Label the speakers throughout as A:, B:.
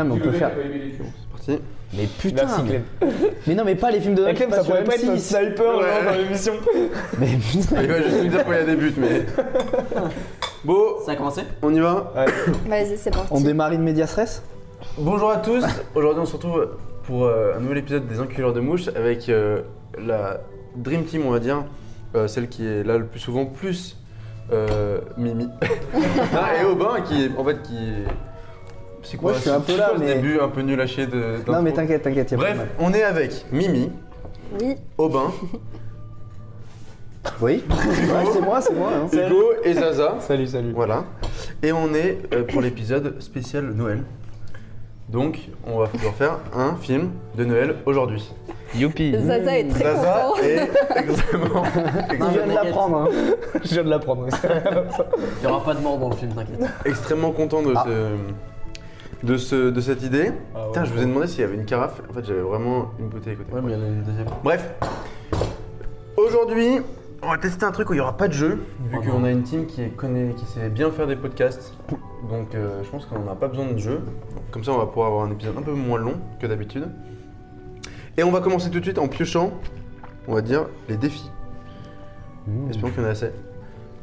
A: Non, mais on
B: Le
A: peut
B: mec
A: faire.
B: a pas aimé les tuches.
C: Parti.
A: Mais putain
D: Merci Clem.
A: Mais non, mais pas les films de
D: Eh, Clem, ça
A: sur
D: pourrait pas être
A: M6.
D: un sniper genre,
C: Ouais.
D: dans l'émission.
A: Mais putain
C: Il va juste nous dire quand il y a des buts, mais. Bon,
E: Ça a commencé
C: on y va
F: Vas-y, c'est parti.
A: On démarre une média stress
C: Bonjour à tous. Aujourd'hui, on se retrouve pour euh, un nouvel épisode des Enculeurs de Mouches avec euh, la Dream Team, on va dire. euh, celle qui est là le plus souvent, plus euh, Mimi. Ah, et Aubin qui est. En fait, qui est. C'est
A: Ouais, je suis un peu là,
C: au
A: mais-
C: début, un peu nul à chier de.
A: Non, mais
C: d'intro.
A: t'inquiète, t'inquiète, y'a pas de
C: Bref,
A: mal.
C: on est avec Mimi,
F: Oui.
C: Aubin,
A: Oui Ouais, C'est moi, c'est moi. hein.
C: Hugo et Zaza.
D: Salut, salut.
C: Voilà. Et on est euh, pour l'épisode spécial Noël. Donc, on va pouvoir faire un film de Noël aujourd'hui.
D: Youpi.
F: Zaza est très
C: Zaza
F: content.
C: est exactement.
A: Je
C: exactement-
A: viens de l'apprendre. hein.
D: Je viens de l'apprendre.
E: Il n'y aura pas de mort dans le film, t'inquiète.
C: extrêmement content de ce. De, ce, de cette idée.
D: Ah ouais.
C: Ah. Putain, je vous ai demandé s'il y avait une carafe. En fait, j'avais vraiment une bouteille à côté.
E: Ouais, mais il y en a une deuxième.
C: Bref, aujourd'hui, on va tester un truc où il n'y aura pas de jeu, vu
E: Oh non.
C: qu'on a une team qui, connaît, qui sait bien faire des podcasts. Donc euh, je pense qu'on n'a pas besoin de jeu. Comme ça, on va pouvoir avoir un épisode un peu moins long que d'habitude. Et on va commencer tout de suite en piochant, on va dire, les défis. Espérons qu'il y en a assez.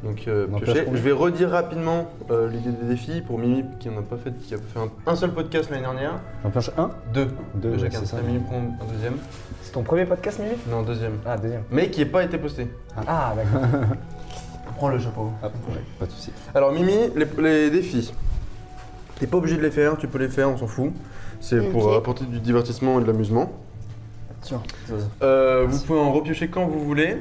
C: Donc euh,
A: On en
C: piocher.
A: place combien
C: Je vais redire rapidement euh, l'idée des défis pour Mimi qui en a pas fait, qui a fait un, un seul podcast l'année dernière.
A: On pioche un
C: Deux.
A: Deux, ouais,
C: chacun.
A: c'est ça.
C: Et Mimi prend un deuxième.
D: C'est ton premier podcast, Mimi
C: Non, deuxième.
D: Ah, deuxième.
C: Mais qui n'a pas été posté.
D: Ah, d'accord.
C: Prends le chapeau.
A: Pas de soucis.
C: Alors Mimi, les, les défis. T'es pas obligé de les faire, tu peux les faire, on s'en fout. C'est pour
F: Ok.
C: apporter du divertissement et de l'amusement.
A: Tiens.
C: Euh, vous pouvez en repiocher quand vous voulez.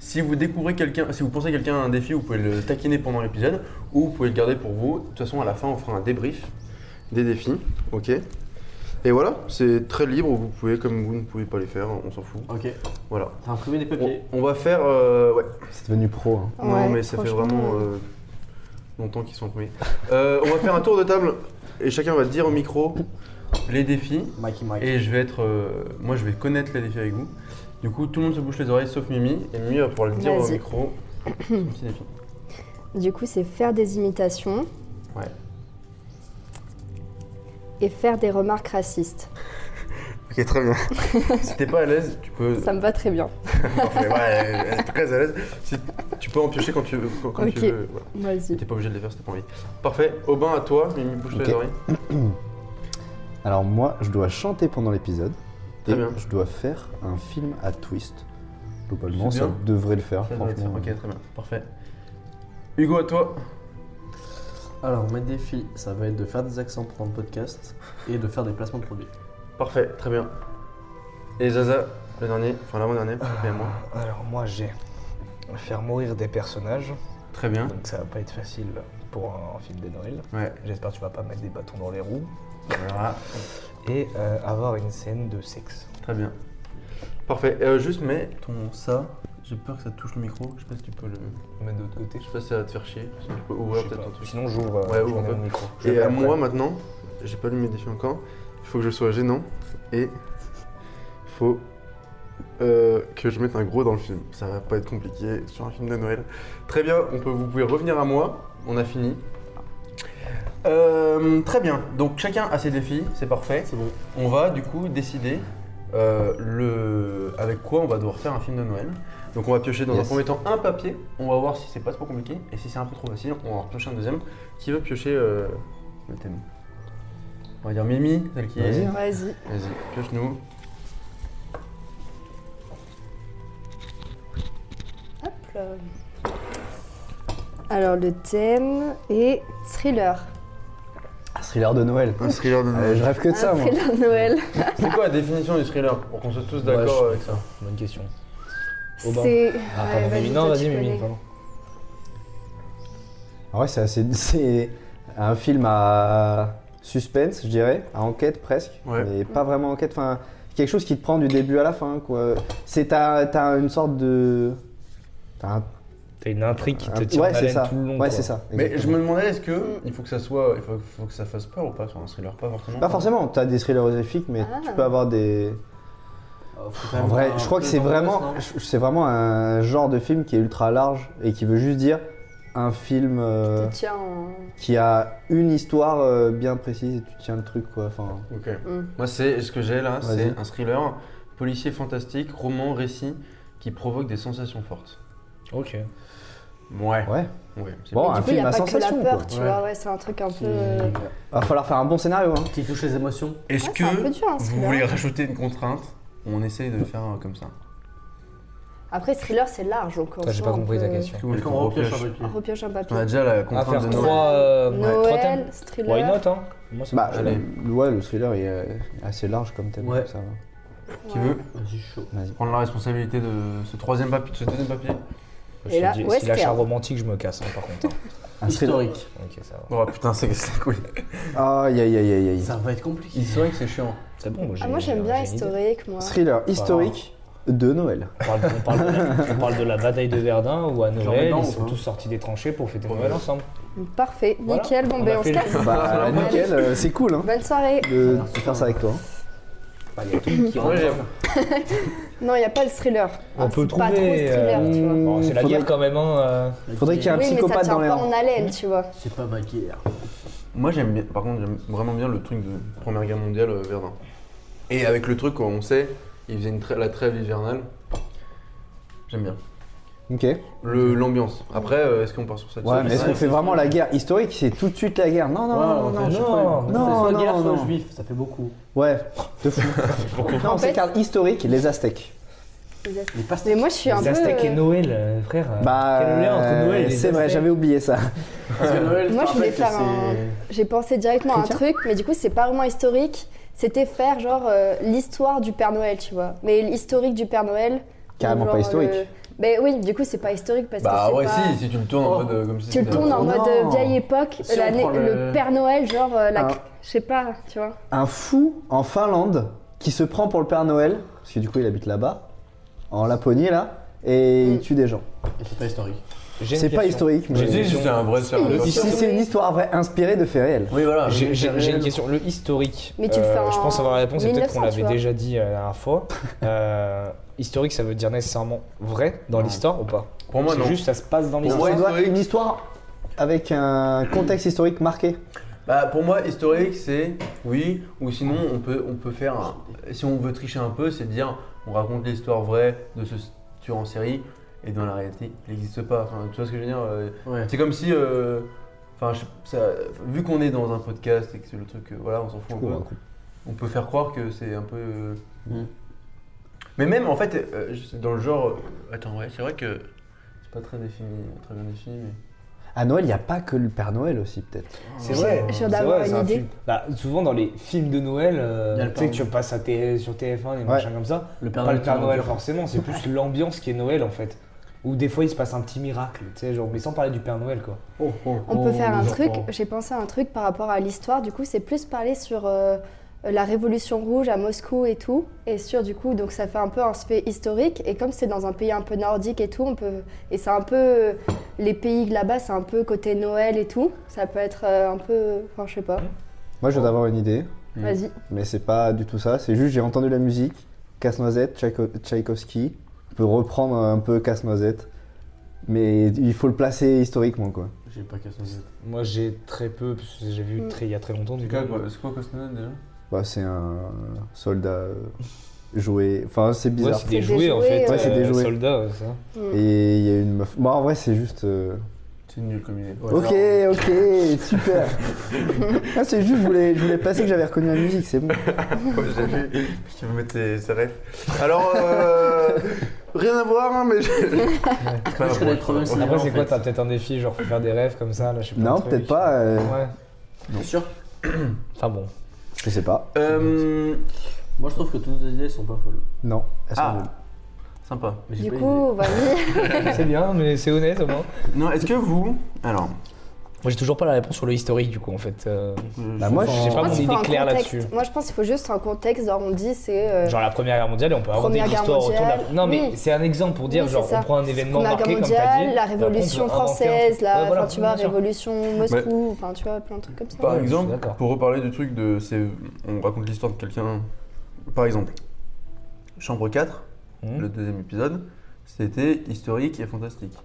C: Si vous découvrez quelqu'un, si vous pensez quelqu'un a un défi, vous pouvez le taquiner pendant l'épisode ou vous pouvez le garder pour vous. De toute façon, à la fin, on fera un débrief des défis, ok Et voilà, c'est très libre. Vous pouvez, comme vous ne pouvez pas les faire, on s'en fout.
E: Ok,
C: Voilà.
E: t'as imprimé des
C: On,
E: papiers.
C: on va faire, euh, ouais,
A: C'est devenu pro. hein.
C: non,
F: Ouais,
C: mais ça fait
F: franchement,
C: vraiment euh, longtemps qu'ils sont premiers. Euh, on va faire un tour de table et chacun va dire au micro les défis.
E: Mikey Mike.
C: Et je vais être. euh, moi, je vais connaître les défis avec vous. Du coup, tout le monde se bouche les oreilles sauf Mimi. Et Mimi va pouvoir le dire au
F: Vas-y.
C: micro. son petit défi.
F: Du coup, c'est faire des imitations.
C: Ouais.
F: Et faire des remarques racistes.
C: Ok, très bien. si t'es pas à l'aise, tu peux.
F: Ça me va très bien.
C: Parfait, ouais, elle est très à l'aise. Si- tu peux en piocher quand tu veux. Quand, quand tu
F: Ok.
C: veux, voilà.
F: Vas-y.
C: T'es pas obligé de les faire si t'as pas envie. Parfait. Aubin, à toi. Mimi, bouche les
A: Ok.
C: oreilles.
A: Alors, moi, je dois chanter pendant l'épisode.
C: Très
A: Et
C: bien.
A: je dois faire un film à twist. Globalement,
C: C'est
A: ça
C: bien.
A: devrait le faire,
C: Ça doit être ça.
A: franchement.
C: Ok, très bien. Parfait. Hugo, à toi.
E: Alors, mes défis, ça va être de faire des accents pendant le podcast et de faire des placements de produits.
C: Parfait, très bien. Et Zaza, le dernier, enfin l'avant-dernier, mais moi.
B: Alors moi j'ai faire mourir des personnages,
C: Très bien.
B: donc ça va pas être facile pour un, film de Noël.
C: Ouais.
B: J'espère que tu vas pas mettre des bâtons dans les roues.
C: Voilà.
B: Et euh, avoir une scène de sexe.
C: Très bien. Parfait. Euh, juste mets ton ça. J'ai peur que ça touche le micro. Je sais pas si tu peux le.
B: Mettre de l'autre côté.
C: Je sais pas si ça va te faire chier. Si tu
B: Je
C: peux ouvrir
B: sais
C: peut-être
B: pas.
C: ton truc.
B: Sinon j'ouvre euh,
C: Ouais,
B: je
C: ouvre un
B: mets
C: peu.
B: le micro. Je
C: Et
B: vais
C: à
B: après.
C: moi maintenant, j'ai pas lu mes défis encore. Il faut que je sois gênant et il faut euh, que je mette un gros dans le film. Ça va pas être compliqué sur un film de Noël. Très bien, on peut, vous pouvez revenir à moi. On a fini. Euh, très bien. Donc chacun a ses défis, c'est parfait.
E: C'est bon.
C: On va du coup décider euh, le... avec quoi on va devoir faire un film de Noël. Donc on va piocher dans un
A: Yes.
C: premier temps un papier, on va voir si c'est pas trop compliqué et si c'est un peu trop facile, on va en piocher un deuxième. Qui veut piocher euh, le thème On va dire Mimi, celle qui
A: Vas-y,
C: est.
A: hein.
F: Vas-y.
C: Vas-y, pioche-nous.
F: Hop là. Alors, le thème est thriller.
A: Un thriller de Noël.
C: Un thriller de
A: Euh, je rêve que de ça,
F: un
A: moi.
F: thriller de Noël.
C: C'est quoi la définition du thriller Pour qu'on soit tous
B: Bah,
C: d'accord
B: je-
C: avec ça.
B: Bonne question. Aubin.
F: C'est.
B: Ah,
F: Ouais,
B: pardon,
F: vas-y,
B: Mimi.
F: toi,
B: Non,
F: tu
B: vas-y,
F: connais.
B: Mimi, pardon.
A: En vrai, Ah c'est assez- c'est un film à suspense, je dirais, à enquête presque,
C: Ouais.
A: mais pas vraiment enquête. Enfin, quelque chose qui te prend du début à la fin, quoi. C'est t'as, t'as une sorte de. t'as un-
B: T'as une intrigue qui te
A: un-
B: tient
A: ouais,
B: en
A: c'est
B: haleine
A: ça.
B: tout le long.
A: ouais,
B: quoi.
A: c'est ça.
C: Mais je
A: exactement.
C: me demandais, est-ce que il faut que ça soit, il faut, faut que ça fasse peur ou pas sur un thriller Pas forcément.
A: Pas forcément. T'as des thrillers horrifiques, mais
F: Ah.
A: tu peux avoir des. En vrai, je crois que c'est vraiment, je- c'est vraiment un genre de film qui est ultra large et qui veut juste dire un film euh,
F: Tu tiens en...
A: qui a une histoire euh, bien précise et tu tiens le truc quoi. Enfin,
C: Ok.
F: Hmm.
C: Moi, c'est ce que j'ai là, c'est
A: Mm. Vas-y.
C: un thriller policier fantastique, roman, récit qui provoque des sensations fortes.
D: Ok.
C: Ouais.
A: ouais.
C: Ouais. c'est
A: Bon,
F: Mais
A: un
F: du coup, il n'y
A: film
F: a
A: à
F: pas que la
A: sensation.
F: peur,
A: quoi.
F: tu
C: Ouais.
F: vois, ouais, c'est un truc un peu...
E: Qui-
F: Ouais,
A: Va falloir faire un bon scénario. Hein.
E: Qui touche les émotions.
C: Est-ce
F: c'est un peu dur, hein,
C: Vous
F: thriller.
C: voulez rajouter une contrainte On essaye de faire euh, comme ça.
F: Après, thriller, c'est large, donc en
D: J'ai
F: soi,
D: pas
F: on
D: compris ta
F: peut-
D: question.
E: Est-ce qu'on repioche un papier
F: On Euh, repioche un papier.
C: On a déjà la
D: On va
C: contrainte
D: faire
C: de
F: trois.
D: trois, euh,
F: Noël,
D: trois thèmes.
F: thriller.
D: Why not, hein Moi, ça
A: Bah,
D: me-
C: Allez.
A: le- ouais, le thriller il est assez large comme thème.
E: Ouais.
A: Ça va.
C: Qui veut
E: Vas-y, chaud.
C: prendre la responsabilité de ce troisième papier, de ce deuxième papier
D: Je
F: Et
D: te
F: là,
D: dis, si
F: western.
D: l'achat romantique, je me casse, hein, par contre. hein.
A: Un thriller.
E: Ah, Historique.
D: Ok, ça va.
C: Oh putain, c'est c'est cool.
A: Aïe aïe aïe aïe aïe.
E: Ça va être compliqué.
C: Historique, c'est chiant.
D: C'est bon, moi, j'ai-
F: Ah, moi,
D: j'ai-
F: j'aime bien
D: j'ai une idée.
F: historique, moi.
A: Thriller historique de Noël.
D: On parle, on parle de, on parle de la bataille de Verdun où à Noël,
E: maintenant,
D: ils sont
E: hein.
D: tous sortis des tranchées pour fêter Noël ensemble.
F: Parfait,
D: Voilà.
F: nickel, bon,
D: On
F: ben,
D: a
F: on se
D: fait le-
F: casse.
A: Bah
F: Voilà.
A: nickel, euh, c'est cool hein,
F: Bonne soirée.
A: de, de faire ça avec toi. hein.
D: Bah, y a tout qui rentre.
F: Non, il n'y a pas le thriller.
D: On
F: Ah,
D: peut
F: c'est pas trop
D: trouver,
F: thriller,
D: euh,
F: tu vois.
D: Bon, c'est la
A: Faudrait-
D: guerre quand même, hein. euh.
A: Faudrait qu'il y ait un
F: Oui, mais ça
A: psychopathe
F: tient
A: dans les
F: pas
A: rangs.
F: en haleine, tu vois.
E: C'est pas ma guerre.
C: Moi j'aime bien, par contre j'aime vraiment bien le truc de Première Guerre mondiale euh, Verdun. Et avec le truc on sait, il faisait une trê- la trêve hivernale. J'aime bien.
A: Ok.
C: Le- L'ambiance. Après, euh, est-ce qu'on part sur cette
A: Ouais,
C: scène
A: mais est-ce qu'on
E: ouais,
A: fait
E: c'est
A: vraiment
E: vrai.
A: la guerre historique C'est tout de suite la guerre. Non, non, non, non, non.
D: non,
A: non,
E: soit
A: non,
E: guerre, soit
A: non.
E: juif, ça fait beaucoup.
A: Ouais, de fou. non, on
F: En fait-
A: s'écarte historique, les Aztèques.
F: Les Aztèques.
E: Les pastilles.
F: Mais moi, je suis un
D: Les
F: peu.
D: Aztèques et
F: euh,
D: Noël, euh, frère. euh,
A: Bah,
D: Quel lien entre Noël et
A: euh,
D: les
A: c'est vrai,
D: Aztèques
A: j'avais oublié ça.
E: Parce que Noël,
F: Moi,
E: te
F: je voulais
E: rappelle que
F: faire un-
E: c'est-
F: J'ai pensé directement à un truc, mais du coup, c'est pas vraiment historique. C'était faire genre euh, l'histoire du Père Noël, tu vois. Mais l'historique du Père Noël.
A: Carrément
F: ou
A: pas
F: genre le-
A: historique.
F: Ben oui, du coup, c'est pas historique parce
C: Bah
F: que. c'est
C: ouais,
F: pas-
C: si, si tu le tournes en
E: Oh.
C: mode euh, comme si
F: Tu le
C: c'était-
F: tournes en
A: Oh
F: mode
A: non.
F: euh, vieille époque,
E: Si on
F: l'année-
E: prend
F: le...
E: le-
F: Père Noël, genre, euh, la...
A: Ah.
F: je sais pas, tu vois.
A: Un fou en Finlande qui se prend pour le Père Noël, parce que du coup il habite là-bas, en Laponie là, et il
F: Mm.
A: tue des gens.
E: Et c'est pas historique.
D: j'ai une
A: C'est pas
D: question.
A: historique, mais.
C: J'ai dit, c'est un vrai c'est un vrai-
A: Si c'est une histoire vraie inspirée de faits réels.
E: Oui, voilà.
D: J'ai j'ai- j'ai une question, le historique. euh,
F: Mais tu le fais en
D: Je pense avoir la réponse et peut-être
F: 1900,
D: qu'on
F: tu
D: l'avait
F: vois.
D: déjà dit euh, la dernière fois. Euh, historique, ça veut dire nécessairement vrai dans
C: Non.
D: l'histoire ou pas
C: Pour moi,
D: C'est
C: non.
D: juste, ça se passe dans
A: Ça
D: l'histoire.
C: moi,
A: doit
C: historique.
A: être une histoire avec un contexte historique marqué.
C: Bah, pour moi, historique, c'est oui, ou sinon, on peut, on peut faire. un- Si on veut tricher un peu, c'est de dire on raconte l'histoire vraie de ce tueur en série, et dans la réalité, il n'existe pas. Enfin, tu vois ce que je veux dire euh,
E: Ouais.
C: C'est comme si. euh, Enfin, je- ça- vu qu'on est dans un podcast et que c'est le truc, euh, voilà, on s'en fout un peu. On peut faire croire que c'est un peu. euh,
E: Mm.
C: Mais même en fait, euh, je- dans le genre. euh, Attends, ouais, c'est vrai que c'est pas très défini, très bien défini, mais.
A: À Noël, il n'y a pas que le Père Noël aussi, peut-être.
D: C'est
F: J'ai-
D: vrai.
F: j'ai
D: c'est
F: d'avoir
D: vrai,
F: une
D: c'est un
F: idée.
D: film. Bah, souvent dans les films de Noël, euh,
E: Y a le
D: tu sais
E: Père
D: que tu passes à T- sur TF1 des machins comme ça.
E: Le
D: Pas le Père Noël forcément, c'est plus l'ambiance qui est Noël en fait. Ou des fois il se passe un petit miracle, tu sais, genre, mais sans parler du Père Noël quoi.
F: On
E: Oh,
D: Oh,
F: peut faire un
E: les
F: truc,
E: enfants.
F: j'ai pensé à un truc par rapport à l'histoire, du coup c'est plus parler sur euh, la révolution rouge à Moscou et tout, et sur du coup, donc ça fait un peu un fait historique, et comme c'est dans un pays un peu nordique et tout, on peut, et c'est un peu, les pays là-bas c'est un peu côté Noël et tout, ça peut être euh, un peu, enfin je sais pas,
A: Moi, je viens d'avoir une idée,
C: Mm.
F: vas-y.
A: mais c'est pas du tout ça. C'est juste, j'ai entendu la musique, Casse-Noisette, Tchaïko- Tchaïkovski. On peut reprendre un peu Casse-Noisette, mais il faut le placer historiquement, quoi.
E: J'ai pas qu'à son zette.
D: Moi j'ai très peu, parce que j'ai vu
F: Mm.
D: très, il y a très longtemps du
C: C'est
D: coup.
C: quoi, quoi- c'est quoi Cosmonaut déjà
A: Bah, c'est un soldat euh, joué. Enfin, c'est
D: Ouais,
A: bizarre.
D: c'est des
F: C'est
D: jouets
F: des
D: en
F: jouets,
D: fait,
A: Ouais, c'est
D: euh,
A: des jouets.
D: soldats, euh, ça.
F: Mm.
A: Et il y a une meuf. Bon, en vrai, c'est juste. euh,
C: C'est nul comme idée.
A: Ok, ok, super. Ah, c'est juste, je voulais, je voulais placer que j'avais reconnu la musique, c'est bon.
C: Ouais, j'ai vu. Tu me mettais ses refs. Alors, euh, rien à voir, hein, mais.
E: Moi, je connais trop bien ce
D: Après
E: en
D: c'est quoi,
E: fait.
D: t'as peut-être un défi, genre faut faire des rêves comme ça, là je sais pas.
A: Non,
D: un truc.
A: peut-être pas, euh.
D: Ouais.
E: T'es sûr
D: Enfin bon.
A: Je sais pas.
C: Euh,
E: Moi, je trouve que toutes les idées elles sont pas folles.
A: Non. elles sont
C: Ah.
A: nulles.
C: Sympa.
E: Mais j'ai
F: Du
E: pas
F: coup, vas-y.
D: c'est bien, mais c'est honnête au moins.
C: Non, est-ce que vous. Alors.
D: Moi j'ai toujours pas la réponse sur le historique du coup en fait. euh,
C: euh,
A: Bah, moi,
D: je-
A: j'ai
D: j'ai
A: pas.
D: pas
F: Moi,
D: mon
F: il faut
D: idée
F: un
D: claire
F: contexte.
D: là-dessus.
F: Moi je pense qu'il faut juste un contexte, genre on dit c'est... euh,
D: Genre la Première Guerre mondiale, et on peut inventer
F: Première
D: des
F: Guerre
D: histoires autour de la...
F: mondiale,
D: Non mais
F: oui.
D: c'est un exemple pour dire,
F: Oui, c'est
D: genre
F: ça.
D: on prend un événement
F: Première
D: marqué
F: Guerre
D: comme t'as dit.
F: mondiale, la
D: et après, on peut
F: révolution
D: inventer un truc.
F: française, la,
D: Ouais, voilà,
F: enfin, tu vois,
D: bien sûr.
F: révolution Moscou, enfin tu vois, plein de trucs comme ça.
C: Par
D: Ouais, je
C: exemple,
D: suis d'accord.
C: pour reparler du truc de. c'est- On raconte l'histoire de quelqu'un. Par exemple, Chambre 4,
D: Hmm.
C: le deuxième épisode, c'était historique et fantastique.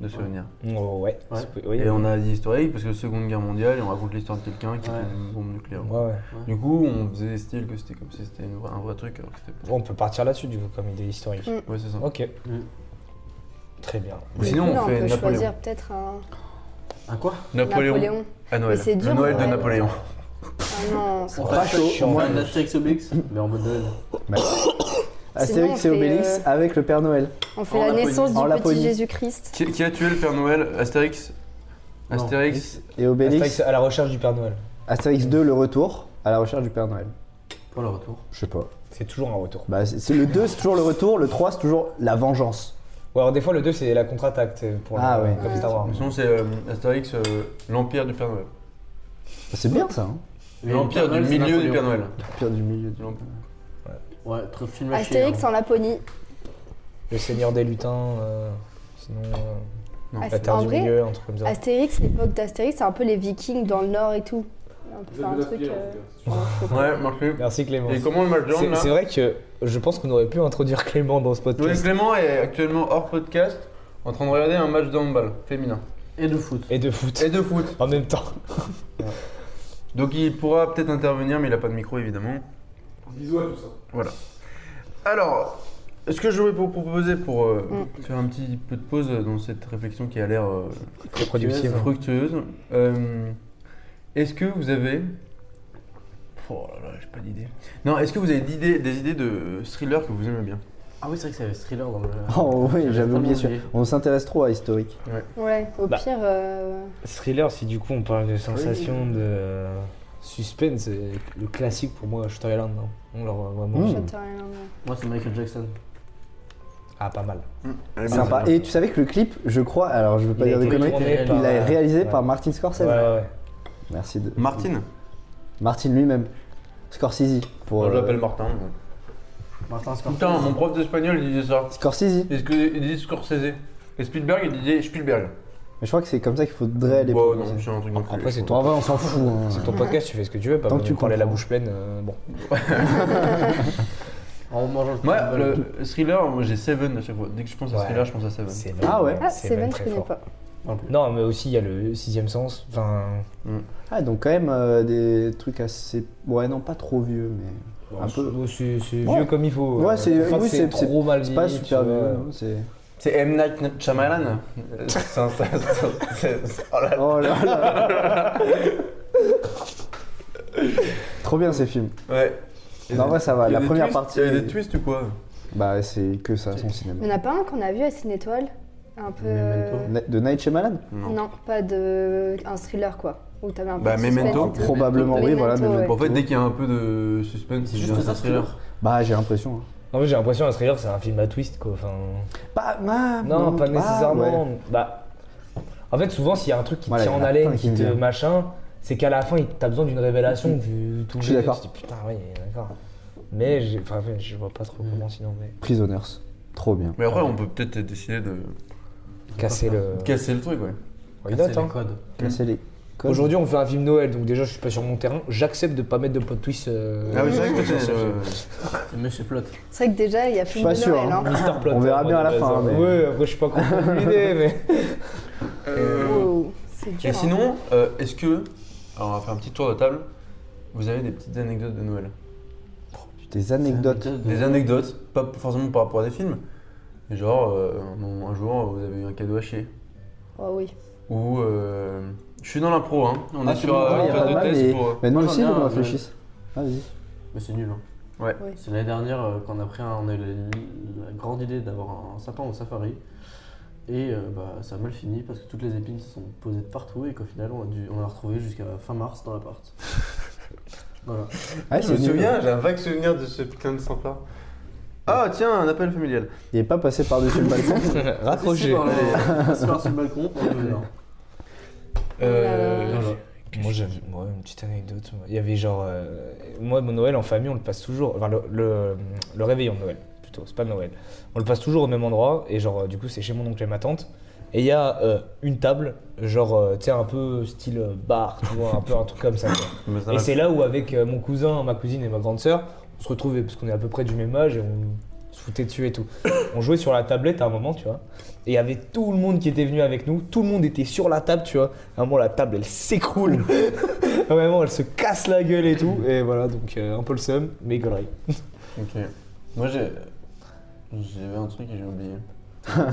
C: de souvenirs.
D: Oh, ouais.
E: Ouais.
D: C'est- oui,
C: Et on a des historiques parce que Seconde Guerre mondiale, et on raconte l'histoire de quelqu'un qui
E: Ouais.
C: fait une bombe nucléaire.
D: Ouais, ouais.
C: Du coup, on faisait style que c'était comme si c'était une vraie- un vrai truc alors que c'était pas.
D: On peut partir là-dessus, du coup, comme idée historique.
C: Ouais, c'est ça.
F: Hmm.
D: Ok.
E: Mm.
C: Hmm.
D: Très bien.
C: Ou sinon,
F: Là,
C: on fait
F: peut
C: Napoléon.
F: choisir peut-être un
E: Un quoi
C: Napoléon.
F: Napoléon.
C: À Noël.
F: Mais c'est dur,
C: le Noël de
F: Noël.
C: Napoléon.
F: Ah non, c'est
E: On
D: Pas
E: fait
D: chaud,
E: on
D: moi,
E: fait un
D: je-
E: Astérix Obélix, mais en mode euh, Noël.
F: Sinon, on
A: Astérix
F: fait,
A: et Obélix
F: euh,
A: avec le Père Noël.
F: On fait
E: En
F: la
E: Laponie.
F: naissance
A: En
F: du
A: Laponie.
F: petit Jésus-Christ.
C: Qui, qui a tué le Père Noël Astérix
E: Non.
C: Astérix
A: Et Obélix,
D: Astérix à la recherche du Père Noël.
A: Astérix 2, le retour, à la recherche du Père Noël.
E: Pour le retour.
A: Je sais pas.
D: C'est toujours un retour.
A: Bah, c'est c'est le 2, c'est toujours le retour, le 3, c'est toujours la vengeance.
D: Ou alors, des fois, le 2, c'est la contre-attaque c'est pour
A: Ah
D: le-
A: ouais.
D: comme Star Wars.
C: Mais Sinon, c'est euh, Astérix, euh, l'Empire du Père Noël.
A: C'est bien ça, hein
E: Mais
C: L'Empire
E: le Père
C: du
E: Noël, c'est
C: milieu du
E: Napoléon.
C: Père Noël.
A: Pire du milieu du.
E: Ouais, trop de films à
F: Astérix
E: chier, hein.
F: en Laponie.
D: Le Seigneur des Lutins, euh, sinon. euh,
C: Non.
D: la
F: Ast-
D: Terre
F: Ah, en
D: du
F: vrai, Ah,
D: Milieu, un truc comme ça.
F: Astérix, l'époque d'Astérix, c'est un peu les Vikings dans le Nord et tout. On peut faire un truc. euh, genre, je sais pas.
C: Ouais, marché.
D: Merci Clément.
C: Et comment le match de hand,
D: C'est
C: là
D: c'est vrai que je pense qu'on aurait pu introduire Clément dans ce
C: Louis
D: podcast.
C: Clément est actuellement hors podcast en train de regarder un match de handball féminin
F: hein.
E: Et de foot.
D: Et de foot.
C: et de foot.
D: En même temps.
C: Donc il pourra peut-être intervenir, mais il n'a pas de micro évidemment.
G: Bisous à tout ça.
C: Alors, ce que je voulais vous proposer pour euh,
F: Mm.
C: faire un petit peu de pause dans cette réflexion qui a l'air euh,
D: Très productif.
C: fructueuse, euh, est-ce que vous avez. Oh là là, j'ai pas d'idée. Non, est-ce que vous avez d'idées- des idées de thrillers que vous aimez bien
E: Ah oui, c'est vrai que ça avait ce thriller dans le.
A: Oh oui,
E: J'ai
A: j'avais
E: totalement
A: oublié. sûr. On s'intéresse trop à historique.
F: Ouais, au
D: Bah.
F: pire. euh,
D: Thriller, si du coup on parle de sensation, de suspense, c'est le classique pour moi, Shutter Island. hein. On leur vraiment.
A: Mm.
F: Shutter Island, ouais.
E: Moi, c'est Michael Jackson.
D: Ah, pas mal.
A: Sympa. Et tu savais que le clip, je crois, alors je veux pas
D: Il a
A: dire de
D: été
A: conneries,
D: tourné
A: il
D: par- euh,
A: a réalisé
D: ouais.
A: par Martin Scorsese.
D: Ouais, ouais.
A: Merci de.
C: Martine
A: Martin lui-même. Scorsese. Pour,
C: Moi, Je
A: euh,
C: l'appelle Martin. moi.
E: Martin Scorsese.
C: Putain, mon prof d'espagnol il disait ça.
A: Scorsese.
C: Est-ce que il disait Scorsese Et Spielberg il disait Spielberg.
A: Mais je crois que c'est comme ça qu'il faudrait aller
C: Bon, non,
A: prononcer.
C: j'ai un truc dans le
D: Après, c'est
A: Bon,
D: toi.
A: en vrai, on s'en fout. hein.
D: C'est ton podcast, tu fais ce que tu veux, pas
A: Tant que
D: besoin
A: tu
D: de parler la
A: comprends.
D: bouche pleine. euh, bon.
E: En mangeant le
C: Moi,
E: Taco Bell.
C: le thriller, moi j'ai Seven à chaque fois. Dès que je pense à
D: Ouais.
C: thriller, je pense à Seven.
A: Ah ouais.
F: Ah,
D: c'est
F: Seven,
D: même
F: je
D: très
F: connais
D: fort.
F: pas.
D: Non, mais aussi il y a le sixième sens. Enfin,
A: Ah, donc quand même euh, des trucs assez. Ouais, non, pas trop vieux, mais. Un peu.
D: oh, c'est c'est
A: Ouais.
D: vieux comme il faut. euh,
A: Ouais, c'est-
D: Enfin,
A: oui,
D: c'est
A: c'est-
D: trop mal
A: C'est pas
D: vieilli,
A: super
D: tu vois.
A: vieux, non, c'est.
C: C'est M. Night Shyamalan C'est un. c'est un- c'est- c'est- oh là là.
A: Oh là là Trop bien ces films.
C: Ouais. Il y a
A: Non,
C: des-
A: ouais, ça va.
C: il y a
A: La
C: des
A: première
C: twists-
A: partie.
C: Il y a des twists ou quoi
A: Bah, c'est que ça, son
F: Il
A: cinéma.
F: y en a pas un qu'on a vu à Cinétoile Un peu.
E: Memento.
F: euh,
A: Na- De Night Shyamalan
F: Non, pas de. Un thriller quoi. Où t'avais un peu
C: Bah,
F: de suspense
C: Memento.
F: et tout.
A: Probablement, oui,
F: Memento,
A: voilà.
F: ouais.
A: Memento.
C: En fait, dès qu'il y a un peu de suspense,
E: C'est
C: c'est
E: juste
C: juste
E: ça,
C: un
E: ce
C: thriller.
A: Bah, j'ai l'impression. hein.
D: En fait, j'ai l'impression un thriller, c'est un film à twist, quoi. Enfin.
A: Pas, ah,
D: Non, pas
A: ah,
D: nécessairement.
A: ouais.
D: Bah, en fait, souvent, s'il y a un truc qui te
A: Voilà,
D: tient
A: il y
D: en
A: en a
D: haleine,
A: plein qui
D: qui
A: me
D: te
A: viennent.
D: machin, c'est qu'à la fin, il- t'as besoin d'une révélation que tout
A: Je suis d'accord.
D: Tu te dis, putain, oui, d'accord. Mais j'ai- enfin, ouais, je vois pas
A: Mm.
D: trop comment sinon, mais
A: Prisoners. Trop bien.
C: Mais après, on peut peut-être décider de
D: casser le.
C: casser le truc, ouais.
D: Why not,
E: C'est
D: hein.
E: le code.
A: Casser les codes.
D: Aujourd'hui, on fait un film Noël, donc déjà, je suis pas sur mon terrain. J'accepte de pas mettre de plot twist. euh,
C: Ah oui, c'est vrai que
D: sur ce
C: c'est
D: film.
E: C'est Monsieur Plot.
F: C'est vrai que déjà, il y a plus de
A: pas
F: Noël.
A: sûr, hein.
F: hein.
D: Mister Plot,
A: On verra
D: hein,
A: bien à la
D: de base,
A: fin,
D: hein.
A: mais-
D: Ouais, après, je suis pas content de l'idée, mais.
C: le.
F: Wow, c'est dur.
C: Et
F: hein.
C: sinon, euh, est-ce que. Alors, on va faire un petit tour de table. Vous avez des petites anecdotes de Noël
A: Des anecdotes.
C: Des anecdotes, pas forcément par rapport à des films, mais genre euh, un, un jour vous avez eu un cadeau à chier.
F: Oh oui.
C: Ou euh, je suis dans l'impro, hein. on est sur
A: Ouais,
C: euh,
A: y
C: une
A: a pas
C: phase
A: de
C: de
A: mal,
C: test
A: mais,
C: pour. euh,
A: mais nous
E: Moi, j'en
A: aussi,
E: ai
A: faut
E: un,
A: qu'on
E: mais-
A: réfléchisse. Vas-y.
E: Mais c'est nul. Hein.
C: Ouais.
F: Oui.
E: C'est l'année dernière euh, qu'on a pris un- on a eu la, la grande idée d'avoir un sapin au safari. Et euh, bah, ça a mal fini parce que toutes les épines se sont posées de partout et qu'au final on a, dû, on a retrouvé jusqu'à fin mars dans l'appart. voilà.
A: Ah,
C: je
A: c'est
C: me
A: nul.
C: souviens, j'ai un vague souvenir de ce putain de sympa. Ah tiens, un appel familial.
A: Il est pas passé par-dessus le balcon.
D: Raccroché.
E: Assis par les- assis par sur le balcon. on est là.
C: Euh,
E: Voilà.
D: Moi j'avais moi, une petite anecdote. Il y avait genre. euh, moi, mon Noël en famille, on le passe toujours. Enfin, le, le, le réveillon de Noël, plutôt, c'est pas Noël. On le passe toujours au même endroit. Et genre, euh, du coup, c'est chez mon oncle et ma tante. Et il y a euh, une table, genre, euh, tu sais, un peu style euh, bar, tu vois, un peu un truc comme ça. quoi.
C: mais ça
D: Et
C: va.
D: c'est là où, avec euh, mon cousin, ma cousine et ma grande sœur, on se retrouve, parce qu'on est à peu près du même âge, et on se foutaient dessus et tout. On jouait sur la tablette à un moment, tu vois. Et il y avait tout le monde qui était venu avec nous. Tout le monde était sur la table, tu vois. À un moment, la table, elle s'écroule. Vraiment, elle se casse la gueule et tout. Et voilà, donc euh, un peu le seum, mais galerie.
E: Ok. Moi, j'ai. J'avais un truc et j'ai oublié. Ça.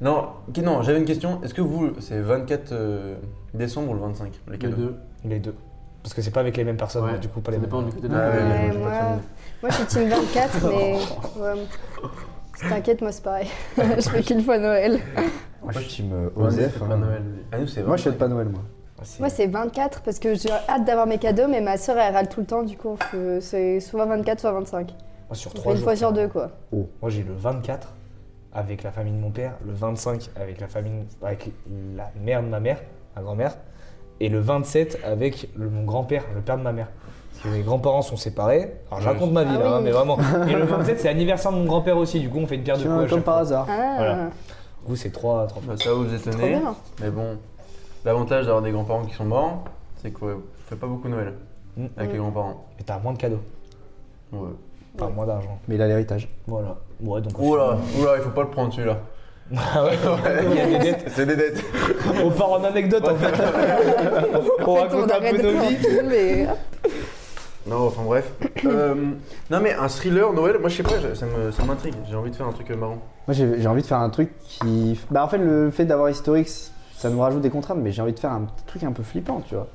C: Non, qui- non j'avais une question. Est-ce que vous, c'est 24 euh, décembre ou le 25 les
E: Les
C: cadeaux
E: deux.
D: Les deux. Parce que c'est pas avec les mêmes personnes,
E: Ouais,
D: donc du coup, pas les
E: Ça
D: mêmes.
E: dépend du côté de
C: Ah
E: la
C: ouais,
E: famille,
F: Ouais,
E: moi, j'ai
F: moi,
E: pas de famille.
F: moi, je suis team 24, mais.
D: Oh.
F: ouais. Si T'inquiète, moi, c'est pareil. je fais qu'une fois Noël.
A: Moi, je suis team euh,
E: Ouais, mais
A: Osef.
E: c'est pas
A: hein.
E: Noël. mais-
C: Ah, nous, c'est
A: Moi, je
C: 25.
A: fête pas Noël, moi.
D: Ah,
F: Moi, c'est 24 parce que j'ai hâte d'avoir mes cadeaux, mais ma soeur, elle râle tout le temps. Du coup, on fait- c'est soit 24, soit 25.
D: Moi, sur
F: On
D: trois
F: fait une
D: jours,
F: fois sur
D: quoi.
F: deux, quoi.
D: Moi, j'ai le 24 avec la famille de mon père, le 25 avec la famille, avec la mère de ma mère, ma grand-mère, et le 27 avec le- mon grand-père, le père de ma mère. Parce que mes grands-parents sont séparés. Alors, je
C: Ah
D: raconte ma vie
F: oui.
D: là, hein, mais vraiment. Et le 27, c'est l'anniversaire de mon grand-père aussi. Du coup, on fait une pierre de
A: Tiens,
D: coups à
A: comme
D: chaque
A: par
D: fois.
A: hasard.
F: Ah,
D: Voilà. Du coup, c'est 3 3
C: Bah, ça, vous êtes
F: trop
C: étonnés.
F: bien.
C: Mais bon, l'avantage d'avoir des grands-parents qui sont morts, c'est qu'on fait pas beaucoup Noël
D: Mm.
C: avec les grands-parents.
D: Et t'as moins de cadeaux,
C: Ouais.
D: enfin moins d'argent.
A: Mais il a l'héritage.
D: Voilà. Ouais, donc. au
C: Oh là,
D: final-
C: oh là, il faut pas le prendre celui-là.
D: Ah ouais, Il y a des dettes.
C: C'est des dettes.
D: On part en anecdote en fait. on
F: En fait, on
D: raconte un
F: arrête
D: peu
F: de
D: nos vies.
F: faire un film et-
C: Non, enfin bref. Euh, non, mais un thriller Noël, moi je sais pas, je- ça me- ça m'intrigue. J'ai envie de faire un truc euh, marrant.
A: Moi, j'ai j'ai envie de faire un truc qui. Bah, en fait, le fait d'avoir historique, ça nous rajoute des contraintes, mais j'ai envie de faire un petit truc un peu flippant, tu vois.
F: Ouais,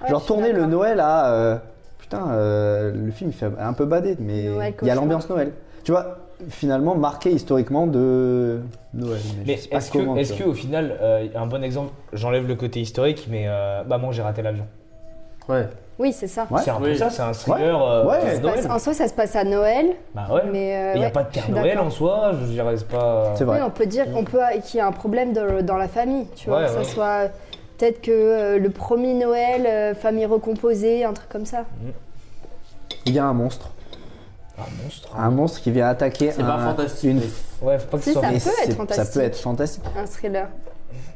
F: Ah, je
A: Genre
F: suis
A: tourner le
F: d'accord.
A: Noël à. euh, putain, euh, le film il fait un peu badé, mais
F: Noël
A: il y a
F: cauchemar.
A: l'ambiance Noël. Tu vois, finalement marqué historiquement de Noël.
D: Mais
A: je sais pas
D: est-ce
A: comment,
D: que, est-ce
A: tu
D: que
A: vois.
D: au final, euh, un bon exemple, j'enlève le côté historique, mais euh, bah moi j'ai raté l'avion.
C: Ouais.
F: Oui, c'est ça.
A: Ouais.
D: C'est un peu
E: Oui.
D: ça, c'est un thriller. euh,
A: Ouais.
D: qui
A: Ça
D: se
A: se
F: Parce-
D: Noël.
F: en soi, ça se passe à Noël,
D: Bah ouais.
F: mais. euh,
D: Il n'y a
F: ouais,
D: pas de
F: je
D: Père
F: suis
D: Noël
F: d'accord.
D: en soi, je dirais c'est pas.
A: C'est vrai.
F: Oui, on peut dire on peut qu'il y a un problème dans, dans la famille, tu vois,
D: Ouais,
F: que
D: ouais.
F: ça soit peut-être que euh, le premier Noël, euh, famille recomposée, un truc comme ça.
A: Il y a un monstre.
D: un euh, bah, monstre. hein.
A: Un monstre qui vient attaquer
E: C'est pas
A: un-
E: fantastique.
A: une.
E: mais-
D: Ouais, faut pas que ce
F: Si,
D: soit.
F: ça-
A: mais
F: peut être
A: c'est- Ça
F: fantastique.
A: peut être fantastique.
F: Un thriller.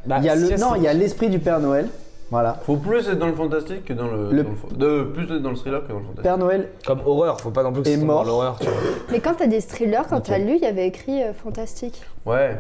D: Bah,
A: il y a le...
D: si,
A: Non,
D: c'est-
A: il y a l'esprit du Père Noël. Voilà.
C: Faut plus être dans le fantastique que dans le.
A: Le-
C: dans le fa- de, plus être dans le thriller que dans le fantastique.
A: Père Noël
D: Comme horreur, faut pas non plus que
A: Et
D: ce soit dans
A: mort.
D: l'horreur. tu vois.
F: Mais quand t'as des thrillers, quand
A: Ok.
F: t'as lu, il y avait écrit euh, fantastique.
C: Ouais.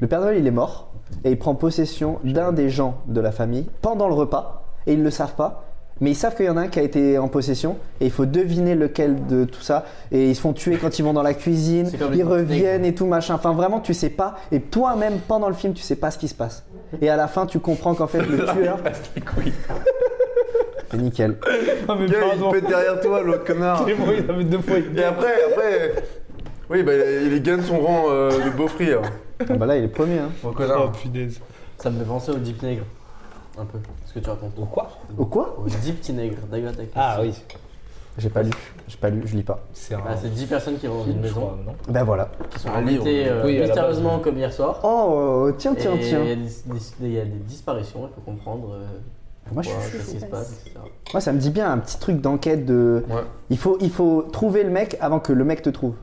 A: Le Père Noël, il est mort et il prend possession d'un des gens de la famille pendant le repas et ils le savent pas. Mais ils savent qu'il y en a un qui a été en possession et il faut deviner lequel de tout ça. Et ils se font tuer quand ils vont dans la cuisine,
E: C'est comme les
A: ils
E: Disney,
A: reviennent et tout machin. Enfin, vraiment, tu sais pas. Et toi-même, pendant le film, tu sais pas ce qui se passe. Et à la fin, tu comprends qu'en fait, le tueur.
C: Passe les couilles.
A: C'est nickel.
D: Ah, mais
C: Gars, il
D: pardon.
C: pète derrière toi, l'autre connard.
D: C'est bon, il avait deux fois.
C: Et après, après. Oui, bah, il gagne son rang euh, de beau-frère.
A: Ah bah là, il est premier. Hein.
C: Bon
D: Ah.
C: connard.
D: punaise.
E: Ça me fait penser au Deep Nègre. Un peu. Ce que tu racontes.
D: Ou quoi
A: Au quoi
E: Au Deep Petit Nègre d'Agatha Christie.
D: Ah oui,
A: J'ai pas lu. J'ai pas lu, je lis pas.
D: c'est un.
E: Ah, c'est 10 personnes qui rentrent dans une
D: film, je crois,
E: maison.
D: non
A: Ben voilà.
E: Qui sont
C: Un livre.
E: invitées euh,
D: Oui, à la
E: mystérieusement
D: base.
E: comme hier soir.
A: Oh, euh, tiens, tiens,
E: Et
A: tiens.
E: Il y, a des- des- il y a des disparitions, il faut comprendre. euh,
A: Ah, Moi, je suis
E: pourquoi,
A: chaud.
E: qu'est-ce qui se passe, etc.
A: Moi, ça me dit bien un petit truc d'enquête de.
C: Ouais.
A: Il, faut, il faut trouver le mec avant que le mec te trouve.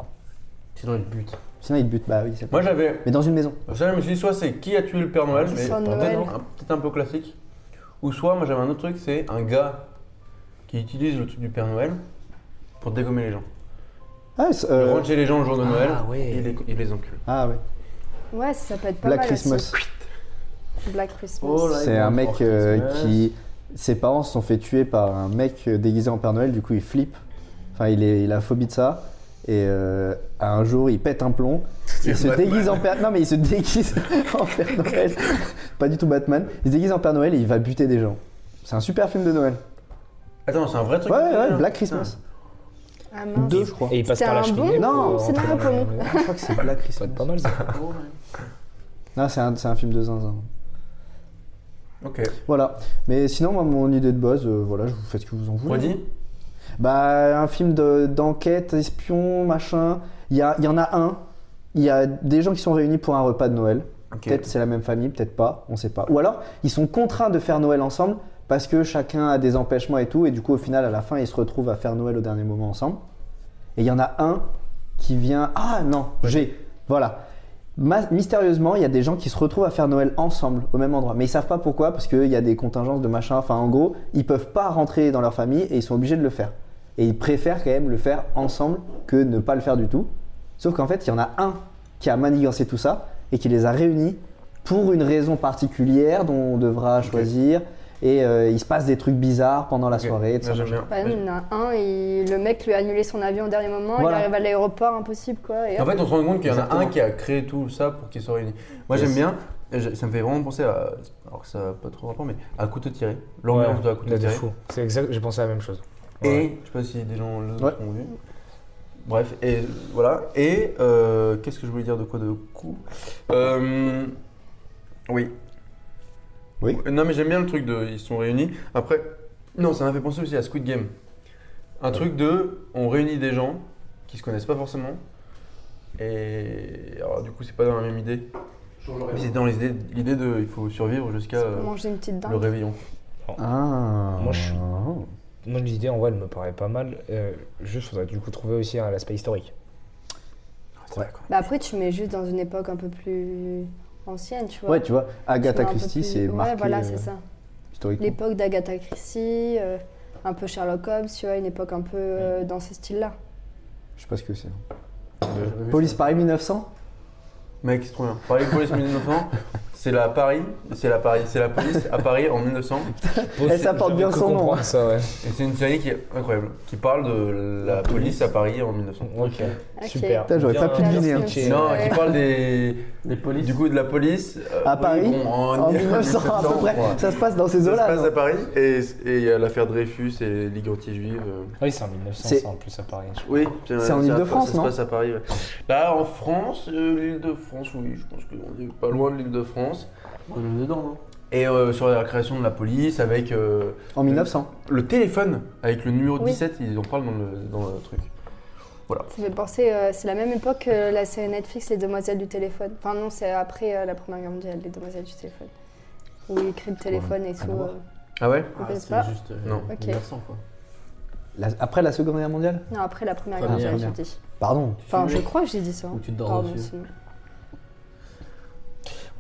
E: Sinon, il bute.
A: Sinon, il te bute. Bah oui, c'est pas-
C: Moi j'avais.
A: Mais dans une maison.
C: Ça, je me suis dit, soit c'est qui a tué le Père Noël, mais
F: L'histoire de
C: peut-être
F: Noël.
C: un- peut-être un peu classique. Ou soit, moi j'avais un autre truc, c'est un gars qui utilise le truc du Père Noël pour dégommer les gens.
A: Ah, c'est-
C: Il
A: euh,
C: rentre chez les gens le jour de Noël
D: ouais.
C: et il les, il les encule.
A: ah ouais.
F: Ouais, ça peut être pas
A: Black
F: mal aussi.
A: Christmas.
F: Black Christmas.
E: Oh là.
A: C'est un mec euh,
E: Christmas.
A: qui. Ses parents se sont fait tuer par un mec euh, déguisé en Père Noël, du coup, il flippe. Enfin, il, est, il a phobie de ça. Et euh, un jour, il pète un plomb. Il se
C: Batman.
A: déguise en Père Non, mais il se déguise en Père Noël. pas du tout Batman. Il se déguise en Père Noël et il va buter des gens. C'est un super film de Noël.
C: Attends, c'est un vrai truc.
A: Ouais, ouais,
C: hein.
A: Black Christmas.
F: Ah mince.
A: Deux, je crois.
D: Et il passe
F: C'était
D: par la
F: un
D: cheminée.
A: bon
D: pour, euh,
F: scénario
D: rentrer dans la
F: pour nous.
D: maison.
A: Je crois que c'est Black
D: Ça va
A: Christmas.
D: être pas mal ça.
A: Non, c'est un, c'est un film de zinzin.
C: Ok.
A: Voilà. Mais sinon, moi, mon idée de base, euh, voilà, je vous fais ce que vous en voulez.
C: Redis
A: Bah, un film de- d'enquête, espion, machin. Il y, a- il y en a un. Il y a des gens qui sont réunis pour un repas de Noël.
C: Ok.
A: Peut-être c'est la même famille, peut-être pas, on sait pas. Ou alors, ils sont contraints de faire Noël ensemble parce que chacun a des empêchements et tout. Et du coup, au final, à la fin, ils se retrouvent à faire Noël au dernier moment ensemble. Et il y en a un qui vient. Ah non, j'ai. Voilà. Ma- Mystérieusement, il y a des gens qui se retrouvent à faire Noël ensemble, au même endroit. Mais ils savent pas pourquoi, parce qu'il y a des contingences de machin. Enfin, en gros, ils peuvent pas rentrer dans leur famille et ils sont obligés de le faire. Et ils préfèrent quand même le faire ensemble que ne pas le faire du tout. Sauf qu'en fait, il y en a un qui a manigancé tout ça et qui les a réunis pour une raison particulière dont on devra choisir. Et euh, il se passe des trucs bizarres pendant la soirée. tout ça,
C: j'aime
A: machin.
C: bien.
F: Bah non, il y en a un, et le mec lui a annulé son avion au dernier moment,
A: Voilà.
F: il arrive à l'aéroport, impossible quoi. Et
C: En fait, on se rend compte qu'il y en a
A: Exactement.
C: un qui a créé tout ça pour qu'ils soient réunis. Moi, j'aime bien. et je- Ça me fait vraiment penser à. Alors que ça n'a pas trop rapport, mais à couteau tiré. L'ambiance de à couteau
D: de
C: tiré.
D: fou. C'est exact, j'ai pensé à la même chose. Ouais.
C: Et je sais pas si des gens l'ont
A: Ouais.
C: vu. Bref, et voilà. Et euh, qu'est-ce que je voulais dire de quoi de coup Euh, Oui.
A: Oui.
C: Non, mais j'aime bien le truc de. Ils sont réunis. Après, non, ça m'a fait penser aussi à Squid Game. Un truc de. On réunit des gens qui se connaissent pas forcément. Et. Alors, du coup, c'est pas dans la même idée. Mais c'est dans les idées- l'idée de. Il faut survivre jusqu'à euh,
F: manger une petite
C: le
F: dinde.
C: réveillon.
A: Ah.
D: Moi, je- Moi, l'idée en vrai, elle me paraît pas mal. Euh, juste, faudrait du coup trouver aussi un l'aspect historique.
F: Bah après, tu mets juste dans une époque un peu plus ancienne, tu vois.
A: Ouais, tu vois,
F: Tu mets
A: Agatha
F: un peu
A: Christie,
F: plus-
A: c'est marqué
F: Ouais, voilà, c'est
A: euh,
F: ça.
A: historiquement.
F: L'époque d'Agatha Christie, euh, un peu Sherlock Holmes, tu vois, une époque un peu euh, dans ce style-là.
A: Je sais pas ce que c'est.
E: J'ai
C: Euh,
E: jamais vu
A: Police
E: ça.
A: Paris 1900
C: Mec, c'est trop bien. Paris Police 1900, c'est la Paris, c'est la Paris, c'est la police à Paris en 1900.
A: Eh, ça porte bien
D: que
A: son nom,
D: comprendre
A: hein.
D: Ça, ouais.
C: Et c'est une série qui est incroyable, qui parle de la police à Paris en 1900.
D: Ok.
F: Ok.
D: Super.
A: Putain, j'aurais
D: Bien
A: pas pu deviner, hein.
D: pitché.
C: Non,
F: Ouais.
C: qui parle des,
E: Les polices.
C: du coup de la police euh,
A: À Paris,
C: bon,
A: En 1900 à peu près.
C: ouais.
A: Ça se passe dans ces
C: Ça se
A: eaux-là.
C: passe
A: non
C: à Paris et et il y a l'affaire Dreyfus et Ligue anti-juive. euh.
D: Ah oui, c'est en 1900
A: C'est-
D: ça, en plus à Paris. je crois.
C: Oui,
A: C'est en
C: ça-
A: Île-de-France,
C: Ça
A: non
C: se passe à Paris, ouais. Là, en France, euh, l'Île-de-France, oui, je pense qu'on est pas loin de l'Île-de-France.
E: On est même dedans, hein. non
C: Et euh, sur la création de la police avec. euh,
A: En 1900.
C: Le téléphone avec le numéro
F: Oui.
C: 17, ils en parlent dans le, dans le truc.
F: Ça fait penser, euh, c'est la même époque que la série Netflix Les Demoiselles du téléphone. Enfin non, c'est après euh, la Première Guerre mondiale, Les Demoiselles du téléphone. Où ils créent le téléphone et tout.
A: voir.
F: euh.
C: Ah ouais
F: On pèse
E: c'est
F: pas.
E: juste euh,
C: Non.
F: Ok.
E: 1900, quoi.
A: La- Après la Seconde Guerre mondiale
F: Non, après la Première Guerre
E: Première
F: mondiale, j'ai
A: Guerre.
F: dit.
A: Pardon.
F: Enfin, je
E: Fumer.
F: crois que j'ai dit ça. hein.
E: Ou tu dors
F: Pardon,
E: dessus.
F: sinon.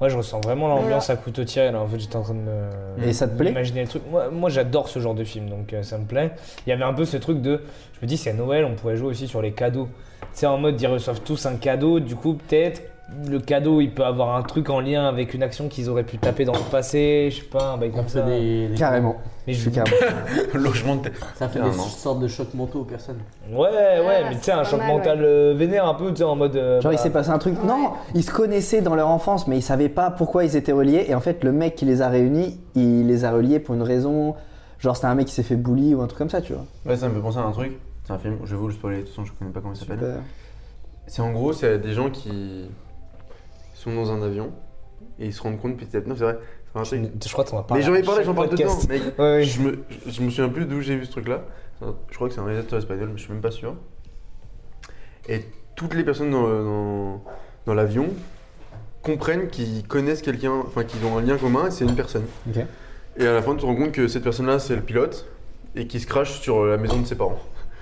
D: Ouais, je ressens vraiment l'ambiance à couteau tiré. Là, en fait, j'étais en train de me.
A: Et ça te plaît
D: Imaginer le truc. Moi, moi, j'adore ce genre de film, donc euh, ça me plaît. Il y avait un peu ce truc de. Je me dis, c'est Noël, on pourrait jouer aussi sur les cadeaux. Tu sais, en mode, ils reçoivent tous un cadeau, du coup, peut-être. Le cadeau, il peut avoir un truc en lien avec une action qu'ils auraient pu taper dans le passé, je sais pas, un bail comme
E: Donc, c'est
D: ça.
E: des, des-
A: Carrément.
D: Mais
A: Je
D: je
A: suis carrément.
C: Logement de
E: Ça fait
C: Non,
E: des
C: non.
E: sortes de chocs mentaux aux personnes.
D: Ouais, ouais, mais tu
F: c'est
D: sais, un
F: pas
D: choc
F: mal,
D: mental euh, vénère un peu, tu sais, en mode. euh,
A: Genre, il
D: bah,
A: s'est passé un truc. Non, ils se connaissaient dans leur enfance, mais ils savaient pas pourquoi ils étaient reliés. Et en fait, le mec qui les a réunis, il les a reliés pour une raison. Genre, c'était un mec qui s'est fait bully ou un truc comme ça, tu vois.
C: Ouais, ça me fait penser à un truc. C'est un film, je vais vous le spoiler, de toute façon, je connais pas comment il s'appelle.
A: Super.
C: C'est en gros, c'est des gens qui sont dans un avion et ils se rendent compte petit à petit. Non, c'est vrai, c'est un
D: Je,
C: truc.
D: je crois que t'en as parlé.
C: Mais j'en ai parlé,
D: à
C: j'en parle
D: chaque
C: dedans.
D: podcast.
C: Mec,
D: Ouais, ouais.
C: je, me, je me souviens plus d'où j'ai vu ce truc-là. C'est un- Je crois que c'est un réalisateur espagnol, mais je suis même pas sûr. Et toutes les personnes dans, le- dans- dans l'avion comprennent qu'ils connaissent quelqu'un, enfin qu'ils ont un lien commun et c'est une personne.
A: Ok.
C: Et à la fin, tu te rends compte que cette personne-là, c'est le pilote et qui se crache sur la maison de ses parents.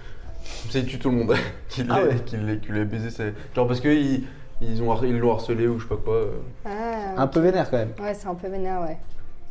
C: Comme ça, il tue tout le monde. qu'il
A: Ah
C: l'ait-
A: ouais.
C: qu'il l'ait- qu'il l'ait baisé. c'est- Genre parce qu'ils ils ont har- ils l'ont harcelé ou je sais pas quoi. euh.
F: Ah,
A: Un peu vénère quand même.
F: ouais, c'est un peu vénère, ouais.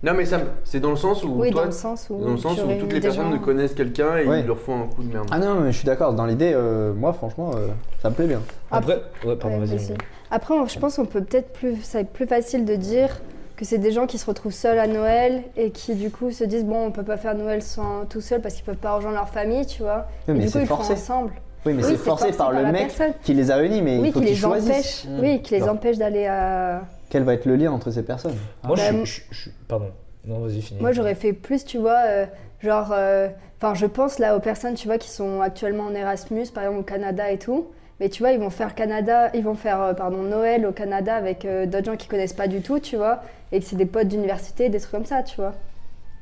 C: Non, mais ça, me- c'est dans le sens où
F: oui,
C: toi,
F: dans le sens où.
C: dans le sens
F: tu
C: où
F: réunis
C: toutes les
F: des
C: personnes ne
F: gens.
C: connaissent quelqu'un et
A: Ouais.
C: ils leur font un coup de merde.
A: Ah non, mais je suis d'accord. Dans l'idée, euh, moi, franchement, euh, ça me plaît bien.
D: Après, ouais, pardon,
F: Ah, Ouais,
D: vas-y.
F: vas-y. Après, on- je pense qu'on peut peut-être plus, ça va être plus facile de dire que c'est des gens qui se retrouvent seuls à Noël et qui du coup se disent bon, on peut pas faire Noël sans tout seul parce qu'ils peuvent pas rejoindre leur famille, tu vois.
A: Oui,
F: Et
A: mais
F: du coup,
A: c'est
F: ils font
A: forcé.
F: ensemble.
A: Oui, mais
F: Oui,
A: c'est forcé, par le
F: la
A: mec
F: personne.
A: qui les a réunis, mais il
F: Oui,
A: faut
F: qui
A: qu'ils
F: les
A: choisissent.
F: empêche. Oui, qui les
A: Genre.
F: empêche d'aller à.
A: Quel va être le lien entre ces personnes
D: Moi, je,
F: Bah,
D: suis-
F: m-
D: je, suis- je suis- Pardon. Non, vas-y, finis.
F: Moi, j'aurais fait plus, tu vois, euh, genre, enfin, je pense là aux personnes, tu vois, qui sont actuellement en Erasmus, par exemple au Canada et tout. Mais tu vois, ils vont faire Canada, ils vont faire, euh, pardon, Noël au Canada avec euh, d'autres gens qui connaissent pas du tout, tu vois, et que c'est des potes d'université, des trucs comme ça, tu vois.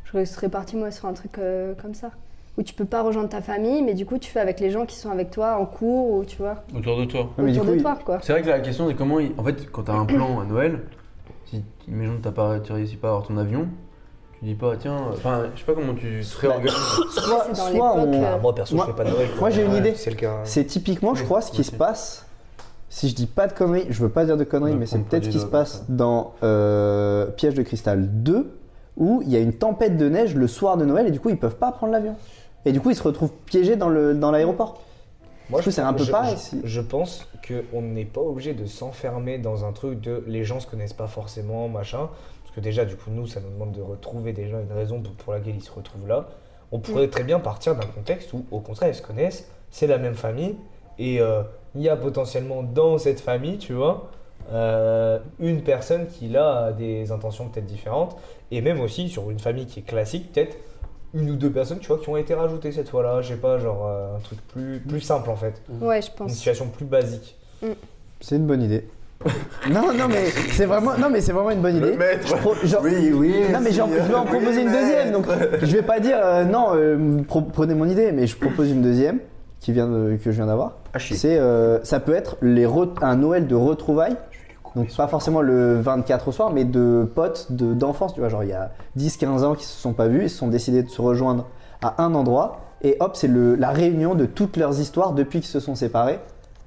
F: Je serais partie moi sur un truc euh, comme ça, où tu peux pas rejoindre ta famille, mais du coup, tu fais avec les gens qui sont avec toi en cours ou tu vois
C: Autour de toi.
A: Oui, mais
F: autour de
A: il-
F: toi, quoi.
C: C'est vrai que la question c'est comment. il- En fait, quand t'as un plan à Noël, si imaginons que t'as pas, tu réussis pas à avoir ton avion, tu dis pas tiens. euh, Enfin, je sais pas comment Bah, tu te réorganises.
A: soit,
F: C'est dans
A: soit
F: l'époque,
A: on-
F: euh,
D: Ah, moi, perso,
A: Moi-
D: je fais pas de Noël.
A: moi, j'ai une
D: Ouais,
A: idée.
D: C'est le cas.
A: C'est typiquement, je
C: Oui,
A: crois, ce qui
C: ok.
A: se passe. Si je dis pas de conneries, je veux pas dire de conneries,
C: Ne
A: mais c'est
C: prends pas
A: peut-être ce
C: du
A: qui se
C: doigt comme
A: passe dans euh, Piège de cristal 2, où il y a une tempête de neige le soir de Noël et du coup ils peuvent pas prendre l'avion. Et du coup, ils se retrouvent piégés dans le- dans l'aéroport.
D: Moi,
A: Je trouve c'est un peu
D: je-
A: pareil,
D: je-
A: si-
D: Je pense qu'on n'est pas obligé de s'enfermer dans un truc de les gens se connaissent pas forcément, machin. Parce que déjà, du coup, nous, ça nous demande de retrouver déjà une raison pour, pour laquelle ils se retrouvent là. On pourrait
A: Mm.
D: très bien partir d'un contexte où, au contraire, ils se connaissent, c'est la même famille, et euh, il y a potentiellement dans cette famille, tu vois, euh, une personne qui là a des intentions peut-être différentes, et même aussi sur une famille qui est classique, peut-être une ou deux personnes, tu vois, qui ont été rajoutées cette fois-là, je sais pas, genre euh, un truc plus,
A: Mm.
D: plus simple en fait.
F: Ouais, je
D: Une
F: pense.
D: situation plus basique.
A: C'est une bonne idée. non, non, mais c'est vraiment, non, mais c'est vraiment une bonne idée.
C: Le maître
A: Je pro- genre-
C: Oui, oui.
A: non, mais
C: si, euh,
A: genre, je vais en
C: oui,
A: proposer une
C: maître.
A: deuxième. Donc, je vais pas dire euh, non, euh, pro- prenez mon idée, mais je propose une deuxième qui vient de- que je viens d'avoir.
C: Ah, chier.
A: C'est, euh, ça peut être les re- un Noël de retrouvailles. Donc pas forcément le 24 au soir, mais de potes de- d'enfance, tu vois, genre il y a 10-15 ans qui se sont pas vus, ils se sont décidés de se rejoindre à un endroit, et hop, c'est le- la réunion de toutes leurs histoires depuis qu'ils se sont séparés,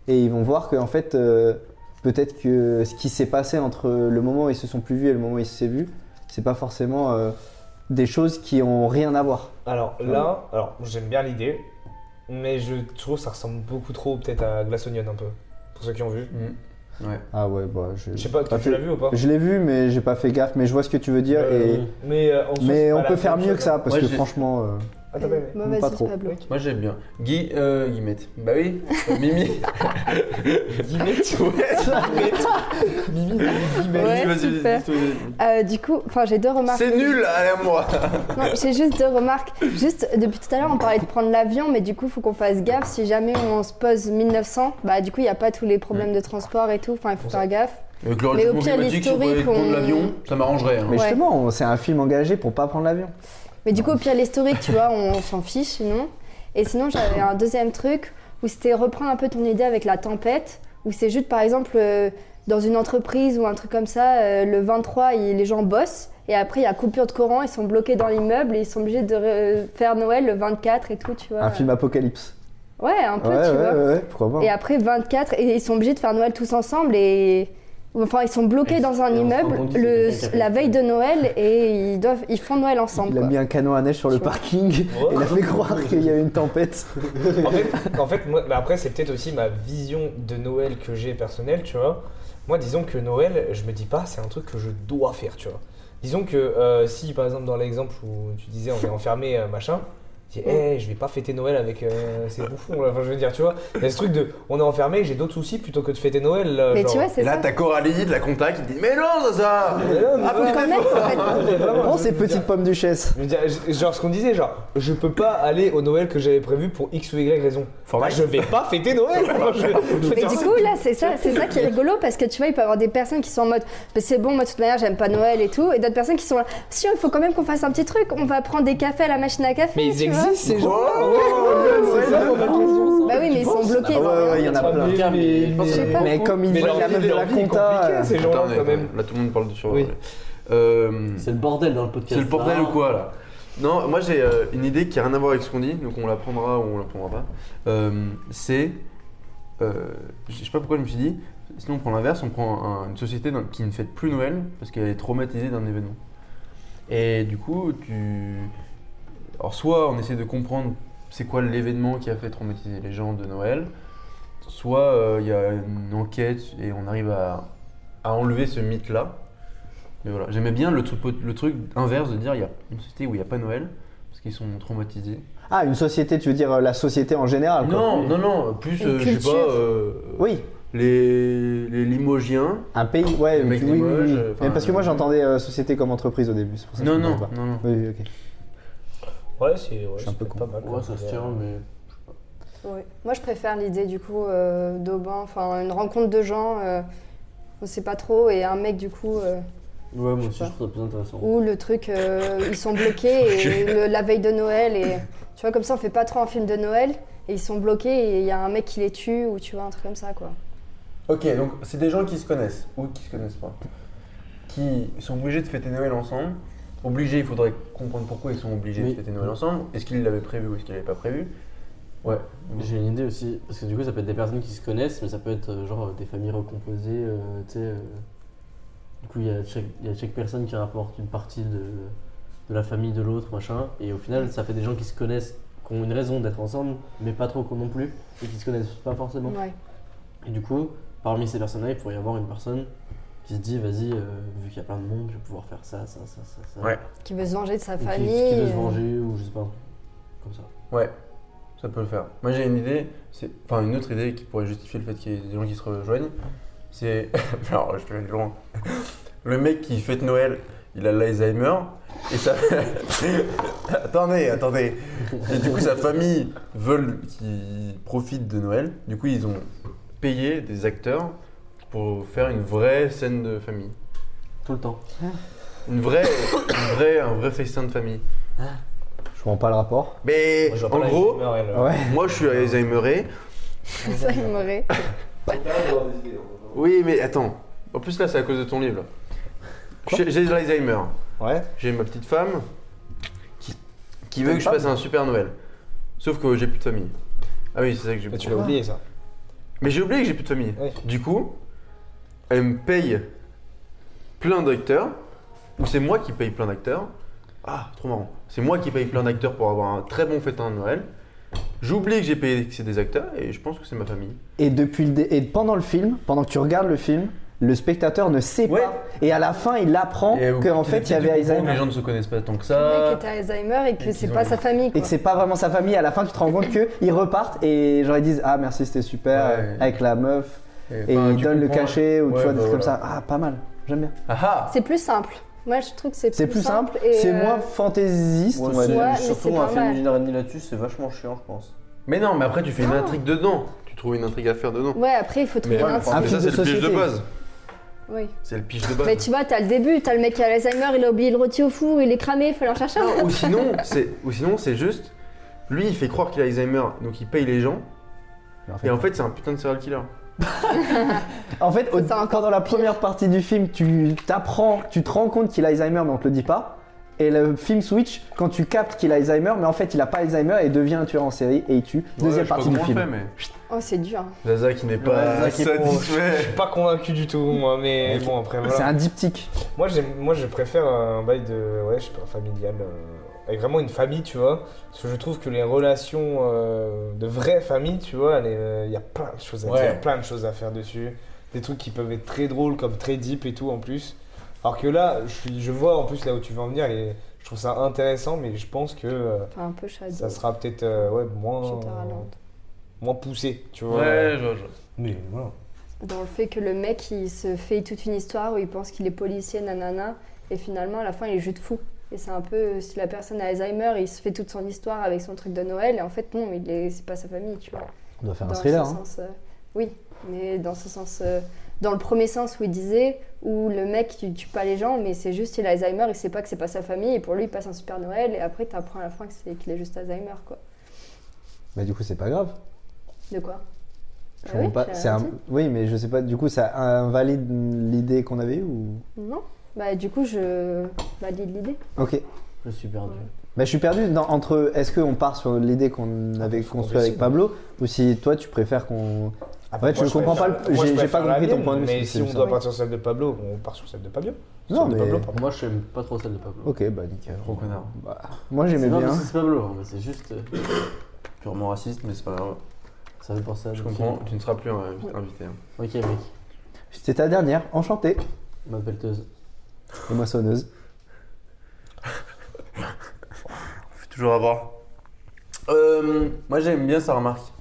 A: et ils vont voir que en fait, euh, peut-être que ce qui s'est passé entre le moment où ils se sont plus vus et le moment où ils se sont vus, c'est pas forcément euh, des choses qui ont rien à voir.
D: Alors là, alors j'aime bien l'idée, mais je trouve ça ressemble beaucoup trop peut-être à Glass Onion un peu. Pour ceux qui ont vu.
C: Hmm. Ouais.
A: Ah ouais, bah, je,
D: Je sais pas, toi,
A: pas
D: tu
A: fait-
D: l'as vu ou pas
A: je l'ai vu, mais j'ai pas fait gaffe, mais je vois ce que tu veux dire,
D: Euh,
A: et...
D: Mais, euh, en soi, c'est
A: mais
D: pas
A: on
D: la
A: peut faire
D: même
A: mieux
D: chose.
A: que ça, parce
C: Ouais,
A: que
C: j'ai-
A: franchement... euh,
D: Ah, t'as pas aimé
F: Mauvaise
A: pas
F: vie,
A: trop.
F: Pablo.
C: Moi j'aime bien. Guy, euh, Guillemette. Bah oui, Mimi. Guillemette Ouais,
D: Mimi, Mimi,
C: Vas-y, vas-y,
F: Ouais,
C: vas-y,
F: super.
C: dis-toi, vas-y.
F: Euh, du coup, enfin, j'ai deux remarques.
C: C'est nul, allez à moi.
F: Non,
A: Euh.
F: j'ai juste deux remarques. Juste, depuis tout à l'heure, on parlait de prendre l'avion, mais du coup, faut qu'on fasse gaffe. Si jamais on se pose 1900, bah, du coup, il n'y a pas tous les
A: Mm.
F: problèmes de transport et tout. Enfin, il faut faire gaffe.
C: Avec le
F: Mais au
C: réchauffement
F: pire,
C: climatique, si on pouvait
F: l'historique, on-
C: prendre l'avion, ça m'arrangerait. hein.
A: Mais
F: Ouais.
A: justement, on- c'est un film engagé pour pas prendre l'avion.
F: Mais du coup, au pire, l'historique, tu vois, on s'en fiche sinon. Et sinon, j'avais un deuxième truc où c'était reprendre un peu ton idée avec la tempête, où c'est juste, par exemple, euh, dans une entreprise ou un truc comme ça, euh, le 23, il- les gens bossent, et après, il y a coupure de courant, ils sont bloqués dans l'immeuble, et ils sont obligés de euh, faire Noël le 24 et tout, tu vois.
A: Un film apocalypse.
F: Ouais, un peu,
A: ouais,
F: tu
A: ouais,
F: vois.
A: ouais, ouais, pourquoi pas.
F: Et après 24, et ils sont obligés de faire Noël tous ensemble et. Enfin, ils sont bloqués
E: Et-
F: dans un
E: et on se
F: immeuble
E: rend compte que
F: le,
E: c'est quelqu'un qui a
F: la
E: fait
F: veille
E: le-
F: de Noël et ils, doivent, ils font Noël ensemble.
A: Il a
F: quoi.
A: mis un canon à neige sur le
F: Je vois.
A: parking. Il a fait croire qu'il y avait une tempête.
D: en fait, en fait, moi, mais après, c'est peut-être aussi ma vision de Noël que j'ai personnelle, tu vois. Moi, disons que Noël, je me dis pas, c'est un truc que je dois faire, tu vois. Disons que euh, si, par exemple, dans l'exemple où tu disais on est enfermé, euh, machin, je dis, Eh, je vais pas fêter Noël avec euh, ces bouffons, là. Enfin, je veux dire, tu vois. Il y a ce truc de, on est enfermé, j'ai d'autres soucis plutôt que de fêter Noël. là,
F: Mais
D: genre.
F: tu vois,
C: Et
F: c'est
C: là,
F: ça.
C: t'as Coralie de la contact qui te dit Mais non, ça
D: Mais non, mais
F: Ah, Faut
D: voilà.
F: quand même, en fait.
D: Mais vraiment,
A: Prends
D: je
A: ces
D: veux dire-
A: petites pommes duchesse.
D: je veux dire, je- genre ce qu'on disait, genre, je peux pas aller au Noël que j'avais prévu pour X ou Y raison. Bah, je vais pas fêter Noël. Enfin, je- je veux
F: Mais
D: dire,
F: du coup, là, c'est ça, c'est ça qui est rigolo parce que tu vois, il peut y avoir des personnes qui sont en mode Bah, c'est bon, moi, de toute manière, j'aime pas Noël et tout, et d'autres personnes qui sont là si, il faut quand même qu'on fasse un petit truc, on va prendre des cafés à la machine à café.
D: Mais ils
F: tu vois.
D: existent ces gens
C: Oh
A: c'est ça, mon
F: Bah oui, mais ils sont bloqués.
A: Ah Ouais, ouais, ouais, il y en a plein.
E: Putain, mais je pense
F: Je sais
E: que-
F: pas.
A: Mais comme il
D: Mais
A: voit
D: leur
A: la meuf
D: vie,
A: de la
D: leur vie est
A: compta.
D: compliquée, ces gens
C: Attends,
D: quand même.
C: Là, tout le monde parle de sur.
D: Oui.
C: Euh,
E: C'est le bordel dans le podcast.
C: C'est le bordel
E: Ah.
C: ou quoi là hein. Non, moi j'ai euh, une idée qui a rien à voir avec ce qu'on dit, donc on la prendra ou on la prendra pas. Euh, c'est. euh, je sais pas pourquoi je me suis dit, sinon on prend l'inverse, on prend un- une société dans- qui ne fête plus Noël parce qu'elle est traumatisée d'un événement. Et du coup, tu. Alors, soit on essaie de comprendre c'est quoi l'événement qui a fait traumatiser les gens de Noël, soit euh, il y a une enquête et on arrive à, à enlever ce mythe-là. Mais voilà, j'aimais bien le, truc le truc inverse de dire il y a une société où il n'y a pas Noël parce qu'ils sont traumatisés.
A: Ah, une société, tu veux dire euh, la société en général quoi.
C: Non, non, non, plus
F: Une
C: euh, je sais
F: culture.
C: pas, euh,
A: Oui,
C: les, les Limogiens.
A: un pays, ouais,
C: Le
A: oui,
C: mec
A: oui, oui,
C: des
A: oui.
C: Vosges, euh,
A: Mais parce que
C: enfin,
A: moi
C: euh,
A: j'entendais euh, société comme entreprise au début, c'est pour ça que
C: Non,
A: je
C: non,
A: comprenais pas.
C: non, non.
A: Oui, oui, ok.
D: Ouais, c'est ouais,
A: Je suis un
D: c'est
A: peu
D: pas
A: con.
D: mal.
E: Ouais, ça se tient, mais.
F: Ouais. Moi, je préfère l'idée du coup euh, d'Aubin, enfin une rencontre de gens, euh, on sait pas trop, et un mec du coup, euh,
E: Ouais, moi aussi,
F: pas.
E: je trouve ça plus intéressant.
F: où le truc, euh, ils sont bloqués et le- la veille de Noël, et tu vois, comme ça, on fait pas trop un film de Noël, et ils sont bloqués, et il y a un mec qui les tue, ou tu vois, un truc comme ça, quoi.
C: Ok, donc c'est des gens qui se connaissent ou qui se connaissent pas, qui sont obligés de fêter Noël ensemble. Obligés, il faudrait comprendre pourquoi ils sont obligés
E: Oui.
C: de fêter Noël ensemble. Est-ce qu'ils l'avaient prévu ou est-ce qu'ils l'avaient pas prévu Ouais.
E: J'ai une idée aussi, parce que du coup ça peut être des personnes qui se connaissent, mais ça peut être euh, genre euh, des familles recomposées, euh, tu sais. euh, du coup il y, a chaque- il y a chaque personne qui rapporte une partie de, de la famille de l'autre, machin, et au final ça fait des gens qui se connaissent, qui qui ont une raison d'être ensemble, mais pas trop non plus, et qui se connaissent pas forcément.
F: Ouais.
E: Et du coup, parmi ces personnes-là, il pourrait y avoir une personne qui se dit, vas-y, euh, vu qu'il y a plein de monde, je vais pouvoir faire ça, ça, ça, ça, ça.
C: Ouais.
F: Qui veut se venger de sa
E: Ou qui-
F: famille.
E: Qui, veut se
F: euh,
E: venger, ou je sais pas. Comme ça.
C: Ouais, ça peut le faire. Moi j'ai une idée, c'est enfin une autre idée qui pourrait justifier le fait qu'il y ait des gens qui se rejoignent. C'est. Alors je te vais de loin. Le mec qui fête Noël, il a l'Alzheimer. Et ça. attendez, attendez. Et du coup, sa famille veut qu'il profite de Noël. Du coup, ils ont payé des acteurs pour faire une vraie scène de famille.
E: Tout le temps.
C: Une vraie, une vraie, un vrai festin de famille.
A: Je comprends pas le rapport.
C: Mais
D: Moi, je vois pas
C: en
D: la
C: gros,
D: Alzheimer, elle, euh,
A: Ouais.
C: moi je suis Alzheimeré.
F: Ça, il m'aurait.
G: hein.
C: Oui, mais attends. En plus, là, c'est à cause de ton livre. là. J'ai j'ai de l'Alzheimer.
A: Ouais.
C: J'ai ma petite femme qui, qui veut que je passe un super Noël. Sauf que j'ai plus de famille. Ah oui, c'est ça que j'ai
D: Mais
C: plus.
D: tu
C: de
D: l'as
C: famille.
D: oublié ça.
C: Mais j'ai oublié que j'ai plus de famille.
D: Ouais.
C: Du coup, elle me paye plein d'acteurs. Ou c'est moi qui paye plein d'acteurs. Ah, trop marrant. C'est moi qui paye plein d'acteurs pour avoir un très bon fêtin de Noël. J'oublie que j'ai payé que c'est des acteurs et je pense que c'est ma famille.
A: Et, depuis le dé- et pendant le film, pendant que tu regardes le film, le spectateur ne sait
C: Ouais.
A: pas. Et à la fin, il apprend qu'en fait, il y avait
C: Les
A: Alzheimer.
C: gens ne se connaissent pas tant que
F: Le
C: ça.
F: mec était Alzheimer et que
C: qu'ils
F: c'est
C: ont-
F: pas sa famille.
A: Et
F: Quoi.
A: que c'est pas vraiment sa famille. À la fin, tu te rends compte qu'ils repartent et genre ils disent Ah merci, c'était super
C: Ouais.
A: euh, avec la meuf. Et
C: enfin,
A: ils
C: tu
A: donnent le
C: comprends.
A: cachet ou tu
C: Ouais,
A: vois,
C: bah
A: des trucs comme
C: voilà.
A: ça. Ah, pas mal. J'aime bien.
C: Ah ah
F: C'est plus simple. Moi, je trouve que c'est plus,
A: C'est plus simple.
F: et,
A: C'est
F: euh,
A: moins fantaisiste, on va
F: c'est-
A: dire.
F: Ouais, mais c'est
E: surtout
F: pas
E: un film
F: mal.
E: d'une heure et demie là-dessus, c'est vachement chiant, je pense.
C: Mais non, mais après tu fais une
F: Non.
C: intrigue dedans. Tu trouves une intrigue à faire dedans.
F: Ouais, après, il faut trouver
C: ouais,
F: un
A: Un
C: mais
A: film
C: ça c'est
A: de
C: le piège de
A: société.
C: base.
F: Oui.
C: C'est le piège de base.
F: Mais tu vois, t'as le début, t'as le mec qui a l'Alzheimer, il a oublié le rôti au four, il est cramé, il fallait en chercher un.
C: Non, ou sinon, c'est ou sinon c'est juste lui il fait croire qu'il a Alzheimer donc il paye les gens
A: Mais en fait-
C: et en fait c'est un putain de serial killer.
A: En fait, au-
F: Ça, encore
A: quand dans la
F: pire.
A: première partie du film, tu t'apprends, tu te rends compte qu'il a Alzheimer, mais on te le dit pas. Et le film switch quand tu captes qu'il a Alzheimer, mais en fait il a pas Alzheimer et devient un tueur en série et il tue. Deuxième
C: Ouais, je sais pas
A: partie du
C: comment on le
A: film.
C: fait, mais
F: Oh, c'est dur.
C: Zaza qui n'est
D: Ouais,
C: pas
D: Zaza qui est pour- Je
C: satisfait.
D: suis pas convaincu du tout, moi, mais bon, après, voilà.
A: C'est un diptyque.
D: Moi, j'aime- moi, je préfère un bail de. Ouais, je sais pas, familial. euh, avec vraiment une famille, tu vois. Parce que je trouve que les relations euh, de vraie famille, tu vois, il y a plein de choses à
C: Ouais.
D: dire, plein de choses à faire dessus. Des trucs qui peuvent être très drôles, comme très deep et tout en plus. Alors que là, je, suis- je vois en plus là où tu veux en venir et je trouve ça intéressant, mais je pense que euh,
F: Enfin, un peu shadow.
D: ça sera peut-être euh, ouais, moins,
F: J'étais ralente.
D: moins poussé, tu vois.
C: Ouais, je- je-
E: Mais voilà.
F: Dans le fait que le mec, il se fait toute une histoire où il pense qu'il est policier, nanana, et finalement, à la fin, il est juste fou. Et c'est un peu euh, si la personne a Alzheimer, il se fait toute son histoire avec son truc de Noël, et en fait, non, il est- c'est pas sa famille, tu vois.
A: On doit faire un
F: Dans
A: thriller.
F: ce
A: hein.
F: sens, euh, oui, mais dans ce sens, euh, dans le premier sens où il disait, où le mec tu tue pas les gens, mais c'est juste il a Alzheimer, il sait pas que c'est pas sa famille, et pour lui il passe un super Noël, et après t'apprends à la fin que c'est qu'il est juste Alzheimer, quoi.
A: Mais du coup c'est pas grave.
F: De quoi
A: Je
F: Ah
A: comprends
F: oui,
A: pas.
F: tu l'as
A: C'est un-
F: dit.
A: Oui, mais je sais pas. Du coup ça invalide l'idée qu'on avait eue ou
F: Non Bah du coup je valide l'idée.
A: Ok.
E: Je suis perdu.
A: Bah, je suis perdu dans- entre est-ce qu'on part sur l'idée qu'on avait construite avec
D: décide.
A: Pablo ou si toi tu préfères qu'on.
D: Après,
A: Ouais, tu
D: moi,
A: ne comprends
D: préfère-
A: pas le-
D: moi, je
A: j'ai- j'ai
D: préfère
A: pas
D: la
A: compris ton
D: mienne,
A: point de vue,
D: Mais
A: c'est
D: si on
A: ça.
D: doit partir sur celle de Pablo, on part sur celle de Pablo.
A: Non,
D: Celle de
A: mais-
D: Pablo, pardon.
E: Moi, je n'aime pas trop celle de Pablo.
A: Ok, bah nickel.
C: Gros connard.
A: Bah, moi j'aimais
E: Non, mais
A: bien.
E: c'est c'est Pablo, hein, mais c'est juste. euh,
C: Purement raciste, mais c'est pas grave.
E: Ça fait penser à.
C: Je
E: nos
C: comprends,
E: films.
C: tu ne seras plus un- invité. hein.
E: Ok, mec.
A: C'était ta dernière. Enchanté.
E: Ma pelleteuse.
A: Et moi sonneuse.
C: Faut toujours avoir. Euh, moi j'aime bien sa remarque.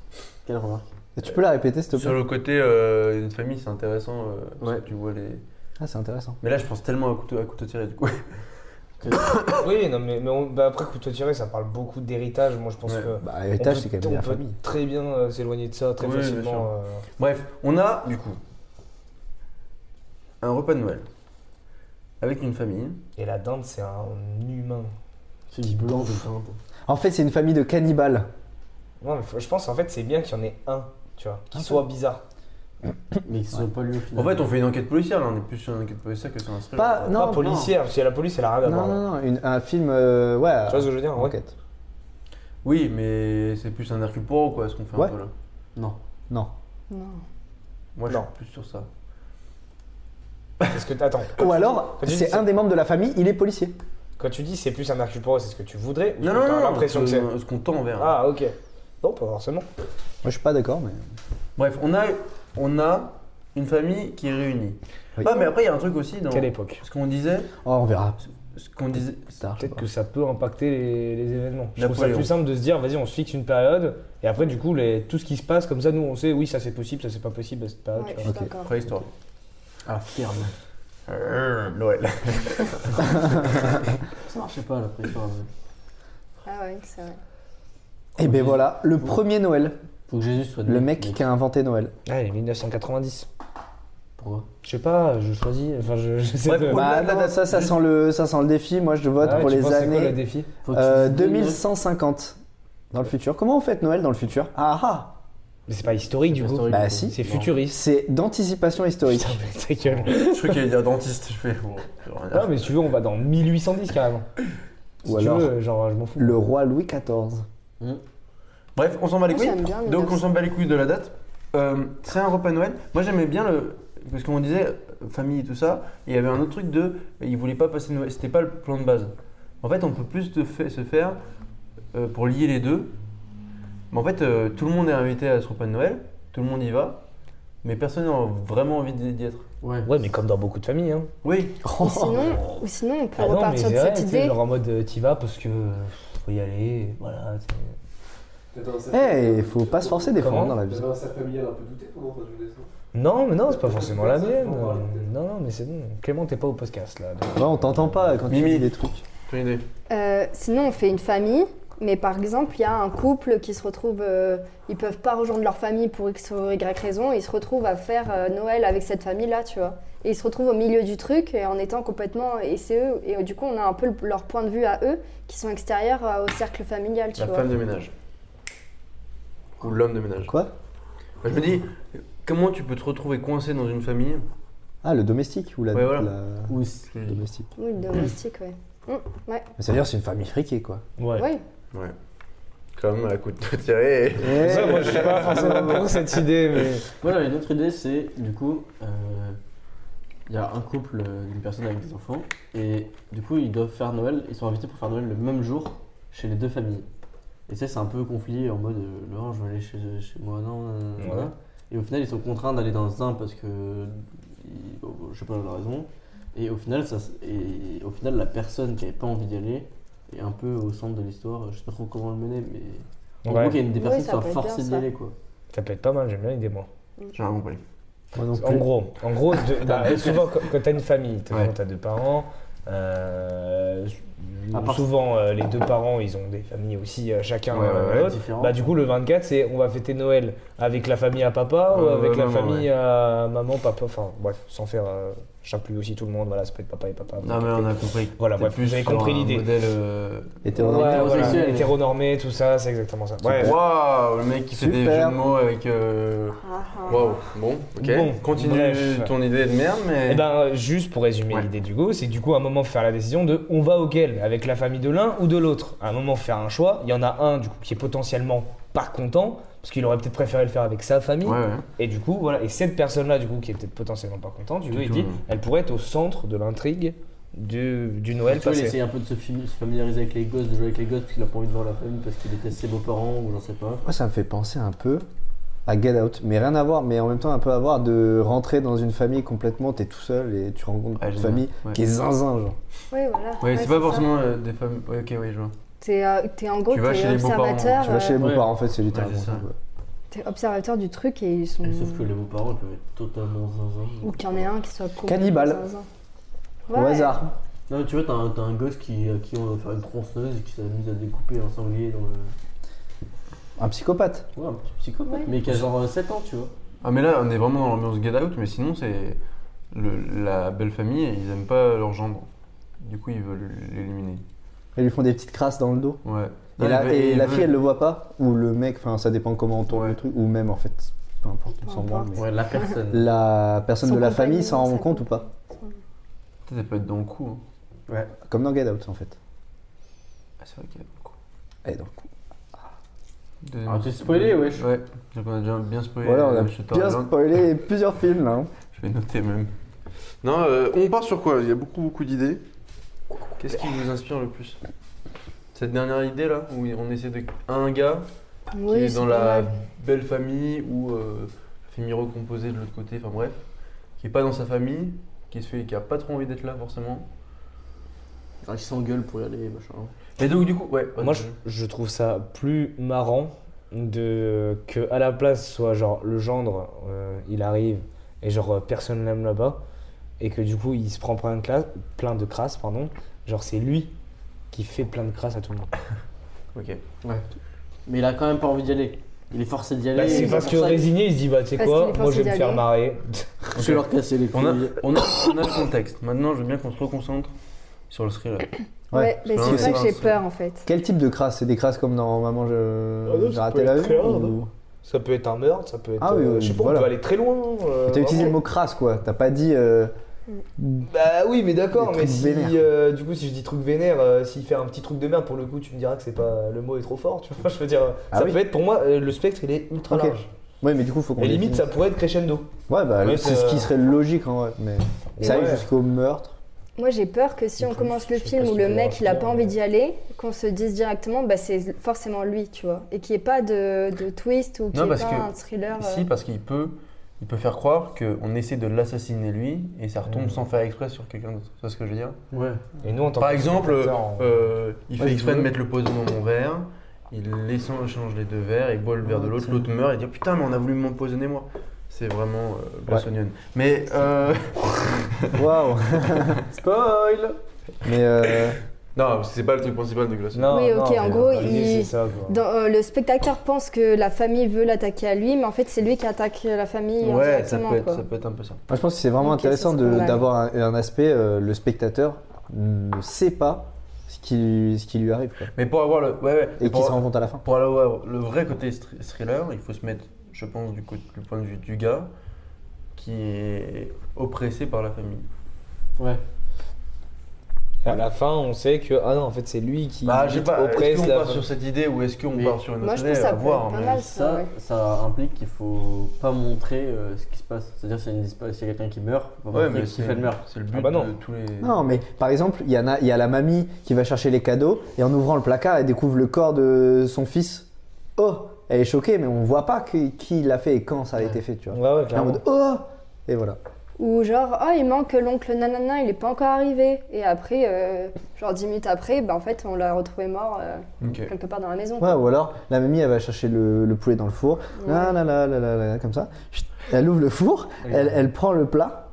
E: Quelle remarque
A: Et tu peux la répéter s'il te
C: Sur
A: plaît
C: le côté euh, d'une famille, c'est intéressant. euh, parce
E: Ouais.
C: que tu vois les.
A: Ah c'est intéressant.
C: Mais là, je pense tellement à couteau, à couteau tiré du coup.
D: Oui, non, mais, mais on- bah, après, couteau tiré, ça parle beaucoup d'héritage. Moi, je pense
C: Ouais.
D: que.
A: Bah héritage
D: Euh, on
A: c'est
D: peut-
A: quand même de
D: on
A: la
D: peut
A: famille.
D: très bien euh, s'éloigner de ça très
C: Oui, bien sûr.
D: facilement. euh.
C: Bref, on a du coup un repas de Noël avec une famille.
D: Et la dinde, c'est un humain.
E: C'est du blanc, putain.
A: En fait c'est une famille de cannibales.
D: Non, mais faut- je pense en fait, c'est bien qu'il y en ait un, tu vois, qui soit bizarre.
E: Mais ils se sont pas lui au
C: En
E: final.
C: fait, on fait une enquête policière là, on est plus sur une enquête policière que sur un thriller.
A: Pas non
D: pas policière, parce que la police, elle a rien à
A: Non
D: voir.
A: non non,
D: là.
A: une- un film euh, ouais.
D: Ah, bah, Tu vois ce que je veux dire ouais.
A: Enquête.
C: Oui, mais c'est plus un Hercule Poirot quoi, ce qu'on fait
A: Ouais.
C: un peu là.
E: Non.
A: Non.
F: Non.
C: Moi, je suis
D: Non.
C: plus sur ça.
D: Parce que, attends,
A: Ou alors
D: Quand tu dis
A: c'est
D: ça-
A: un des membres de la famille, il est policier.
D: Quand tu dis c'est plus un archipel, c'est ce que tu voudrais ou
C: Non,
D: tu
C: non, non,
D: l'impression que c'est.
C: ce qu'on tend vers.
D: Ah, ok. Non, pas forcément.
A: Moi, je suis pas d'accord, mais.
C: Bref, on a, on a une famille qui est réunie.
A: Oui.
C: Ah, mais après, il y a un truc aussi dans
D: Quelle époque
C: ce qu'on disait.
A: Oh, on verra
C: Ce qu'on disait.
A: plus tard. je sais
D: Peut-être
A: pas.
D: que ça peut impacter les, les événements. Je trouve ça
C: Napoléon.
D: plus simple de se dire, vas-y, on se fixe une période, et après, du coup, les, tout ce qui se passe, comme ça, nous, on sait, oui, ça c'est possible, ça c'est pas possible, à cette période.
F: Ouais,
D: tu
F: je
D: vois.
F: suis
A: Ok.
F: d'accord.
C: Préhistoire.
E: Ah, ferme.
C: Euh, Noël.
E: Ça marchait pas la préhistoire. mais.
F: Ah ouais, c'est vrai.
A: Et ben voilà, le premier Noël.
E: Faut que Jésus soit né.
A: Le mec qui a inventé Noël.
D: Ah, les 1990.
E: Pourquoi
D: Je sais pas, je choisis, enfin, je, je sais
C: Ouais,
D: de-
C: Au-delà
A: Bah,
C: de
A: non,
C: la-
A: ça, ça sent le, ça sent le défi. Moi, je vote
D: Ah ouais,
A: pour
D: tu
A: les
D: penses c'est quoi le
A: années
D: défi
E: Faut que tu
A: euh,
E: dises des
A: 2150 dans le futur. Comment on fête Noël dans le futur Ah ah
D: Mais c'est pas historique, du
E: pas
D: coup.
E: historique,
A: Bah,
E: du coup.
A: si.
D: C'est
E: Non.
D: futuriste.
A: C'est d'anticipation historique.
D: Putain, mais ta gueule.
C: Je crois qu'il allait dire dentiste. Je fais. bon, c'est rien.
D: Non, mais si tu veux, on va dans 1810 carrément. Si
A: Ou
D: tu
A: alors-
D: veux, genre, je m'en fous.
A: Le roi Louis XIV.
C: Bref, on s'en bat les
F: Moi,
C: couilles.
F: j'aime bien
C: Donc, on
F: 1900.
C: s'en bat les couilles de la date. Euh, c'est un repas de Noël. Moi, j'aimais bien le. Parce qu'on disait euh, famille et tout ça. Et il y avait un autre truc de. Ils voulaient pas passer Noël. C'était pas le plan de base. En fait, on peut plus te fa- se faire euh, pour lier les deux. Mais en fait, euh, tout le monde est invité à ce repas de Noël. Tout le monde y va. Mais personne n'a vraiment envie d'y d'y être.
E: Ouais.
D: Ouais, mais comme dans beaucoup de familles, hein.
C: Oui,
F: Ou sinon, ou sinon, on peut
D: Ah non, mais
F: repartir
D: c'est
F: de
D: vrai,
F: cette
D: tu sais,
F: idée.
D: Genre en mode, euh, t'y vas parce que euh, faut y aller, voilà. t'sais.
A: Eh, faut pas se forcer des fois
D: Comment
A: hein, dans la vie.
G: sa familiale un peu doutée pendant la hein, journée
D: Non, mais non, c'est pas forcément la
G: Ouais,
D: même.
G: ouais.
D: Euh, Non, non, mais c'est bon. Clément, t'es pas au podcast là. donc.
A: Ouais, on t'entend pas quand tu
C: Mimi.
A: dis des trucs.
C: ton idée.
F: Euh, sinon, on fait une famille, mais par exemple, il y a un couple qui se retrouve, euh, ils peuvent pas rejoindre leur famille pour X ou Y raison, et ils se retrouvent à faire euh, Noël avec cette famille-là, tu vois. Et ils se retrouvent au milieu du truc et en étant complètement. Et c'est eux, et euh, du coup, on a un peu le- leur point de vue à eux qui sont extérieurs euh, au cercle familial, tu
C: La
F: vois.
C: femme de ménage. Ou l'homme de ménage.
A: Quoi
C: Je me dis, comment tu peux te retrouver coincé dans une famille
A: Ah, le domestique ou la.
C: Ouais, voilà.
A: la-
C: où
A: Domestique.
F: Oui, le domestique, ouais.
A: Mais ça veut dire c'est une famille friquée quoi.
D: Ouais.
F: Oui,
C: Comme à coup de tiré.
A: Eh,
D: Ça, moi, je suis pas forcément pour cette idée, mais.
E: Voilà, une autre idée, c'est du coup, euh, il y a un couple euh, d'une personne avec des enfants, et du coup, ils doivent faire Noël, ils sont invités pour faire Noël le même jour chez les deux familles. Et ça, c'est un peu conflit en mode, euh, non, je vais aller chez, chez moi, non, nan, nan, nan,
D: Ouais.
E: nan. Et au final, ils sont contraints d'aller dans un parce que, ils- bon, bon, je sais pas la raison. Et au final, ça, s- et au final, la personne qui avait pas envie d'y aller est un peu au centre de l'histoire. Je sais pas trop comment le mener, mais en
D: Ouais.
E: gros, qu'il y a une des
F: Oui,
E: personnes
F: ça
E: qui sont
F: peut être bien,
E: forcées d'y
F: ça.
E: aller, quoi.
D: Ça peut être pas mal, j'aime bien l'idée, moi.
C: J'ai rien compris.
A: moi non
D: En
A: plus.
D: gros, en gros de- bah, souvent quand quand t'as une famille, t'as
C: Ouais.
D: t'as deux parents, euh,
E: À part-
D: souvent euh, les deux parents ils ont des familles aussi euh, chacun
C: Ouais, ouais,
D: euh,
C: ouais,
D: l'autre.
E: différent.
D: Bah, du coup le 24 c'est on va fêter Noël avec la famille à papa ou
C: Ouais,
D: avec
C: ouais,
D: la
C: maman,
D: famille à maman, papa, enfin bref, sans faire euh, chapelue aussi tout le monde, voilà ça peut être papa et papa.
C: Non, mais on a compris.
D: Voilà,
C: T'es
D: Ah, bref, vous avez
C: sur
D: compris
C: un
D: l'idée.
C: modèle, euh,
A: Hétéronormé.
D: Ouais, voilà,
E: Hétérosexuel.
D: hétéronormé, tout ça, c'est exactement ça. Ouais.
C: Waouh, le mec qui fait des
A: Super.
C: jeux de mots avec. euh,
F: Ah, ah.
C: Waouh, bon, ok.
D: Bon,
C: Continue
D: bref.
C: ton idée de merde, mais.
D: Eh ben, euh, juste pour résumer
C: Ouais.
D: l'idée du go, c'est que du coup à un moment faire la décision de on va auquel avec la famille de l'un ou de l'autre. À un moment faire un choix, il y en a un du coup qui est potentiellement pas content parce qu'il aurait peut-être préféré le faire avec sa famille.
C: Ouais, ouais.
D: Et du coup voilà, et cette personne là du coup qui est peut-être potentiellement pas contente, du coup il
C: tout,
D: dit,
C: ouais.
D: elle pourrait être au centre de l'intrigue du, du Noël
E: Tu vois, il
D: passé.
E: essaye un peu de se fami- se familiariser avec les gosses, de jouer avec les gosses parce qu'il a pas envie de voir la famille, parce qu'il déteste ses beaux-parents ou j'en sais pas.
A: Moi, ça me fait penser un peu à Get Out, mais rien à voir, mais en même temps un peu à voir de rentrer dans une famille complètement, t'es tout seul et tu rencontres
C: Ah,
A: une
C: génial.
A: famille
C: Ouais.
A: qui est zinzin, genre.
F: Ouais, voilà.
C: Ouais,
F: Ouais,
C: c'est pas
F: ça.
C: forcément euh, des femmes. Ouais, ok, oui, je vois.
F: T'es euh, t'es en gros,
C: Tu vas
F: t'es
C: chez les beaux-parents,
F: observateur,
A: Tu vas chez les
F: euh,
A: beaux-parents, en fait, c'est littéralement
C: Ouais, c'est
A: ça.
C: ça.
A: quoi.
F: t'es observateur du truc et ils sont.
E: Et Sauf que les beaux-parents ils peuvent être totalement zinzin.
F: Ou qu'il y en ait un qui soit complètement
A: Cannibale.
F: zinzin.
A: Au
F: Ouais.
A: hasard.
E: Non, mais tu vois, t'as un, t'as un gosse qui, à qui on va faire une tronçonneuse et qui s'amuse à découper un sanglier dans le.
A: Un psychopathe.
E: Ouais, un petit psychopathe,
F: Ouais.
E: mais qui a genre euh, 7 ans, tu vois.
C: Ah, mais là, on est vraiment dans l'ambiance Get Out, mais sinon, c'est. le- La belle famille, et ils aiment pas leur gendre. Du coup, ils veulent l'éliminer.
A: Ils lui font des petites crasses dans le dos.
C: Ouais. Ah,
A: Et, la, et la fille, elle
C: le
A: le voit pas. Ou le mec, enfin, ça dépend comment on tourne
C: Ouais.
A: le truc. Ou même, en fait, peu importe, on s'en
F: Peu
A: branle.
F: importe.
A: mais-
E: Ouais, la personne.
A: La personne
F: Son
A: de la
F: compagnon,
A: famille s'en
F: ça
A: rend compte ou pas
C: Peut-être elle peut être dans le coup. hein.
A: Comme dans Get Out, en fait.
C: Ah, c'est vrai qu'elle est dans le coup.
A: Et donc,
C: Deuxième-
E: Ah, t'es spoilé, wesh.
C: Ouais, donc on a déjà bien spoilé.
A: voilà, on a
C: euh, Shutter
A: bien
C: Island.
A: spoilé plusieurs films, là. hein.
C: Je vais noter même. Non, euh, on part sur quoi Il y a beaucoup, beaucoup d'idées. Qu'est-ce qui vous inspire le plus Cette dernière idée là, où on essaie de. Un gars qui est
F: c'est
C: dans
F: pas
C: la
F: mal.
C: belle famille ou euh, famille recomposée de l'autre côté, enfin bref, qui est pas dans sa famille, qui se fait, qui a pas trop envie d'être là forcément.
E: Ah, ils s'engueulent pour y aller, machin.
C: Mais donc du coup, ouais.
D: Moi, je, je trouve ça plus marrant de que à la place soit genre le gendre, euh, il arrive et genre euh, personne l'aime là-bas et que du coup il se prend plein de classe, plein de crasse, pardon. Genre c'est lui qui fait plein de crasse à tout le monde.
C: Ok.
E: Mais il a quand même pas envie d'y aller. Il est forcé d'y aller.
D: Bah, c'est
E: et
D: parce
E: pour
D: que
E: ça,
D: résigné, il se dit bah tu sais
F: Parce
D: quoi,
F: qu'il est
D: moi je
F: forcé
D: vais me
F: d'y
D: faire
F: aller.
D: marrer.
E: Je vais leur casser les
C: On a,
E: couilles.
C: on, a, on a le contexte. Maintenant, je veux bien qu'on se reconcentre sur le thriller.
A: Ouais.
F: Ouais, mais
C: Non,
F: c'est
C: c'est
F: ça que
C: pas
F: j'ai
C: un-
F: peur en fait.
A: Quel type de crasse C'est des crasses comme dans Maman, je-
D: Ah non,
A: j'ai
D: ça
A: raté
D: peut
A: la
D: être
A: vie
D: très hard.
A: ou-
D: Ça peut être un meurtre, ça peut être.
A: Ah oui,
D: euh,
A: oui,
D: je sais pas,
A: voilà.
D: on peut aller très loin. euh,
A: T'as utilisé
D: vraiment.
A: le mot crasse quoi, t'as pas dit. euh,
D: Bah oui, mais d'accord,
A: Des
D: mais
A: trucs
D: si
A: vénères.
D: euh, du coup, si je dis truc vénère, euh, s'il fait un petit truc de merde, pour le coup, tu me diras que c'est pas le mot est trop fort, tu vois. Je veux dire,
A: Ah
D: ça
A: oui.
D: peut être pour moi, euh, le spectre il est ultra
A: Ok.
D: large.
A: Ouais, mais du coup, faut qu'on.
D: Et limite,
A: définisse.
D: ça pourrait être crescendo.
A: Ouais, bah
D: Ouais,
A: c'est ce
D: ça-
A: qui serait logique en vrai. Mais ça
D: Ouais.
A: aille jusqu'au meurtre.
F: Moi j'ai peur que si
D: En
F: on
D: plus,
F: commence le
D: je sais
F: film
D: pas
F: où
D: si
F: le
D: tu
F: mec il a
D: verras
F: pas
D: ça,
F: envie
D: mais-
F: d'y aller, qu'on se dise directement bah c'est forcément lui, tu vois. Et qu'il n'y ait pas de, de twist ou qu'il
C: Non,
F: n'y ait
C: parce
F: pas
C: que
F: un thriller. euh,
C: Si, parce qu'il peut, il peut faire croire qu'on essaie de l'assassiner lui et ça retombe
D: Mm.
C: sans faire exprès sur quelqu'un d'autre. C'est ce que je veux dire
E: Ouais.
D: Et nous, en tant
C: Par
D: que
C: exemple,
D: spectateurs, on-
C: euh, il
A: Ouais,
C: fait
A: je
C: exprès de
A: veux.
C: mettre le poison dans mon verre, il laisse, change les deux verres, il boit le verre de
A: Ouais,
C: l'autre,
A: tiens.
C: l'autre meurt et dit putain, mais on a voulu m'empoisonner moi. C'est vraiment euh, Glass Onion. Mais euh,
A: Waouh
D: spoil.
A: Mais euh,
C: non, c'est pas le truc principal de Glass Onion.
D: Non,
F: Oui, ok,
D: non,
F: en
D: mais
F: gros,
D: l'idée,
F: il-
D: c'est ça, quoi.
F: dans- euh, le spectateur pense que la famille veut l'attaquer à lui, mais en fait c'est lui qui attaque la famille
C: Ouais, ça
F: indirectement.
C: peut, être,
F: quoi.
C: ça peut être un peu ça.
A: moi, je pense que c'est vraiment
F: Ok,
A: intéressant
F: c'est
A: de-
F: ce qu'on va-
A: d'avoir un, un aspect, euh, le spectateur ne sait pas ce qui, ce qui lui arrive. quoi.
C: Mais pour avoir le. Ouais, ouais.
A: Et qui
C: pour
A: se
C: avoir-
A: rend compte à la fin.
C: Pour aller voir le vrai côté str- thriller, il faut se mettre, je pense, du, côté- du point de vue du gars qui est oppressé par la famille.
E: Ouais.
D: À la fin, on sait que ah non, en fait, c'est lui qui
C: bah, je sais pas, est-ce
D: oppresse
C: qu'on
D: la
C: part sur cette idée ou est-ce qu'on
E: Mais
C: part sur une autre
F: moi, je
C: idée
F: trouve ça
C: à
F: peut
C: voir,
F: être pas
C: mais-
F: mal.
E: Ça,
F: ouais.
E: ça implique qu'il faut pas montrer euh, ce qui se passe. C'est-à-dire, s'il y a, une dispa- s'il y a quelqu'un qui meurt, faut pas
C: Ouais,
E: montrer
C: mais
E: qui
C: c'est
E: fait le meurtre.
C: C'est le but
D: Ah bah non.
C: de tous les.
A: Non, mais par exemple, il y, en a- il y a la mamie qui va chercher les cadeaux et en ouvrant le placard, elle découvre le corps de son fils. Oh Elle est choquée, mais on voit pas qui, qui l'a fait et quand ça a été fait, tu vois.
D: Ouais, ouais,
A: Et en
D: clairement.
A: mode Oh Et voilà.
F: Ou genre, oh, il manque l'oncle nanana, il n'est pas encore arrivé. Et après, euh, genre 10 minutes après, bah, en fait, on l'a retrouvé mort euh,
C: Ok.
F: quelque part dans la maison.
A: Ouais, ou alors la mamie elle va chercher le, le poulet dans le four, la la la la la la, comme ça. Chut. Elle ouvre le four, elle, elle prend le plat,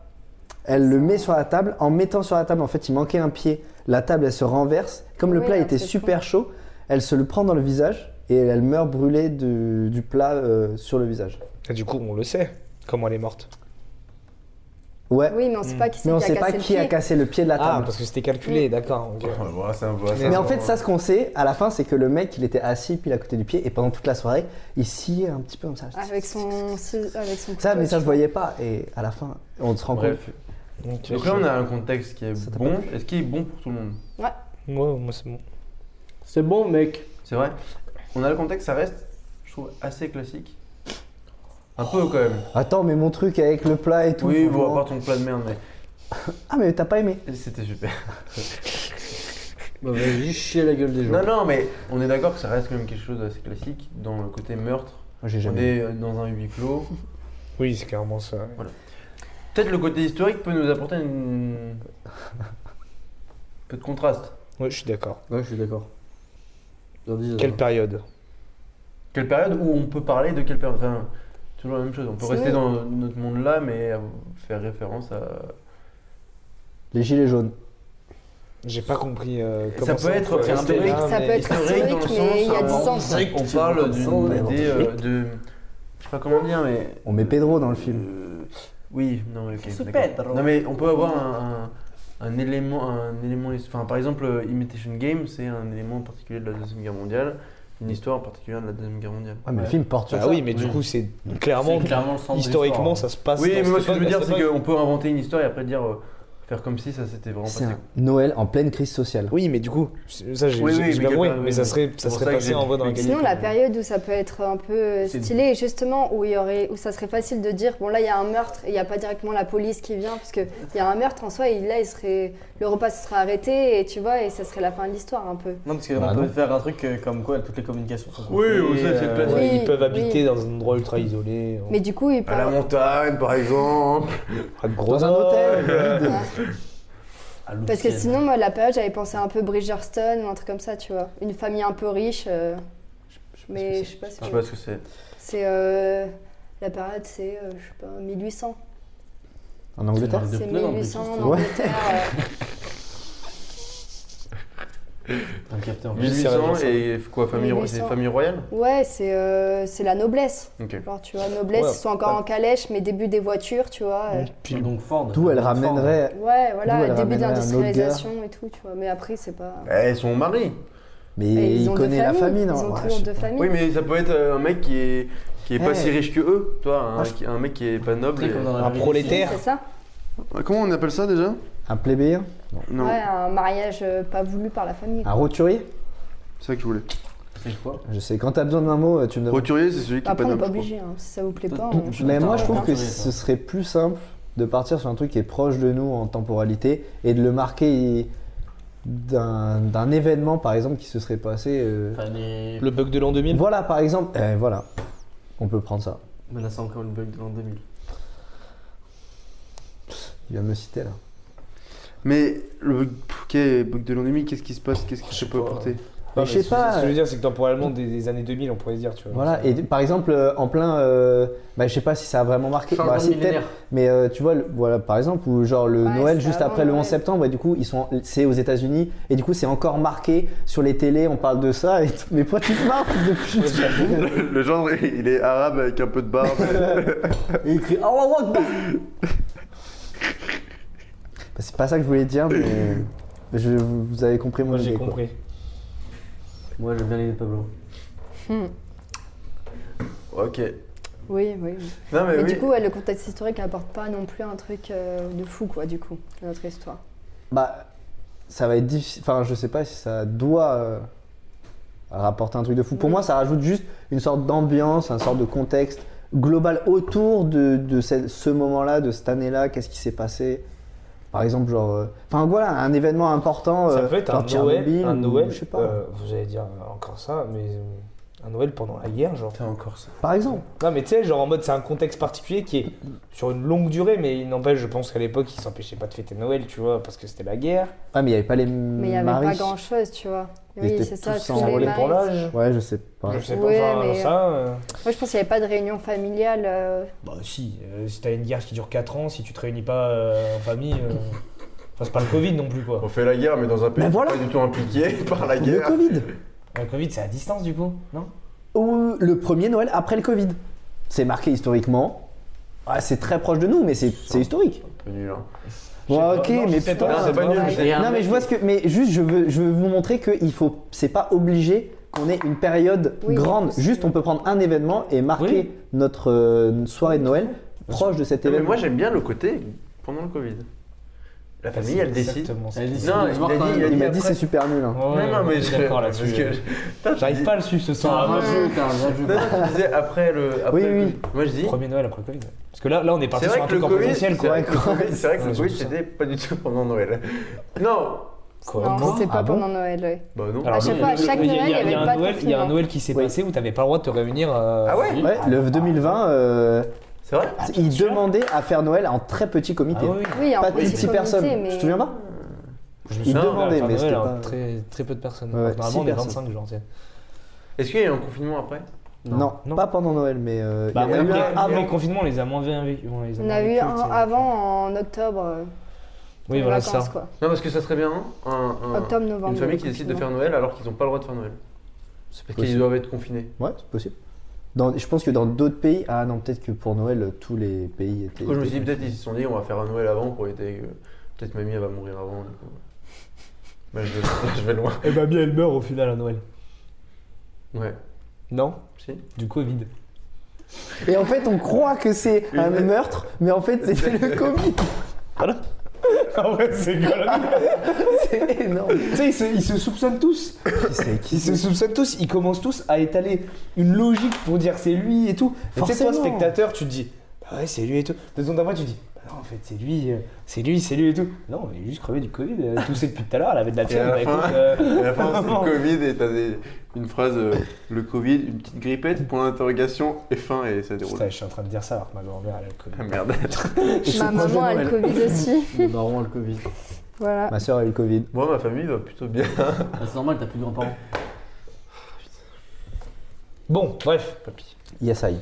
A: elle le met sur la table. En mettant sur la table, en fait, il manquait un pied. La table elle se renverse. Comme le
F: Oui,
A: plat
F: la
A: était
F: pression.
A: super chaud, elle se le prend dans le visage et elle, elle meurt brûlée du, du plat euh, sur le visage.
D: Et du coup, on le sait comment elle est morte.
A: Ouais,
F: Oui, mais on ne sait pas qui c'est
A: mais on
F: qui a
A: sait pas
F: cassé le
A: qui a
F: pied.
A: cassé le pied de la
D: Ah,
A: table.
D: parce que c'était calculé, d'accord. ok.
C: Ouais, voilà, c'est un peu-
A: Mais
C: ça,
A: en fait,
C: c'est-
A: ça, ce qu'on sait à la fin, c'est que le mec, il était assis pile à côté du pied, et pendant toute la soirée, il sciait un petit peu comme ça.
F: Avec son, cise- avec son
A: Ça,
F: couteau,
A: mais ça
F: tu
A: se
F: vois.
A: voyait pas. Et à la fin, on se rend compte.
C: Bref.
D: Ok.
C: Donc là, on a un contexte qui est
A: Ça t'a pas
C: bon. Est-ce qu'il est bon pour tout le monde
D: Ouais, moi, c'est bon.
E: C'est bon, mec.
C: C'est vrai On a le contexte, ça reste, je trouve, assez classique. Un peu quand même.
A: Attends, mais mon truc avec le plat et tout.
C: Oui, bon, à
A: franchement.
C: part ton plat de merde,
A: Ah, mais t'as pas aimé.
C: mais c'était super.
E: Bah, vas-y, chier la gueule des gens.
C: Non, non, mais on est d'accord que ça reste quand même quelque chose d'assez classique dans le côté meurtre.
A: Moi, J'ai
C: On
A: jamais.
C: est euh, dans un huis clos.
D: Oui, c'est clairement ça.
C: Peut-être le côté historique peut nous apporter une... peu de contraste.
D: Ouais, je suis d'accord.
E: Ouais, je suis d'accord. Dans dix ans.
D: Quelle période
C: Quelle période où on peut parler de quelle période Enfin, toujours la même chose. On peut
F: C'est
C: rester
F: vrai.
C: dans notre monde là, mais euh, faire référence à.
A: Les gilets jaunes.
D: J'ai pas compris. euh,
C: Ça
D: comment
C: peut être
D: Ouais,
C: un peu-
D: là,
F: Ça
D: mais-
F: peut être
C: Historique dans le
F: historique, mais il y a
C: sens,
F: 10
A: euh,
F: ans.
C: On parle d'une idée euh, de. Je sais pas comment dire, mais.
A: On met Pedro dans le film.
C: Euh, Oui, non, mais ok. d'accord. Non, mais on peut avoir un, un- un élément. Un élément enfin, par exemple, euh, Imitation Game, c'est un élément particulier de la Deuxième Guerre mondiale, une histoire particulière de la Deuxième Guerre mondiale.
A: Ouais, mais le film porte sur
D: Bah
A: ça.
D: oui, mais du
C: Oui.
D: coup, c'est
E: C'est
D: clairement.
E: clairement le centre de
D: Historiquement,
E: l'histoire.
D: ça se passe.
C: Oui,
D: Ah, dans
C: mais moi,
D: cette
C: ce que je veux
D: époque,
C: dire,
D: dans
C: c'est
D: cette époque.
C: qu'on peut inventer une histoire et après dire. euh, Faire comme si ça s'était vraiment
A: C'est
C: passé.
A: un Noël en pleine crise sociale.
D: Oui, mais du coup, ça j'ai
C: Oui,
D: j'ai-
C: oui,
D: j'ai
C: mais
D: pas compris,
C: capable,
D: mais ça
C: oui.
D: serait,
C: C'est
D: ça
C: pour
D: serait
C: ça que
D: passé
C: j'ai
D: en
C: dit-
D: voie dans la qualité.
F: Sinon, la période où ça peut être un peu
C: C'est-
F: stylé, et justement, où, il y aurait, où ça serait facile de dire bon, là, il y a un meurtre, et il n'y a pas directement la police qui vient, parce qu'il y a un meurtre en soi, et là, il serait, le repas se serait arrêté, et tu vois, et ça serait la fin de l'histoire un peu.
E: Non, parce qu'on
A: Bah
E: peut
A: non.
E: faire un truc euh, comme quoi toutes les communications sont
C: Oui,
E: coupées,
C: ou ça, c'est
E: euh,
C: classique.
D: Ouais,
F: Oui,
D: ils peuvent
F: oui.
D: habiter dans un endroit ultra isolé.
F: Mais du coup, il peut.
C: À la montagne, par exemple.
A: Dans un hôtel. vide.
E: à
F: Parce que
E: Louveciennes.
F: sinon, moi, la période, j'avais pensé un peu Bridgerstone ou un truc comme ça, tu vois. Une famille un peu riche. euh, mais je sais pas si
C: Je sais pas ce que c'est.
D: Ah,
F: C'est. euh, la période, c'est, euh, je sais pas, 1800.
A: En Angleterre
E: De
F: C'est
E: pneus en
F: 1800 en
E: Bridgerstone.
F: Angleterre. euh,
E: Un capteur.
D: Oui. c'est vrai,
C: 1800
D: ça.
C: et quoi, famille, ro-
F: 1800.
C: c'est famille royale
F: Ouais, c'est euh, c'est la noblesse.
C: Ok.
F: Genre, tu vois, noblesse,
D: Ouais,
F: ils sont encore
D: ouais.
F: en calèche, mais début des voitures, tu vois. euh.
E: Puis donc Ford.
A: D'où elle
E: Ford.
A: ramènerait.
F: Ouais,
A: D'où
F: voilà,
A: elle
F: début de
A: ramènerait un
F: l'industrialisation et tout, tu vois. Mais après, c'est pas.
C: Eh, son mari
A: Mais
F: Et
A: il
F: ont deux
A: connaît la
F: familles,
A: famille,
F: Ils
A: non
F: ont
A: Ouais,
F: toujours
A: je-
F: deux familles.
C: Oui, mais ça peut être euh, un mec qui est, qui est pas
A: Eh.
C: si riche que eux. Toi, un,
A: Ah, je-
C: qui- un mec qui est pas noble.
E: Tu sais, comme dans la
D: Un
E: vie,
D: prolétaire.
F: C'est ça
C: et- Comment on appelle ça déjà
A: Un plébéien
C: Non,
F: Ouais, un mariage euh, pas voulu par la famille.
A: Un roturier
C: c'est ça que je voulais.
E: C'est quoi
A: Je sais, quand t'as besoin d'un mot, euh, tu me demandes.
C: Roturier, c'est celui qui est
F: Après,
C: pas
F: on n'est pas
C: noble. je crois.
F: obligé, hein. si ça vous plaît pas.
E: Tout-
F: on-
E: tout-
A: Mais
E: Putain,
A: moi, je
E: un
A: trouve que
E: roturier,
A: ce
E: quoi.
A: serait plus simple de partir sur un truc qui est proche de nous en temporalité et de le marquer d'un d'un événement, par exemple, qui se serait passé. euh,
E: Fallait.
D: Le bug de l'an 2000
A: Voilà, par exemple. eh, voilà. On peut prendre ça.
E: Mais là, c'est encore une bug de l'an 2000.
A: Il vient de me citer là.
H: Mais le bug, pff, ok, bug de l'an 2000, qu'est-ce qui se passe Qu'est-ce que ça peut apporter
A: Mais je sais pas. euh,
D: Ce que je veux dire, c'est que temporellement, des, des années 2000, on pourrait se dire, tu vois.
A: Voilà, et par exemple, euh, en plein. euh, bah, je sais pas si ça a vraiment marqué.
E: Fin
A: Bah,
E: de
A: si, peut-être.
E: millénaire.
A: Mais euh, tu vois, le- voilà, par exemple, ou genre le
F: Ouais,
A: Noël
F: c'est
A: juste
F: avant
A: après le
F: Noël.
A: 11 septembre, et du coup, ils sont, c'est aux États-Unis, et du coup, c'est encore marqué sur les télés, on parle de ça, et t- mais pourquoi tu te marres depuis
H: le, le genre, il est arabe avec un peu de barbe.
A: Et il Oh, crie Allah Akbar Bah, C'est pas ça que je voulais dire, mais je- vous avez compris mon
D: Moi,
A: idée.
D: j'ai
A: quoi.
D: compris.
E: Moi, j'aime bien l'idée de Pablo.
F: Hmm.
C: Ok.
F: Oui, oui. oui.
C: Non, mais,
F: Mais
C: oui.
F: du coup, ouais, le contexte historique n'apporte pas non plus un truc euh, de fou, quoi, du coup, à notre histoire.
A: Bah, ça va être difficile. Enfin, je sais pas si ça doit euh, rapporter un truc de fou. Pour
D: Mm.
F: Oui.
A: moi, ça rajoute juste une sorte d'ambiance, un sorte de contexte global autour de, de ce, ce moment-là, de cette année-là. Qu'est-ce qui s'est passé Par exemple, genre. euh, Enfin, voilà, un événement important.
D: Ça
A: euh,
D: peut être
A: genre
D: un Noël,
A: Tchernobyl
D: un
A: ou
D: Noël,
A: Je sais pas.
D: euh, vous allez dire euh, encore ça, mais euh, un Noël pendant la guerre, genre.
C: Putain, encore ça.
A: Par exemple.
D: Non, mais tu sais, genre en mode, c'est un contexte particulier qui est sur une longue durée, mais il n'empêche, je pense qu'à l'époque, ils s'empêchaient pas de fêter Noël, tu vois, parce que c'était la guerre.
A: Ah, mais il n'y avait pas les
F: Mais
A: maris.
F: il n'y avait pas grand-chose, tu vois.
A: Ils
F: Oui,
A: étaient
F: c'est ça,
A: tous
F: tous
A: en
F: les
A: relais
F: maris.
D: pour l'âge.
A: Ouais, je sais pas.
D: Je sais pas,
F: Ouais,
D: enfin,
F: mais-
D: ça. euh,
F: Moi, je pense qu'il n'y avait pas de réunion familiale. euh,
D: Bah, si, euh, si t'as une guerre qui dure 4 ans, si tu te réunis pas euh, en famille. euh, Enfin, c'est pas le Covid non plus, quoi.
C: On fait la guerre, mais dans un
A: Mais
C: pays qui est
A: voilà.
C: pas du tout impliqué par la
A: Le
C: guerre.
A: Covid.
D: Le Covid, c'est à distance, du coup, non
A: Ou le premier Noël après le Covid. C'est marqué historiquement. Ah, c'est très proche de nous, mais c'est c'est historique.
C: Un peu nul, hein.
A: Bon,
D: Je sais
A: ok,
D: pas. Non, je
A: mais
D: sais
A: putain.
C: Non, c'est pas nul, mais c'est-
E: Et un
A: Non, mais
E: mec-
A: je vois ce que. Mais juste, je veux, je veux vous montrer que il faut. C'est pas obligé qu'on ait une période
F: Oui,
A: grande.
F: c'est-
A: Juste, on peut prendre un événement et marquer
D: Oui.
A: notre euh, soirée de Noël proche de cet
C: Non, mais
A: événement.
C: moi, j'aime bien le côté pendant le Covid. La famille,
D: C'est
C: elle décide.
D: exactement ça.
E: Elle dit
C: Non,
E: de se
C: il
E: voir
C: a
E: quand
C: dit-
E: même.
A: il m'a
C: après-
A: dit c'est super nul. hein.
D: Ouais,
C: non, non, mais
D: je suis
C: je-
D: d'accord
C: parce
D: là-dessus.
C: que-
D: euh.
C: Putain, je
D: J'arrive
C: dis-
D: pas à le suivre ce
E: T'es un
D: soir.
E: rageux, t'es un
C: Non,
E: rageux.
C: non, tu disais après le. Après
A: Oui,
C: le
A: oui.
C: Covid. Moi, je dis.
D: Premier Noël après le Covid. Parce que là, là on est
C: C'est
D: parti sur
C: vrai
D: un
C: que le
D: truc en
C: Covid,
D: potentiel,
C: c'est
D: quoi.
C: vrai que le Covid, c'est vrai que
D: Ouais,
C: le
D: c'est
C: Covid,
D: tout ça.
C: c'était pas du tout pendant Noël. Non
F: Non, c'était pas
A: Ah bon
F: pendant Noël, ouais.
C: Bah non.
F: Alors, À chaque fois, à chaque
D: il y a- il y
F: Noël,
D: a-
F: il y avait
D: il y a un
F: pas
D: Noël-
F: de
D: Il y a un
F: confinement.
D: Noël qui s'est
A: Oui.
D: passé où t'avais pas le droit de te réunir. euh,
C: Ah ouais
A: Ouais, le 2020, euh,
C: C'est vrai
A: il demandait à faire Noël en très petit
D: Ah
A: comité.
D: oui.
F: Oui, en
A: Pas de
F: petit
A: six
F: comité,
A: personnes.
F: mais...
A: Tu te souviens pas
D: Je me
A: Il
D: souviens,
A: demandait,
D: la fin
A: mais
D: de
A: c'était
D: Noël, hein,
A: pas-
D: très, très peu de personnes.
A: Ouais, six
D: Normalement, on est
A: personnes.
D: 25, genre. tu sais.
C: Est-ce qu'il y a eu un confinement après
A: non,
D: non.
A: pas pendant Noël, mais euh,
D: Bah,
A: il y en a
D: on-
A: eu
D: les-
A: un avant.
D: Les confinements, on les a moins bien vécu. les
F: On
D: moins
F: a eu
D: vécu,
F: un
D: tu sais.
F: avant en octobre, euh,
D: Oui,
F: les
D: voilà, c'est
F: vacances,
D: ça.
F: quoi.
C: Non, parce que ça serait bien, hein, un- un-
F: Octobre, novembre.
C: une famille qui décide de faire Noël alors qu'ils n'ont pas le droit de faire Noël.
A: C'est
C: Parce qu'ils
A: possible.
C: doivent être confinés.
A: Ouais, c'est possible. Dans- je pense que dans d'autres pays, ah non, peut-être que pour Noël, tous les pays étaient.
C: Du coup, je me suis dit,
A: étaient-
C: peut-être ils se sont dit, on va faire un Noël avant pour éviter que. Peut-être mamie, elle va mourir avant, du coup. Bah, je, vais, je vais loin.
D: Et bah, bien, elle meurt au final à Noël.
C: Ouais.
D: Non
C: Si.
D: Du Covid.
A: Et en fait, on croit que c'est un
C: Une-
A: meurtre, mais en fait, c'était le Covid.
D: En vrai, c'est rigolo.
A: C'est énorme.
D: Tu sais, ils se, ils se soupçonnent tous.
A: Qui c'est qui
D: Ils se soupçonnent tous. Ils commencent tous à étaler une logique pour dire c'est lui et tout. Mais tu sais, toi,
A: Forcément.
D: spectateur, tu te dis, bah ouais, c'est lui et tout. Deux secondes après, tu te dis, bah non, en fait, c'est lui, euh, c'est lui, c'est lui et tout. Non, il est juste crevé du Covid. euh, toussé depuis tout à l'heure, elle avait de la
C: Et à
D: fièvre.
C: la
D: Bah
C: fin-
D: écoute, euh,
C: Et à la fin, c'est
D: Vraiment.
C: le Covid et t'as des- une phrase euh, le Covid, une petite grippette, point d'interrogation et fin et ça déroule.
D: putain, je suis en train de dire ça alors que ma grand-mère, elle a le Covid.
C: Ah merde.
F: Ma maman a le Covid aussi.
A: Mon daron a le Covid.
F: Voilà.
A: Ma soeur a eu le Covid.
C: Moi, ma famille va plutôt bien.
E: Ah, c'est normal, t'as plus de grands-parents.
D: Bon, bref, papy.
A: Yes, I.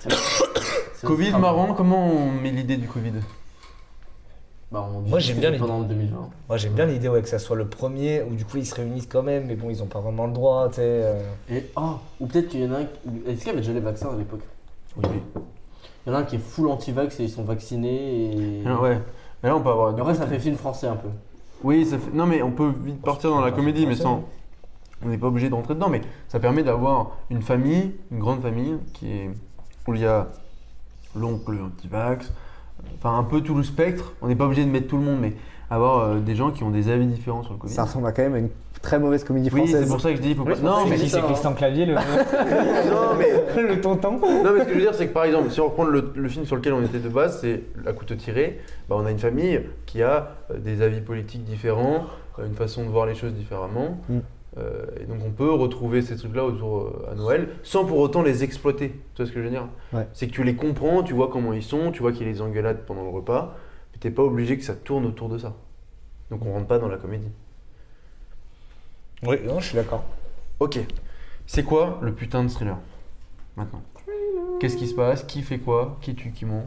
E: C'est-
C: Covid marrant, comment on met l'idée du Covid
E: Bah, on
D: Moi, j'aime bien les-
E: pendant 2020.
D: Moi, j'aime bien l'idée ouais, que ça soit le premier où du coup ils se réunissent quand même, mais bon, ils ont pas vraiment le droit, tu sais. euh.
E: Et oh, ou peut-être qu'il y en a un. qui- Est-ce qu'il y avait déjà les vaccins à l'époque Oui. Il y en a un qui est full anti-vax et ils sont vaccinés. Et...
C: Ah, Ouais. Mais là, on peut avoir.
E: En vrai, ça fait film français un peu.
C: Oui, ça fait... non mais on peut vite partir dans la comédie, mais sans, on n'est pas obligé de rentrer dedans. Mais ça permet d'avoir une famille, une grande famille, qui est où il y a l'oncle anti-vax, euh, enfin un peu tout le spectre. On n'est pas obligé de mettre tout le monde, mais avoir euh, des gens qui ont des avis différents sur le Covid.
A: Ça ressemble à quand même à une très mauvaise comédie
C: oui,
A: française.
C: c'est pour ça que je dis, il faut pas. Non
D: Non, mais
C: mais,
D: si
F: hein.
D: c'est Christian Clavier, le,
C: non, mais,
D: le tonton.
C: non, mais ce que je veux dire, c'est que par exemple, si on reprend le, le film sur lequel on était de base, c'est La couteau tiré, bah, on a une famille qui a euh, des avis politiques différents, euh, une façon de voir les choses différemment.
A: Mm.
C: Euh, et donc on peut retrouver ces trucs-là autour euh, à Noël sans pour autant les exploiter. Tu vois ce que je veux dire
A: Ouais.
C: C'est que tu les comprends, tu vois comment ils sont, tu vois qu'ils les engueulades pendant le repas, mais t'es pas obligé que ça tourne autour de ça. Donc on rentre pas dans la comédie.
D: Oui, non, je suis d'accord.
C: Ok. C'est quoi le putain de thriller Maintenant. Qu'est-ce qui se passe Qui fait quoi Qui tue qui ment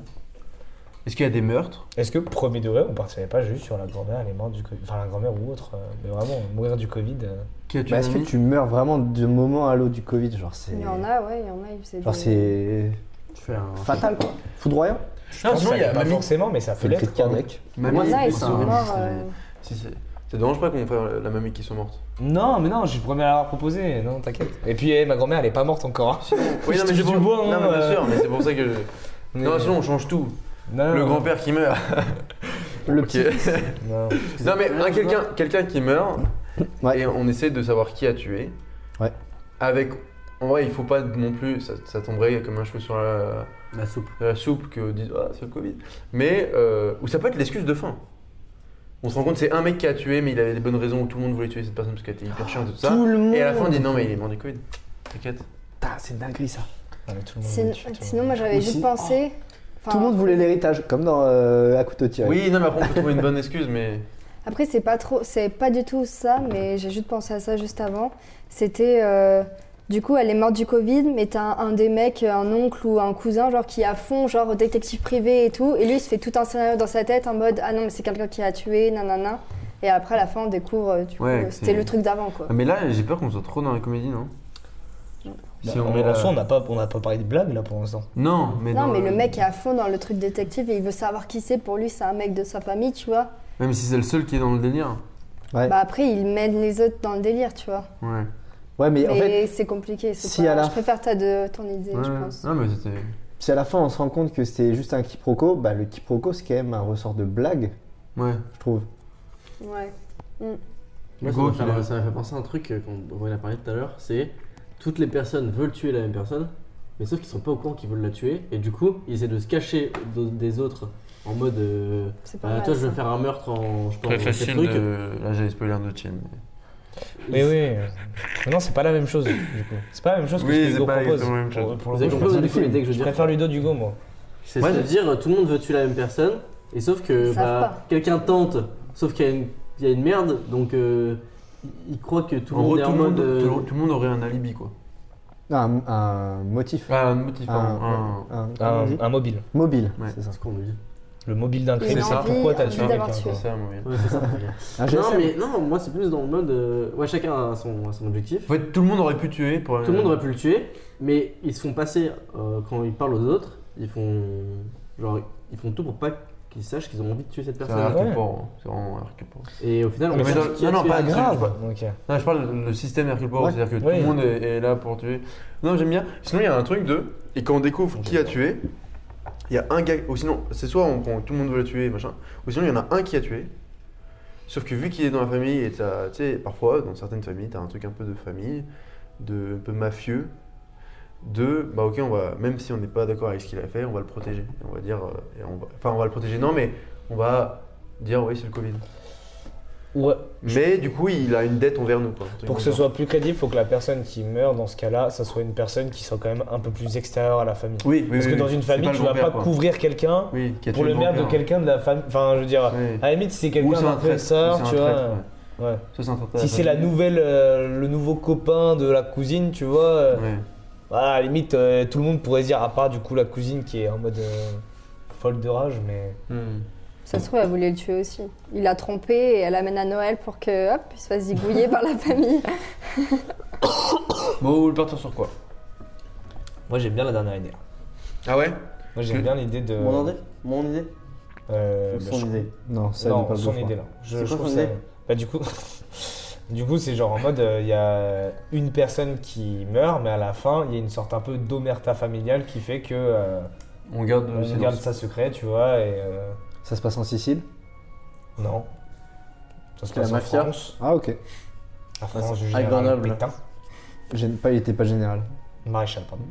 C: Est-ce qu'il y a des meurtres
D: Est-ce que premier degré, on partirait pas juste sur la grand-mère, les morts du Covid Enfin, la grand-mère ou autre, euh, mais vraiment, mourir du Covid. euh.
C: Qui a tué
A: Bah,
C: mon
A: Est-ce que
C: ami
A: tu meurs vraiment de moment à l'autre du Covid Genre, c'est.
F: Il y en a, ouais, il y en a. Ils faisaient
A: Genre,
F: des-
A: c'est.
E: Tu fais un.
A: fatal, quoi. Foudroyant.
D: Je
C: Non,
D: pense
C: sinon
D: que
C: il y
D: ça
C: a
D: l'est pas
C: mamie.
D: forcément, hein. mais ça peut
A: C'est le cri de
D: l'être. quoi.
A: Kardec.
F: Il y en
C: Mamie,
F: a,
C: c'est
F: ils sont
C: horrible,
F: morts.
C: c'est-
F: euh,
C: Si, c'est- Ça te dérange pas qu'on fasse la mamie qui sont mortes
D: Non, mais non, je suis le premier à l'avoir proposé, non, t'inquiète. Et puis, eh, ma grand-mère, elle est pas morte encore. hein.
C: Oui, non, mais
D: touche
C: c'est
D: du
C: pour-
D: bois, hein,
C: non, mais bien
D: euh.
C: sûr, mais c'est pour ça que.
D: Mais- Ah.
C: Non, sinon on change tout.
D: Non,
C: Le
D: non,
C: grand-père qui meurt.
A: Le
C: Ok.
A: petit.
D: Non.
C: non, mais un quelqu'un quelqu'un qui meurt,
A: Ouais.
C: et on essaie de savoir qui a tué.
A: Ouais.
C: Avec. En vrai, il faut pas non plus. Ça, ça tomberait comme un cheveu sur la,
E: La soupe.
C: la soupe que disent Ah, c'est le Covid. Mais. euh, ou ça peut être l'excuse de fin. On se rend compte c'est un mec qui a tué, mais il avait des bonnes raisons où tout le monde voulait tuer cette personne parce qu'elle était hyper chiante et tout ça.
A: Tout le monde.
C: Et à la fin, on dit non, mais il est mort du Covid. T'inquiète.
A: Putain, c'est dinguerie ça.
C: Ah,
D: Non, mais tout le monde
F: Sinon,
D: le tue, tout le monde.
F: sinon, moi j'avais
A: Ou
F: juste
A: si-
F: pensé. enfin,
A: Tout le monde voulait l'héritage, comme dans euh, À couteau tiré.
C: Oui, non, mais après, on peut trouver une bonne excuse, mais.
F: Après, c'est pas trop, c'est pas du tout ça, mais j'ai juste pensé à ça juste avant. C'était, euh, du coup, elle est morte du Covid, mais t'as un, un des mecs, un oncle ou un cousin, genre qui est à fond, genre détective privé et tout, et lui, il se fait tout un scénario dans sa tête en mode ah non, mais c'est quelqu'un qui a tué, nanana. Et après, à la fin, on découvre, euh, du coup,
C: Ouais,
F: euh, c'était
C: c'est-
F: le truc d'avant, quoi.
C: Ah, Mais là, j'ai peur qu'on soit trop dans la comédie, non Si
D: Bah,
C: on met
D: en
C: la-
D: soi, on n'a pas, on n'a pas parlé de blague là pour l'instant.
C: Non, euh, mais
F: Non,
C: dans-
F: mais le mec est à fond dans le truc détective et il veut savoir qui c'est. Pour lui, c'est un mec de sa famille, tu vois.
C: Même si c'est le seul qui est dans le délire.
A: Ouais.
F: Bah après, il mène les autres dans le délire, tu vois.
C: Ouais.
A: Ouais, mais
F: Mais
A: en fait,
F: c'est compliqué. c'est
A: si
F: pas-
A: à la-
F: Je préfère ta de ton idée, je
C: Ouais.
F: pense.
C: Non, mais c'était.
A: si à la fin on se rend compte que c'était juste un quiproquo, bah le quiproquo c'est quand même un ressort de blague,
C: Ouais.
A: je trouve.
F: Ouais.
E: Moi, ça
C: Go,
E: m'a fait-
C: Kylian.
E: ça m'a fait penser à un truc euh, qu'on- dont on a parlé tout à l'heure, c'est toutes les personnes veulent tuer la même personne, mais sauf qu'ils sont pas au courant qu'ils veulent la tuer, et du coup, ils essaient de se cacher de- des autres en mode euh,
F: C'est pas
E: bah,
F: mal,
E: toi je veux
F: ça.
E: faire un meurtre en je pense
C: Très
E: en tel
C: facile
E: truc.
C: de... euh, Là, j'avais spoilé un autre film.
D: Mais oui. euh, mais non, c'est pas la même chose du coup. C'est pas la même chose que
C: Oui,
D: ce que
C: c'est
D: Hugo
C: pas
D: propose.
C: exactement la même chose.
D: Pour- pour le
E: Vous avez
D: coup, je
E: compris
D: préfère-
E: du coup l'idée que je
D: je
E: veux dire
D: préfère Ludo d'Hugo, moi.
E: C'est
C: Ouais,
E: se
C: je-
E: dire euh, tout le monde veut tuer la même personne, et sauf que
F: Ils savent
E: bah,
F: pas.
E: quelqu'un tente, sauf qu'il y, a une- il y a une merde, donc euh, il- il croit que tout le
C: en
E: monde
C: gros,
E: est
C: tout
E: en
C: le, monde,
E: mode. euh,
C: tout, tout le monde aurait un alibi, quoi.
A: Non, un, un motif.
C: Ah, un motif, pardon.
E: Ah,
A: un,
C: Un-
A: un- comment on dit
D: Ah, Un, un mobile.
A: mobile,
C: Ouais.
A: c'est ça.
E: C'est ce qu'on nous dit.
D: Le mobile d'un crime.
F: Une
D: c'est
F: envie,
D: Pourquoi t'as
F: envie
D: tué
F: d'avoir
D: quelqu'un
F: tué.
D: quoi.
C: C'est ça, mon gars.
E: Ouais, c'est ça.
A: Un
E: non,
A: GSM.
E: mais non, moi c'est plus dans le mode. euh, ouais, chacun a son, a son objectif.
C: En fait, tout le monde aurait pu tuer pour.
E: Tout le monde aurait pu le tuer, mais ils se font passer euh, quand ils parlent aux autres. Ils font genre ils font tout pour pas qu'ils sachent qu'ils ont envie de tuer cette
C: C'est un
E: personne.
D: Ouais.
C: récuport. C'est vraiment un récuport.
E: Et au final, on
C: Mais
E: sait
C: dans-
E: qui a
C: non, non,
E: tué.
C: pas-
D: Pas
C: Absolument
D: grave. Ok.
C: Non, je parle le système Hercule Poirot,
A: Ouais.
C: c'est-à-dire que
D: Oui.
C: tout le monde est, est là pour tuer. Non, j'aime bien. Sinon, il y a un truc de. Et quand on découvre qui a tué, Il y a un gars, ou sinon, c'est soit on prend tout le monde veut le tuer, machin, ou sinon il y en a un qui a tué. Sauf que vu qu'il est dans la famille, et t'as- tu sais, parfois dans certaines familles, t'as un truc un peu de famille, de un peu mafieux, de bah ok, on va, même si on n'est pas d'accord avec ce qu'il a fait, on va le protéger. Et On va dire, euh, et on va- enfin, on va le protéger, non, mais on va dire, oui, c'est le Covid.
D: Ouais.
C: Mais du coup, il a une dette envers nous. Quoi,
D: Pour que ce soit plus crédible, faut que la personne qui meurt dans ce cas-là, ça soit une personne qui soit quand même un peu plus extérieure à la famille.
C: Oui, oui,
D: Parce que
C: oui,
D: dans
C: oui.
D: une
C: C'est
D: famille,
C: le
D: tu vas
C: grand-père,
D: pas
C: quoi.
D: couvrir quelqu'un
C: Oui, qui a
D: pour
C: tué
D: le merde de
C: grand-père.
D: quelqu'un de la famille. Enfin, je veux dire,
C: Oui.
D: à la limite, si c'est
C: Ou
D: quelqu'un
C: c'est un
D: d'un peu
C: traître, ou
D: sort,
C: c'est un
D: tu vois. euh,
C: traître, ouais.
D: ouais.
C: Soit c'est un traître à
D: Si c'est la
C: famille.
D: nouvelle, euh, le nouveau copain de la cousine, tu vois, euh,
C: Ouais.
D: bah, à la limite, euh, tout le monde pourrait se dire, à part du coup la cousine qui est en mode euh, folle de rage, mais.
F: Ça se trouve, elle voulait le tuer aussi. Il l'a trompé et elle l'amène à Noël pour que, hop, il se fasse zigouiller par la famille.
C: Bon, vous voulez partir sur quoi
D: Moi, j'aime bien la dernière idée.
C: Ah ouais
D: Moi, j'aime
C: Que-
D: bien l'idée de.
E: Mon idée Mon idée
D: euh,
E: Ou
D: bah,
E: Son
D: je-
E: idée.
A: Non, ça
D: non,
A: n'est pas le
D: son
A: choix.
D: idée là. Je,
E: C'est
D: je
E: quoi
D: trouve
E: son
D: ça-
E: idée
D: Bah, du coup, du coup, c'est genre en mode, euh, il y a une personne qui meurt, mais à la fin, il y a une sorte un peu d'omerta familiale qui fait que euh,
C: On garde le
D: on
C: silence.
D: garde ça secret, tu vois, et euh,
A: Ça se passe en Sicile
D: non. Ça se
E: C'est la
D: passe en
E: mafia
D: France.
A: Ah, ok.
D: La France du
E: à
D: général
E: Grenoble.
D: Pétain.
A: J'ai pas, il était pas général.
D: Maréchal, pardon.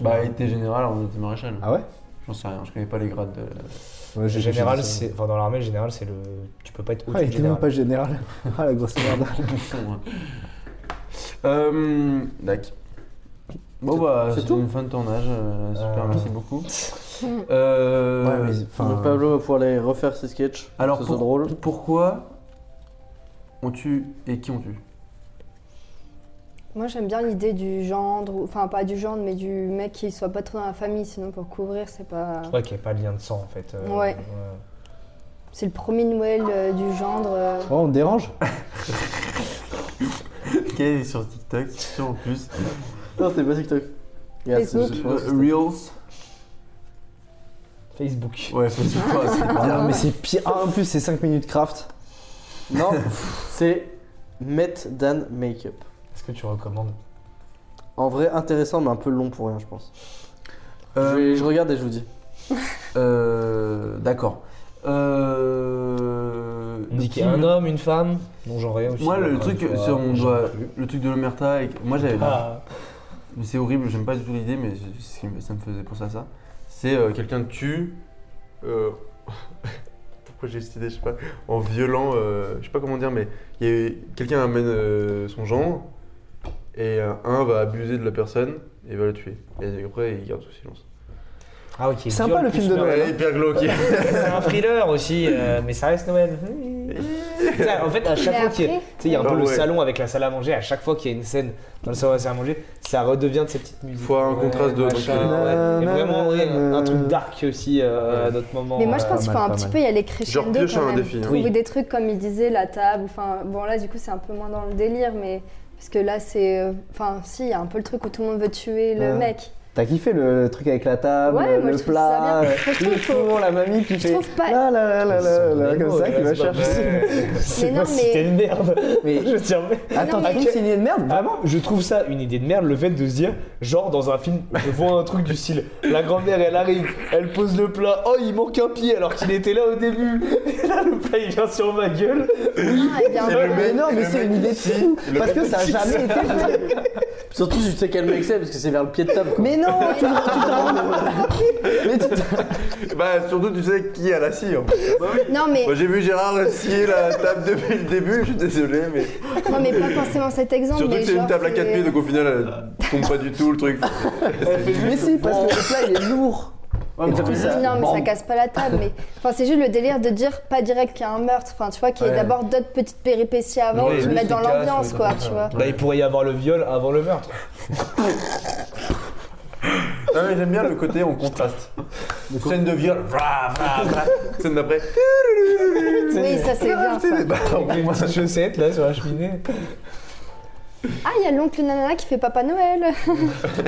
C: Bah, il était général, on était maréchal.
A: Ah ouais
C: J'en sais rien, je connais pas les grades de.
A: Ouais,
D: Le
A: j'ai- j'ai
D: général,
A: dit ça.
D: c'est. Enfin, dans l'armée, le général, c'est le. Tu peux pas être
A: Ah,
D: au-dessus
A: il
D: du
A: était même
D: général.
A: pas général. Ah, la grosse merde.
C: hein. euh. Dac. Bon, bah,
E: c'est
C: c'est
E: tout
C: une fin de tournage. euh, super,
D: Euh.
C: merci beaucoup. Euh,
A: Ouais, mais, enfin,
E: Donc Pablo va pouvoir aller refaire ses sketchs.
C: Alors,
E: ce
C: pour-
E: soit drôle.
C: pourquoi on tue et qui on tue
F: Moi, j'aime bien l'idée du gendre, ou- enfin, pas du gendre, mais du mec qui soit pas trop dans la famille, sinon pour couvrir, c'est pas.
D: Je crois qu'il n'y a pas de lien de sang, en fait. euh,
F: Ouais. C'est le premier Noël euh, du gendre. euh.
A: Oh, on te dérange
C: Qui est sur TikTok, sur en plus. Euh,
E: Non, c'était pas TikTok. Regarde, c'est-
F: Facebook.
E: je pense que c'était-
C: Reels.
D: Facebook.
C: Ouais, faut se
A: Ah non,
C: croire.
A: mais c'est pire. Ah, en plus, c'est 5 minutes craft.
E: Non, c'est Met Dan Makeup.
D: Est-ce que tu recommandes
E: En vrai, intéressant, mais un peu long pour rien, je pense. Je,
C: Euh,
E: vais- je regarde et je vous dis.
C: euh, D'accord. Euh.
D: On dit qu'il y
C: qui
D: a un
C: me-
D: homme, une femme, dont j'en rien aussi.
C: Moi, le
D: Encore
C: truc,
D: une fois,
C: c'est on
D: j'en
C: doit-
D: peux plus.
C: le truc de l'omerta, et que- moi j'avais.
D: Ah,
C: Mais c'est horrible, j'aime pas du tout l'idée, mais je- c'est ce qui me- ça me faisait penser à ça. C'est euh, quelqu'un te tue. euh, Pourquoi j'ai cette idée, je sais pas. En violant, euh, je sais pas comment dire, mais il y a eu- quelqu'un amène euh, son genre et euh, un va abuser de la personne et va le tuer. Et après, il garde sous silence.
D: Ah, ok.
A: Sympa,
D: viol
A: le
D: plus
A: film de
D: meurtre.
A: Noël.
C: Ouais, Pierre Glo qui.
D: C'est un thriller aussi, euh, mais ça reste Noël. Mmh. Ça, en fait, à chaque
F: Mais
D: fois qu'il y a.
F: après-
D: Tu sais, il y a un
C: Ah
D: peu le
C: ouais.
D: salon avec la salle à manger, à chaque fois qu'il y a une scène dans le salon à la salle à manger, ça redevient de ces petites musiques.
C: Faut un contraste de-
D: machin,
C: donc,
A: euh,
D: ouais. Et
A: na,
D: vraiment,
A: na,
D: ouais, un,
A: na,
D: un truc
A: na.
D: dark aussi euh, à d'autres moments.
F: Mais moi, je
D: euh,
F: pense qu'il faut
A: mal,
F: un
A: pas
F: petit
A: mal.
F: peu y
C: Genre
F: aller crescendo
C: pioche à
F: quand
C: un
F: même.
C: défi, hein.
F: Trouver des trucs comme il disait, la table, enfin bon là du coup c'est un peu moins dans le délire, mais parce que là c'est, euh, enfin si, il y a un peu le truc où tout le monde veut tuer
A: Ouais.
F: le mec.
A: T'as kiffé le truc avec la table,
F: Ouais, moi,
A: le
F: je trouve
A: plat,
F: ça bien.
A: euh,
F: Je trouve
A: le
F: faut-
A: four, la mamie qui fait
F: trouve pas-
A: là là là là là, là, comme ça, qui va chercher.
D: C'est
F: Mais
D: pas
F: non,
D: si
F: mais-
D: t'es une merde.
A: Mais
D: Je tiens.
A: attends,
F: mais-
A: tu trouves c'est une idée de merde
D: Vraiment, je trouve ça une idée de merde, le fait de se dire, genre dans un film, je vois un truc du style, la grand-mère elle arrive, elle pose le plat, oh il manque un pied alors qu'il était là au début, et là le plat il vient sur ma gueule,
F: Ah, il y a un-
C: le
A: Mais
C: mec-
A: non, mais
C: le
A: c'est
C: mec
A: une idée de
C: ici,
A: fou
C: le
A: parce que
C: mec
A: ça a
C: ici,
A: jamais été fait.
E: Surtout, je sais quel mec c'est parce que c'est vers le pied de table. quoi.
A: Mais non, tu te Mais tu te-
C: Bah, surtout, tu sais qui a la scie en fait.
F: Non mais,
C: Moi, j'ai vu Gérard scier la table depuis le début, je suis désolé, mais.
F: non mais pas forcément cet exemple.
C: Surtout
F: mais
C: que c'est une
F: genre,
C: table à
F: c'est-
C: 4 pieds, donc au final, elle tombe pas du tout le truc.
A: Mais si, parce que le plat il est lourd. Et du coup, ça-
F: Non, mais ça
A: Bon.
F: casse pas la table. Mais enfin, c'est juste le délire de dire pas direct qu'il y a un meurtre. Enfin, tu vois qu'il y a
C: Ouais.
F: d'abord d'autres petites péripéties avant,
C: Ouais,
F: se
C: le
F: mettre dans
C: flicage,
F: l'ambiance,
C: ouais,
F: quoi.
C: dans-
F: Tu vois.
D: Bah, il pourrait y avoir le viol avant le meurtre.
C: Non mais j'aime bien le côté en contraste. Scène de viol, vra, vra, vra. scène d'après.
F: Oui, ça c'est bien. Ça.
C: Bah,
D: Avec les petites chaussettes là sur la cheminée.
F: Ah, il y a l'oncle Nana qui fait Papa Noël.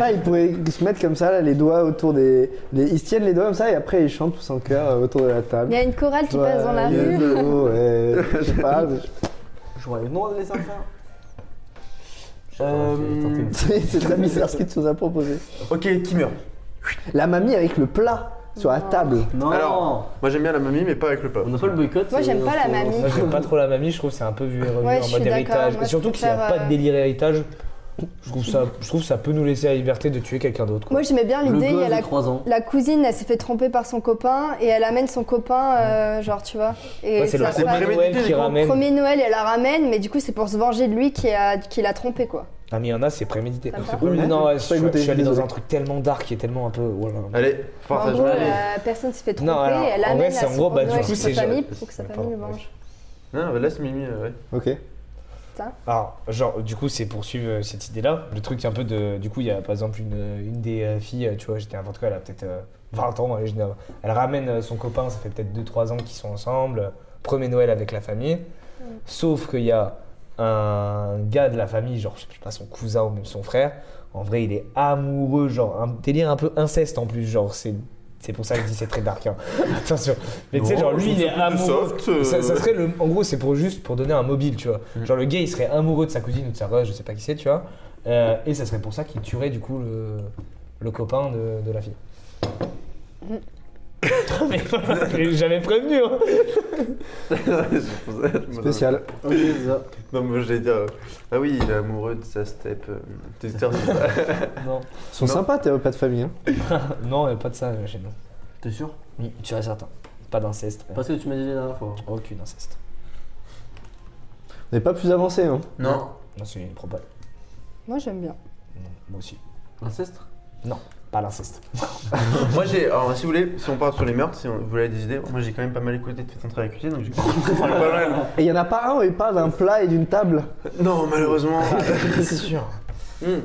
A: Ah, ils pourraient se mettre comme ça, là, les doigts autour des. les- Ils se tiennent les doigts comme ça et après ils chantent tous en chœur euh, autour de la
F: Il y
A: table.
F: a une chorale qui passe dans la
A: Joyeux
F: rue.
A: Noël, je sais pas, je-
E: J'aurais le nom de les enfants. Euh,
C: euh,
A: C'est c'est la misère ce qu'ils nous a proposé.
C: ok, qui meurt
A: La mamie avec le plat. sur la
F: Non.
A: table.
E: Non
C: Alors- Moi j'aime bien la mamie, mais pas avec le peuple.
E: On n'a pas le boycott.
F: Moi, j'aime
E: euh,
F: pas la
E: on-
F: mamie.
D: Moi, j'aime pas trop la mamie, je trouve que c'est un peu vu et revu
F: Ouais, je
D: en
F: suis
D: mode
F: d'accord,
D: héritage.
F: moi,
D: Et
F: je
D: surtout qu'il n'y a
F: préfère,
D: pas
F: euh,
D: de délire héritage, je trouve ça, je trouve ça peut nous laisser la liberté de tuer quelqu'un d'autre. quoi.
F: Moi, j'aimais bien l'idée,
E: le
F: il y
E: gosse
F: a la,
E: de 3 ans.
F: la cousine, elle s'est fait tromper par son copain et elle amène son copain, euh, genre, tu vois. Et
D: Ouais, c'est le
F: sa
C: c'est
F: femme-
D: premier Noël
C: prémédité,
D: qui
C: les
D: ramène.
F: Premier Noël, elle la ramène, mais du coup, c'est pour se venger de lui qui a- qui l'a trompé, quoi.
D: Non, Ah, mais il y en a, c'est prémédité.
F: Ça me parle.
D: Ouh,
A: Ouais,
D: non, ouais, je,
A: pas
D: je
A: goûté,
D: suis allé dans
A: désolé.
D: un truc tellement dark et tellement un peu. voilà.
C: Allez,
F: En
C: partage.
F: gros,
E: allez.
F: la personne s'est fait tromper,
D: Non, alors,
F: elle
D: en vrai,
F: amène
D: c'est en
F: la
D: gros,
F: soupe
D: bah,
F: au
D: du
F: Noël
D: coup,
F: pour
D: c'est
F: sa
D: genre-
F: famille pour que sa famille le mange.
C: Non, non, mais laisse Mimi, euh, ouais.
A: Ok.
D: Alors, genre, du coup, c'est poursuivre euh, cette idée-là. Le truc un peu de. Du coup, il y a par exemple une, une des euh, filles, euh, tu vois, j'étais n'importe quoi, elle a peut-être euh, 20 ans, elle, est jeune, elle ramène euh, son copain, ça fait peut-être 2-3 ans qu'ils sont ensemble, euh, premier Noël avec la famille. Sauf qu'il y a un gars de la famille, genre, je sais pas, son cousin ou même son frère, en vrai, il est amoureux, genre, un délire un peu inceste en plus, genre, c'est. C'est pour ça que je dis c'est très dark. hein. Attention. Mais tu sais,
C: Non,
D: genre,
C: je
D: lui,
C: trouve
D: il est
C: ça plutôt
D: amoureux.
C: soft, euh.
D: Ça, ça serait le, en gros, c'est pour juste pour donner un mobile, tu vois. Genre, le gars, il serait amoureux de sa cousine ou de sa rose, je sais pas qui c'est, tu vois. Euh, et ça serait pour ça qu'il tuerait, du coup, le, le copain de, de la fille. Mm. Mais voilà, mais J'avais prévenu. hein.
A: Spécial.
E: Ok, c'est ça.
C: Non, mais j'allais dire. euh, Ah oui, il est amoureux de sa steppe. euh, t'es- t'es-
D: Non,
A: Ils sont
C: Non.
A: sympas tes repas de famille. hein.
D: non, euh, pas de ça euh, chez nous.
E: T'es sûr
D: Oui, tu serais certain. Pas d'inceste. rien.
E: Parce que tu m'as dit la dernière fois.
D: Aucune inceste.
A: On n'est pas plus avancé. Hein.
C: Non.
D: Non, c'est une propale.
F: Moi, j'aime bien.
D: Non, Moi aussi.
E: Incestre
D: Pas l'inceste.
C: moi j'ai. Alors, si vous voulez, si on part sur les meurtres, si on- vous avez des idées, moi j'ai quand même pas mal écouté de fait entrer à la cuisine, donc j'ai pas mal.
A: Et il n'y en a pas un où il parle d'un plat et d'une table.
C: Non, malheureusement.
D: Ah, C'est sûr.
C: Hmm.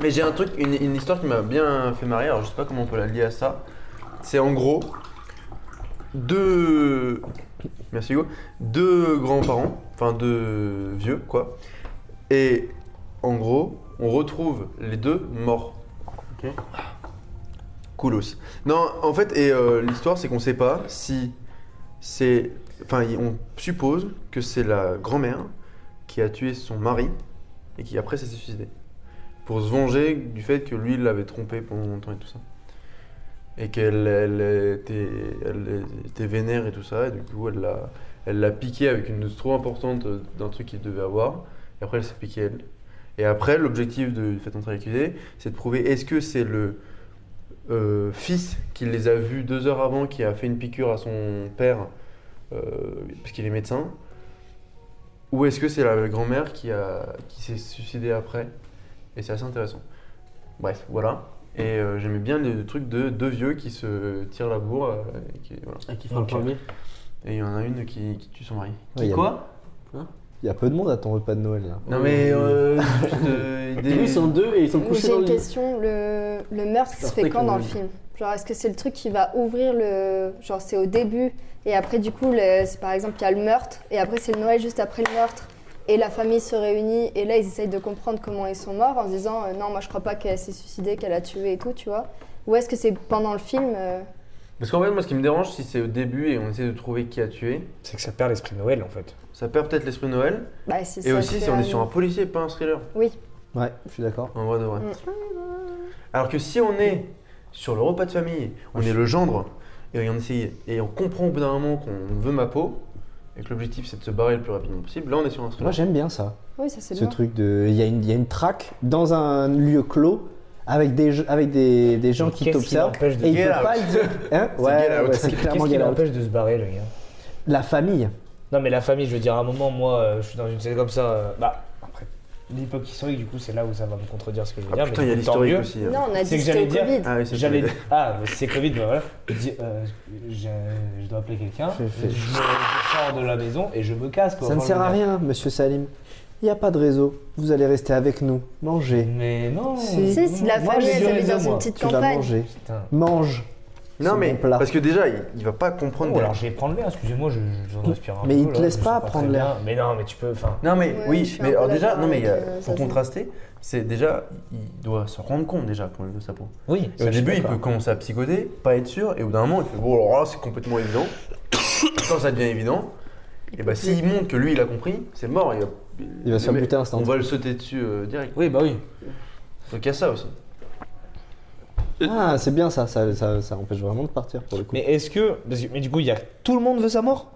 C: Mais j'ai un truc, une, une histoire qui m'a bien fait marrer, alors je sais pas comment on peut la lier à ça. C'est en gros deux. Merci Hugo. Deux grands-parents, enfin deux vieux quoi. Et en gros, on retrouve les deux morts.
E: Ok.
C: Cool aussi. Non, en fait, et euh, l'histoire c'est qu'on sait pas si c'est. Enfin, y- on suppose que c'est la grand-mère qui a tué son mari et qui après s'est suicidé. Pour se venger du fait que lui l'avait trompé pendant longtemps et tout ça. Et qu'elle elle était, elle était vénère et tout ça, et du coup elle l'a, elle l'a piqué avec une dose trop importante d'un truc qu'il devait avoir, et après elle s'est piquée elle. Et après, l'objectif de fait entrer l'accusé, c'est de prouver est-ce que c'est le euh, fils qui les a vus deux heures avant, qui a fait une piqûre à son père, euh, parce qu'il est médecin, ou est-ce que c'est la grand-mère qui, a- qui s'est suicidée après Et c'est assez intéressant. Bref, voilà. Et euh, j'aimais bien le truc de deux vieux qui se tirent la bourre. euh, et qui- voilà.
E: Ah, qui fera
D: Ok.
E: le premier
C: Et il y en a une qui, qui tue son mari.
A: Ouais, il y a-
E: Quoi
A: Il y a peu de monde à ton repas de Noël là.
C: Non mais euh, juste euh,
E: Des... Ils sont deux et ils sont couchés
F: J'ai
E: dans
F: une
E: le lit.
F: question. Le, le meurtre
E: C'est
F: se fait
E: parfait
F: quand
E: que
F: dans le
E: vous-
F: film Genre, est-ce que c'est le truc qui va ouvrir le. Genre, c'est au début et après, du coup, le- c'est par exemple, il y a le meurtre et après, c'est le Noël juste après le meurtre. Et la famille se réunit et là, ils essayent de comprendre comment ils sont morts en se disant euh, non, moi, je crois pas qu'elle s'est suicidée, qu'elle a tué et tout, tu vois. Ou est-ce que c'est pendant le film euh,
C: Parce qu'en fait, moi, ce qui me dérange, si c'est au début et on essaie de trouver qui a tué,
D: C'est que ça perd l'esprit de Noël en fait.
C: ça perd peut-être l'esprit de Noël.
F: bah, si
C: et
F: ça
C: aussi,
F: fait
C: si on
F: un-
C: est sur un policier, pas un thriller.
A: Ouais, je suis d'accord.
C: En vrai de vrai.
F: Mm.
C: Alors que si on est sur le repas de famille, on est le gendre, et on essaye, et on comprend au bout d'un moment qu'on veut ma peau, et que l'objectif c'est de se barrer le plus rapidement possible, là on est sur un
A: Moi
C: thriller.
A: j'aime bien ça.
F: Oui, ça c'est
A: Ce
F: bien.
A: truc de. Il y, a une- il y a une traque dans un lieu clos avec des, je- avec des, des gens
D: Mais
A: qui
D: qu'est-ce qui
A: t'observent.
D: l'empêche de-
A: Et il
C: Get
A: peut
C: out.
A: pas le dire. Hein ouais,
C: Get Out.
A: ouais, c'est clairement
D: Qu'est-ce qui
A: Get Out.
D: l'empêche de se barrer, le gars
A: La famille.
D: Non, mais la famille, je veux dire, à un moment, moi, euh, je suis dans une scène comme ça. euh, bah, après, l'époque historique, du coup, c'est là où ça va me contredire ce que je veux
C: Ah
D: dire.
C: putain,
D: mais
C: il y a
D: tant
C: l'historique
D: mieux.
C: aussi. hein.
F: Non, on a
D: C'est
F: dit
D: que
F: que c'était
D: j'allais
F: au
D: dire-
F: Covid.
C: Ah oui, c'est
D: J'allais.
C: vrai.
D: Ah, c'est Covid, bah voilà. Je dis, euh, je, je dois appeler quelqu'un. Je,
A: Je fais-
D: me- je sors de la maison et je me casse, quoi.
A: Ça ne
D: Enfin,
A: sert
D: je
A: à
D: veux dire.
A: rien, monsieur Salim. Il n'y a pas de réseau. Vous allez rester avec nous. Mangez.
D: Mais non.
A: Si.
F: Si, si la
D: Moi,
F: famille
D: j'ai
F: elle
D: du
F: s'est mise dans
D: réseau, moi.
F: une petite
A: Tu vas
F: campagne.
A: manger.
D: Putain.
A: Mange.
C: Non
A: C'est
C: mais,
A: mon plat.
C: parce que déjà, il, il va pas comprendre.
D: Ou
C: bien.
D: Oh, alors je vais prendre l'air, excusez-moi, je, je je respire un
A: Mais
D: peu,
A: il te
D: là,
A: laisse
D: je me
A: pas
D: sens très
A: prendre l'air.
D: bien. Mais non, mais tu peux, enfin.
C: Non mais
F: Ouais, je
C: oui,
F: suis
C: mais
F: un peu
C: alors déjà,
F: d'accord
C: non mais il y a-
F: avec, euh,
C: pour
F: Zazen.
C: contraster, c'est déjà, il doit se rendre compte déjà quand il veut sa peau.
D: Oui.
C: Et au début, il peut commencer à psychoter, pas être sûr, et au bout d'un moment, il fait bon, alors là, c'est complètement évident. Quand ça devient évident, et bah s'il montre que lui, il a compris, c'est mort. Il va,
A: Il va se faire
C: Mais
A: buter instant. bah
C: On va le sauter dessus euh, direct.
E: Oui, bah oui.
C: Donc il y a ça aussi.
A: Ah, c'est bien ça, ça, ça, ça empêche vraiment de partir pour le coup.
D: Mais est-ce que, parce que- Mais du coup, il y a... tout le monde veut sa mort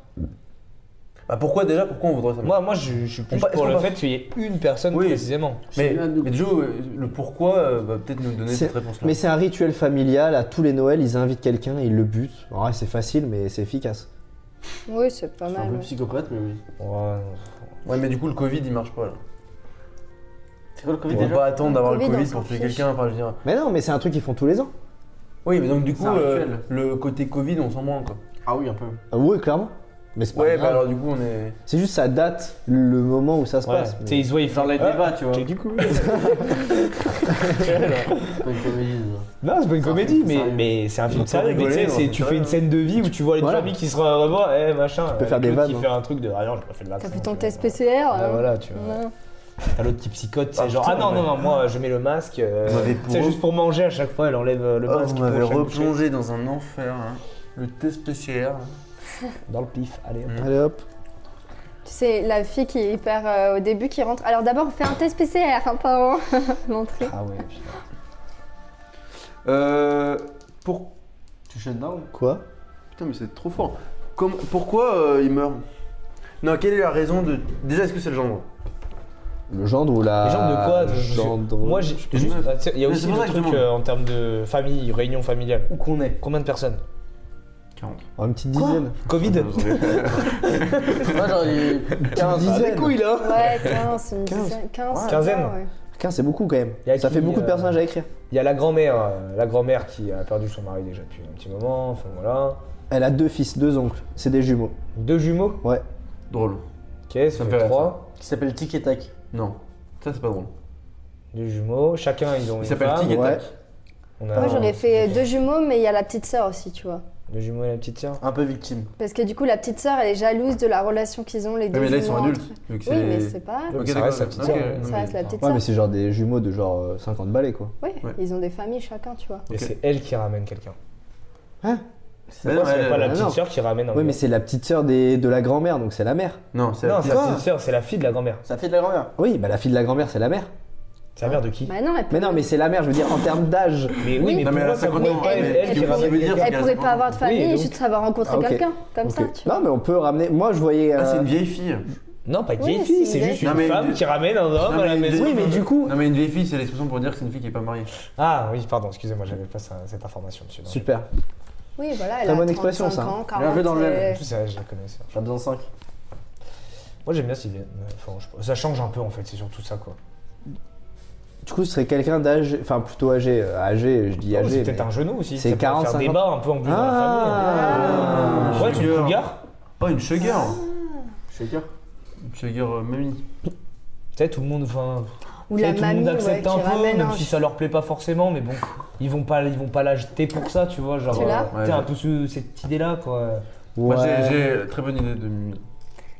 C: Bah pourquoi déjà Pourquoi on voudrait ça
D: Moi, moi je, je suis plus
C: On pa- est-ce
D: pour
C: qu'on
D: le
C: va-
D: fait qu'il y ait une personne
C: Oui.
D: précisément.
C: Mais,
E: Celui-là, nous-
C: mais Joe, euh, le pourquoi euh, va peut-être nous donner
A: C'est-
C: cette réponse-là.
A: Mais c'est un rituel familial, à tous les Noëls, ils invitent quelqu'un et ils le butent. En vrai, c'est facile, mais c'est efficace.
C: Ah.
F: Oui, c'est pas
E: Je suis un
F: mal.
E: peu
F: ouais.
E: psychopathe, mais oui.
D: Ouais,
C: Ouais, mais du coup, le Covid, il marche pas là.
E: C'est quoi le Covid
C: Ils vont pas attendre d'avoir le
F: Covid, on
C: Covid
F: s'en
C: pour tuer
F: fiche.
C: quelqu'un. Enfin, je veux dire.
A: Mais non, mais c'est un truc qu'ils font tous les ans.
C: Oui, mais donc du coup,
E: C'est un
C: euh,
E: rituel.
C: le côté Covid, on s'en branle quoi.
E: Ah oui, un peu.
A: Ah oui, clairement. Mais c'est pas
C: Ouais, bah
A: grave.
C: alors du coup, on est.
A: C'est juste ça date le moment où ça se
D: Ouais.
A: passe.
D: Tu sais,
A: mais-
D: ils se voient, ils font
E: Genre les débats, tu vois.
D: J'ai
E: C'est
D: du coup.
E: pas une comédie. ça.
D: Non, c'est pas une
E: C'est un
D: comédie,
E: film
D: mais,
E: sérieux.
D: mais c'est un film
C: Donc,
D: sérieux. Mais
C: rigoler,
D: tu sais,
C: non,
D: c'est-
C: c'est
D: tu
C: sérieux,
D: fais une
C: hein.
D: scène de vie où tu vois une
A: Voilà.
D: famille qui se revoit, eh machin.
A: peux faire des
D: l'autre qui
A: vannes,
D: fait un truc de. Ah non, j'ai pas fait de la fin,
F: T'as fait
D: tu
F: ton
D: vois.
F: test PCR
C: Bah,
D: Ouais,
F: alors
D: voilà, tu vois.
F: hein. Ouais.
D: T'as l'autre qui psychote, c'est
C: Ah,
D: genre.
C: putain,
D: ah non, non,
C: ouais.
D: non, moi je mets le masque. euh,
C: Vous m'avez
D: C'est
C: pour-
D: juste pour manger à chaque fois, elle enlève euh, le
C: Oh,
D: masque.
C: vous
D: pour
C: m'avez
D: chaque bouchée.
C: replongé dans un enfer. hein. Le test PCR.
D: Dans le pif, allez. hop.
A: Allez hop.
F: Tu sais, la fille qui est hyper euh, au début qui rentre. Alors d'abord, on fait un test PCR, hein, pas avant l'entrée.
D: Ah ouais, putain.
H: Euh, pour...
E: Tu shut down
A: Quoi
H: Putain, mais c'est trop fort. Comme... Pourquoi euh, il meurt
C: Non, quelle est la raison de. Déjà, est-ce que c'est le genre
A: Le gendre ou la.
D: Les gens de quoi je- je-
A: Gendre...
D: Moi, j'ai- juste-
C: meuf.
D: ah, tiens, il y a
C: Mais
D: aussi
C: c'est pour
D: le
C: ça que je
D: truc
C: demande.
D: euh, en termes de famille, réunion familiale.
C: Où qu'on est
D: Combien de personnes
C: 40.
A: Oh, une petite dizaine.
D: Covid
E: Moi, genre, il-
A: Une
D: Ah,
A: dizaine.
D: des couilles, là
F: Ouais, 15, une
A: 15.
F: dizaine- 15,
D: Ouais. Quinzaine.
F: ouais.
A: Putain, c'est beaucoup quand même.
D: Y a
A: Ça
D: qui,
A: fait beaucoup de
D: euh,
A: personnages à écrire.
D: Il y a la grand-mère, euh, la grand-mère qui a perdu son mari déjà depuis un petit moment, enfin voilà.
A: Elle a deux fils, deux oncles. C'est des jumeaux.
D: Deux jumeaux,
A: Ouais.
C: Drôle.
D: ok, ça,
C: Ça me fait
D: fait
C: rire,
D: trois.
E: qui s'appelle Tic et Tac.
C: Non. Ça, c'est pas drôle.
D: Deux jumeaux, chacun ils ont
C: Il
D: une
C: s'appelle
D: femme.
C: Tig et
A: ouais.
C: Tac.
D: On a
F: Moi,
D: un-
F: j'aurais fait deux jumeaux, mais il y a la petite sœur aussi, tu vois.
D: Deux jumeaux et la petite sœur.
E: Un peu victime.
F: Parce que du coup, la petite sœur, elle est jalouse de la relation qu'ils ont, les deux.
C: Ouais, mais là, ils
F: jumeaux
C: sont
F: entre-
C: adultes. vu que
F: Oui, mais c'est pas.
D: Ouais,
C: Ok,
D: ça
C: d'accord,
D: reste la petite
C: ok,
D: sœur.
C: non,
F: Ça
C: mais-
F: reste la petite
A: Ouais,
F: sœur.
A: mais c'est genre des jumeaux de genre euh, 50 balais quoi.
F: Oui,
C: Ouais.
F: ils ont des familles chacun, tu vois.
D: Et
C: Ok.
D: c'est elle qui ramène quelqu'un.
C: Mais
D: Pourquoi
C: non,
D: c'est
C: elle-
D: pas la
A: non,
D: petite
A: non.
D: sœur qui ramène un
A: Oui,
D: gars
A: mais c'est la petite sœur des... de la grand-mère, donc c'est la mère.
C: Non, c'est
D: Non,
C: la
D: c'est la petite sœur, c'est la fille de la grand-mère.
E: Ça fait de la grand-mère.
A: Oui, bah la fille de la grand-mère, c'est la mère.
D: C'est la mère de qui
F: Bah non, elle peut-
A: Mais non, mais c'est la mère, je veux dire, en termes d'âge.
D: Mais
F: oui,
D: oui, mais
C: Non, mais elle
D: pourquoi
C: a
D: ça
C: 50
D: pourrait
C: ans,
D: pas
F: mais
D: être
F: elle-
D: elle qui
F: elle
C: veut
D: ramène
C: dire-
D: quelqu'un
F: elle pourrait pas avoir de famille,
D: donc-
F: juste avoir rencontré
A: Ah, ok.
F: quelqu'un, comme
A: Ok.
F: ça, tu vois.
A: Non, mais on peut ramener. Moi, je voyais.
C: Ah,
A: euh,
C: c'est une vieille fille.
D: Non, pas une
F: Oui,
D: vieille
F: c'est
D: fille,
F: une
D: c'est
F: vieille
D: juste
C: fille.
D: une
C: Non, mais-
D: femme qui ramène un homme
C: Non,
D: à la
C: mais-
D: maison.
A: Oui, mais du coup.
C: Non, mais une vieille fille, c'est l'expression pour dire que c'est une fille qui est pas mariée.
D: Ah oui, pardon, excusez-moi, j'avais pas ça- cette information dessus. non.
A: Super.
F: Oui, voilà, elle
A: Très
F: a
A: bonne expression,
F: 35
A: ça.
F: ans,
E: Bien joué dans le
F: 40,
E: même.
F: euh,
D: En plus, ça, je la connaissais.
E: J'en ai besoin de 5.
D: Moi j'aime bien cette idée. Mais, enfin, je sais pas, Ça change un peu en fait, c'est surtout ça quoi.
A: Du coup, ce serait quelqu'un d'âge. Enfin, plutôt âgé. euh, Âgé, je dis
D: Oh,
A: âgé.
D: c'est Ah, peut-être
A: mais-
D: un genou aussi.
A: C'est
D: ça pourrait
A: 40,
D: faire
A: 50.
D: débat un peu en plus dans la
C: hein.
A: Ah.
D: famille. Ouais, tu le
C: Sugar.
D: cougar
C: Oh, une sugar
E: Shaker
C: Une sugar euh, mamie.
D: Tu sais, tout le monde, enfin,
F: Ou
D: tu sais,
F: la
D: tout le monde
F: mamie, ouais,
D: accepte
F: qui
D: un peu,
F: ramène
D: même
F: un
D: si ça leur plaît pas forcément, mais bon, ils vont pas, ils vont pas l'acheter pour ça, tu vois, genre,
F: Tu l'as
D: euh, t'es un peu sous cette idée-là, quoi.
A: Ouais.
C: Moi, Bah, j'ai- j'ai très bonne idée de Mimi.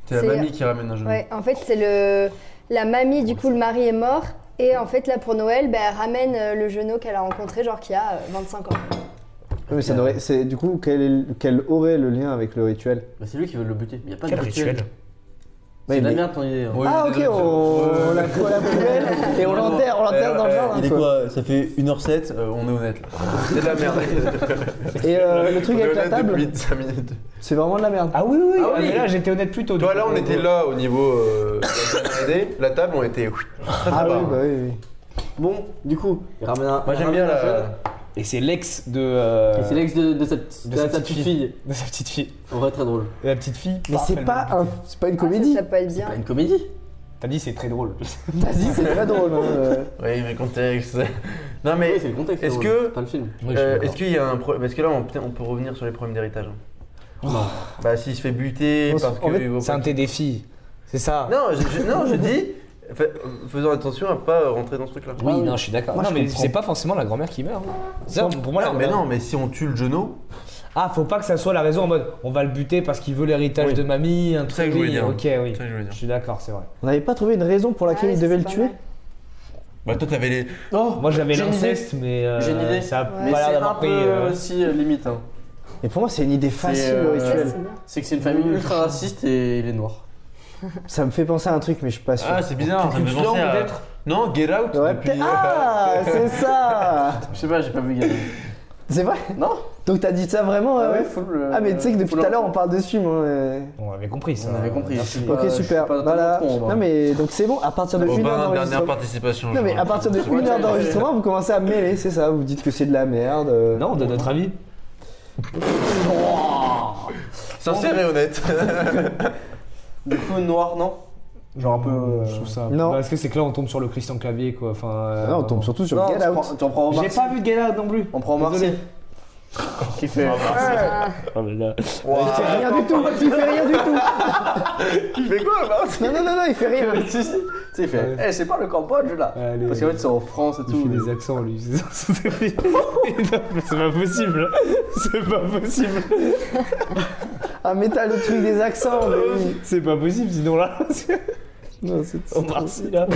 C: C'est
F: C'est-
C: la mamie qui ramène un genou.
F: Ouais, en fait, c'est le la mamie, du coup, le mari est mort. Et en fait, là, pour Noël, bah, elle ramène euh, le genou qu'elle a rencontré, genre qui a euh, 25 ans.
A: Oui, mais ça n'aurait- c'est- du coup, quel, est- quel aurait le lien avec le rituel
E: Bah, c'est lui qui veut le buter. Il y a pas
D: Quel
E: de rituel.
D: rituel
E: C'est
A: Ouais,
E: de la
A: mais-
E: merde ton idée. hein.
C: Oui, euh,
A: Ah, ok,
C: désolé,
A: on, on la fout à la poubelle et on l'enterre, on l'enterre dans le jardin.
C: euh, Il est
A: quoi.
C: quoi Ça fait 1h07, euh, on est honnête là. C'est de la merde.
A: Et euh, le truc avec la table,
C: 5 minutes.
A: c'est vraiment de la merde.
D: Ah oui, oui,
C: Ah oui.
D: mais là j'étais honnête plus tôt.
C: Toi
D: du
C: là,
D: coup.
C: on était là au niveau euh, de la dernière idée. La table, on était.
A: Ah, oui, bah oui, oui.
E: Bon, du coup, il ramène un.
C: Moi
E: il
C: j'aime
E: ramène
C: bien
E: un jeune.
C: la.
D: Et c'est l'ex de. euh,
E: Et c'est l'ex de, de cette,
D: de
E: de
D: sa
E: sa
D: petite
E: petite fille.
D: de sa petite fille.
E: En vrai, très drôle.
D: Et la petite fille.
A: Mais
D: paf,
A: c'est
D: elle
A: pas,
D: me
A: un,
D: butait.
A: c'est pas une
F: Ah,
A: comédie.
F: ça, ça peut être bien.
E: Pas Bah, une comédie
D: T'as dit c'est très drôle.
A: Vas-y, c'est très drôle. hein, euh.
C: Oui, mais contexte. Non mais.
E: Oui, c'est le contexte.
C: est-ce
E: drôle.
C: que-
E: Pas le film.
C: euh, Est-ce qu'il y a un problème Parce que là, on, putain, on peut revenir sur les problèmes d'héritage. hein. Bah, s'il se fait buter,
A: Oh. On s-
C: parce que.
A: en fait,
C: il vaut
D: C'est
C: pas-
D: un thé des filles. C'est ça.
C: Non, je, je- non, je dis. fa- Faisons attention à pas rentrer dans ce truc-là.
D: Oui, non, je suis d'accord.
A: Moi,
D: Non,
A: je
D: mais
A: comprends.
D: c'est pas forcément la grand-mère qui meurt. Ça, pour moi, la
C: Non, mais
D: grand-mère-
C: non, mais si on tue le genou,
D: Ah, faut pas que ça soit la raison en mode on va le buter parce qu'il veut l'héritage
C: Oui.
D: de mamie, un truc.
C: ça que je voulais
D: oui,
C: dire.
D: Ok, oui.
C: C'est ça que je voulais dire.
D: suis d'accord, c'est vrai.
A: On n'avait pas trouvé une raison pour laquelle
F: Ah,
A: il
F: ça,
A: devait
F: c'est
A: le
F: pas
A: tuer
F: mal.
C: Bah, toi, t'avais les.
E: Oh,
D: Moi j'avais
E: J'ai une
D: l'inceste, mais euh,
E: J'ai une idée.
D: ça a
E: Mais
D: pas
E: c'est
D: l'air
E: un
D: d'avoir
E: peu
D: pris. euh,
E: aussi euh, limite. hein.
A: Et pour moi, c'est une idée facile
E: euh,
A: le
F: Ça,
A: rituel.
F: c'est bien.
A: Mm.
E: C'est que c'est une famille ultra raciste et il est noir.
A: Ça me fait penser à un truc, mais je suis pas sûr.
C: Ah, c'est bizarre, ça me fait
E: Culture,
C: penser à-
E: peut-être
C: Non, Get Out
A: Ouais,
C: depuis,
A: peut-
C: euh,
A: Ah, c'est ça
E: Je sais pas, j'ai pas vu gagner.
A: C'est vrai
E: Non
A: Donc t'as dit ça vraiment ouais, ouais.
E: full, euh,
A: Ah, mais tu sais que depuis
E: full
A: tout à l'heure
E: info.
A: on parle de ce film. hein, euh.
D: On avait compris ça.
E: On avait compris.
D: Merci.
E: Ouais,
A: Ok,
E: Ah, je suis
A: super.
E: pas totalement
A: Voilà.
E: con, moi.
A: non, mais donc c'est bon, à partir de
C: Robin,
A: une heure
C: dernière
A: d'enregistrement.
C: participation.
A: Non,
C: je
A: mais
C: crois.
A: à partir de une heure d'enregistrement, vous commencez à mêler, c'est ça Vous dites que c'est de la merde. euh.
D: Non, on donne notre avis.
C: Sincère et honnête.
E: Du coup, noir, non
D: Genre
E: un peu, euh,
D: Je trouve ça.
A: non.
D: Parce que c'est que là, on tombe sur le Christian Clavier, quoi. Enfin. euh,
A: Ah, Non, on tombe surtout sur
E: Non,
A: Get
E: tu
A: Out.
E: prends- tu en prends Omar
D: J'ai
E: Sy.
D: pas vu de gala non plus.
E: On prend Omar Sy.
D: Désolé.
E: Qui fait
A: Il fait rien du tout, il fait rien du tout.
E: Il fait quoi, Omar Sy
A: Non, non, non, non, il fait rien.
E: Si, si. Tu sais, il fait. Eh, c'est pas le Cambodge là
D: Allez.
E: Parce qu'en fait, c'est en France et
D: Il fait
E: tout.
A: euh,
D: des accents, lui. C'est ça, c'est terrible. Non, mais c'est pas possible. C'est pas possible.
A: Ah, mais t'as le truc des accents. mais oui.
D: C'est pas possible, sinon là. Non, c'est On part ici, là.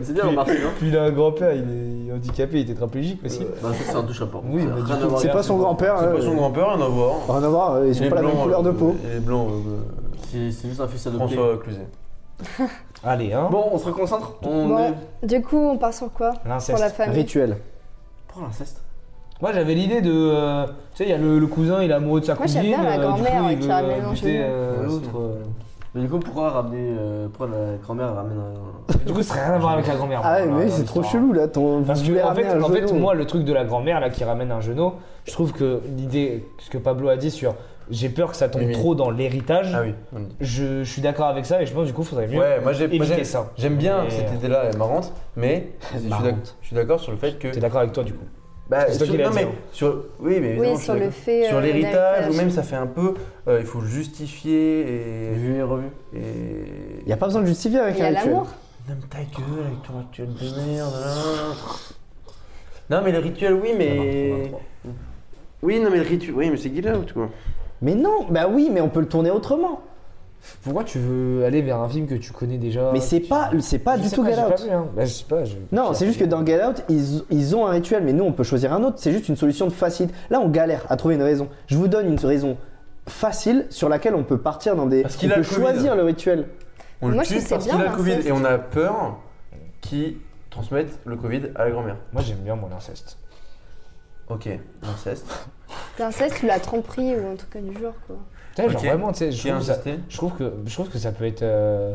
E: C'est bien, Omar Sy, non
D: Puis il a un grand-père, il est handicapé, il est tétraplégique aussi.
E: Bah, ça, c'est un touche à pas.
D: Oui,
E: Ça
D: bah,
E: a
D: du
E: rien à
D: coup,
E: voir.
A: C'est pas son grand-père.
C: C'est
A: hein,
C: pas son
A: euh.
C: grand-père, rien à voir.
A: Rien à voir, euh, ils
C: Il
A: sont
C: est
A: pas la
C: blanc,
A: même couleur de
C: euh,
A: peau.
C: Il est blanc, euh,
E: C'est c'est juste un fils
C: euh,
E: adopté.
C: François Cluzet.
D: Allez, hein.
E: Bon, on se reconcentre. On
F: Bon.
E: est.
F: Du coup, on part sur quoi Pour la
D: L'inceste.
F: famille.
A: Rituel.
E: Pour l'inceste.
D: Moi, j'avais l'idée de. euh, tu sais, il y a le, le cousin, il est amoureux de sa
F: Moi, j'aime
D: cousine.
F: bien la
D: euh, du coup,
F: grand-mère
D: il
F: qui
D: veut,
F: a
D: euh,
F: mélangé.
D: buter, euh,
C: Ouais,
D: l'autre. euh.
E: Mais du coup, pourquoi ramener. euh, Pourquoi la grand-mère elle ramène un.
D: Mais Du coup, ça n'a rien à voir avec la grand-mère.
A: Ah, ouais,
D: Voilà,
A: mais
D: dans
A: c'est trop
D: l'histoire.
A: chelou là. Ton.
D: Parce
A: vous voulez
D: que, en fait,
A: ramener un
D: en fait,
A: genou.
D: moi, le truc de la grand-mère là qui ramène un genou, je trouve que l'idée, ce que Pablo a dit sur j'ai peur que ça tombe
C: Oui, oui.
D: trop dans l'héritage,
C: Ah oui.
D: je, je suis d'accord avec ça et je pense du coup, faudrait mieux
C: Ouais, moi j'ai- moi,
D: éviter
C: j'ai-
D: ça.
C: j'aime bien
D: Mais-
C: cette idée-là, elle est marrante, mais je suis d'ac-
D: Marrante.
C: je suis d'accord sur le fait que.
D: T'es d'accord avec toi du coup
C: Bah,
D: C'est toi
C: sur-
D: qui l'as
C: non,
D: dit,
C: mais
D: hein.
C: sur, oui, mais évidemment,
F: Oui,
C: je suis
F: sur le
C: d'accord.
F: fait.
C: Sur
F: euh,
C: l'héritage, ou
F: l'héritage.
C: même ça fait un peu, euh, il faut le justifier et.
E: Vu et revu.
C: et...
A: Y a pas besoin de justifier avec
F: Il y
A: un
F: a
A: rituel.
F: l'amour.
C: Nomme ta gueule avec ton rituel de merde là. Non mais le rituel oui mais.
H: Oui, non, mais le rituel. Oui, mais c'est Get Out, quoi.
A: Mais non, bah oui, mais on peut le tourner autrement.
D: Pourquoi tu veux aller vers un film que tu connais déjà
A: Mais c'est pas, c'est pas du tout Get Out.
D: je sais pas. je-
A: Non, c'est juste que dans Get Out, ils, ils ont un rituel, mais nous, on peut choisir un autre. C'est juste une solution de facile. Là, on galère à trouver une raison. Je vous donne une raison facile sur laquelle on peut partir dans des.
C: Parce qu'il
A: on
C: a
A: peut
C: le Covid.
A: choisir le rituel.
C: On le
F: Moi, je
C: tue
F: trouve
C: parce
F: c'est
C: qu'il
F: bien,
C: a le Covid
F: l'inceste.
C: et on a peur qu'il transmette le Covid à la grand-mère.
D: Moi, j'aime bien moi l'inceste.
C: Ok, l'inceste.
F: L'inceste ou la tromperie ou un truc du genre, quoi.
D: Tu sais, genre
C: Ok.
D: vraiment, tu sais, je
C: Qui a
D: trouve ça-
C: insisté
D: je trouve que je trouve que ça peut être euh,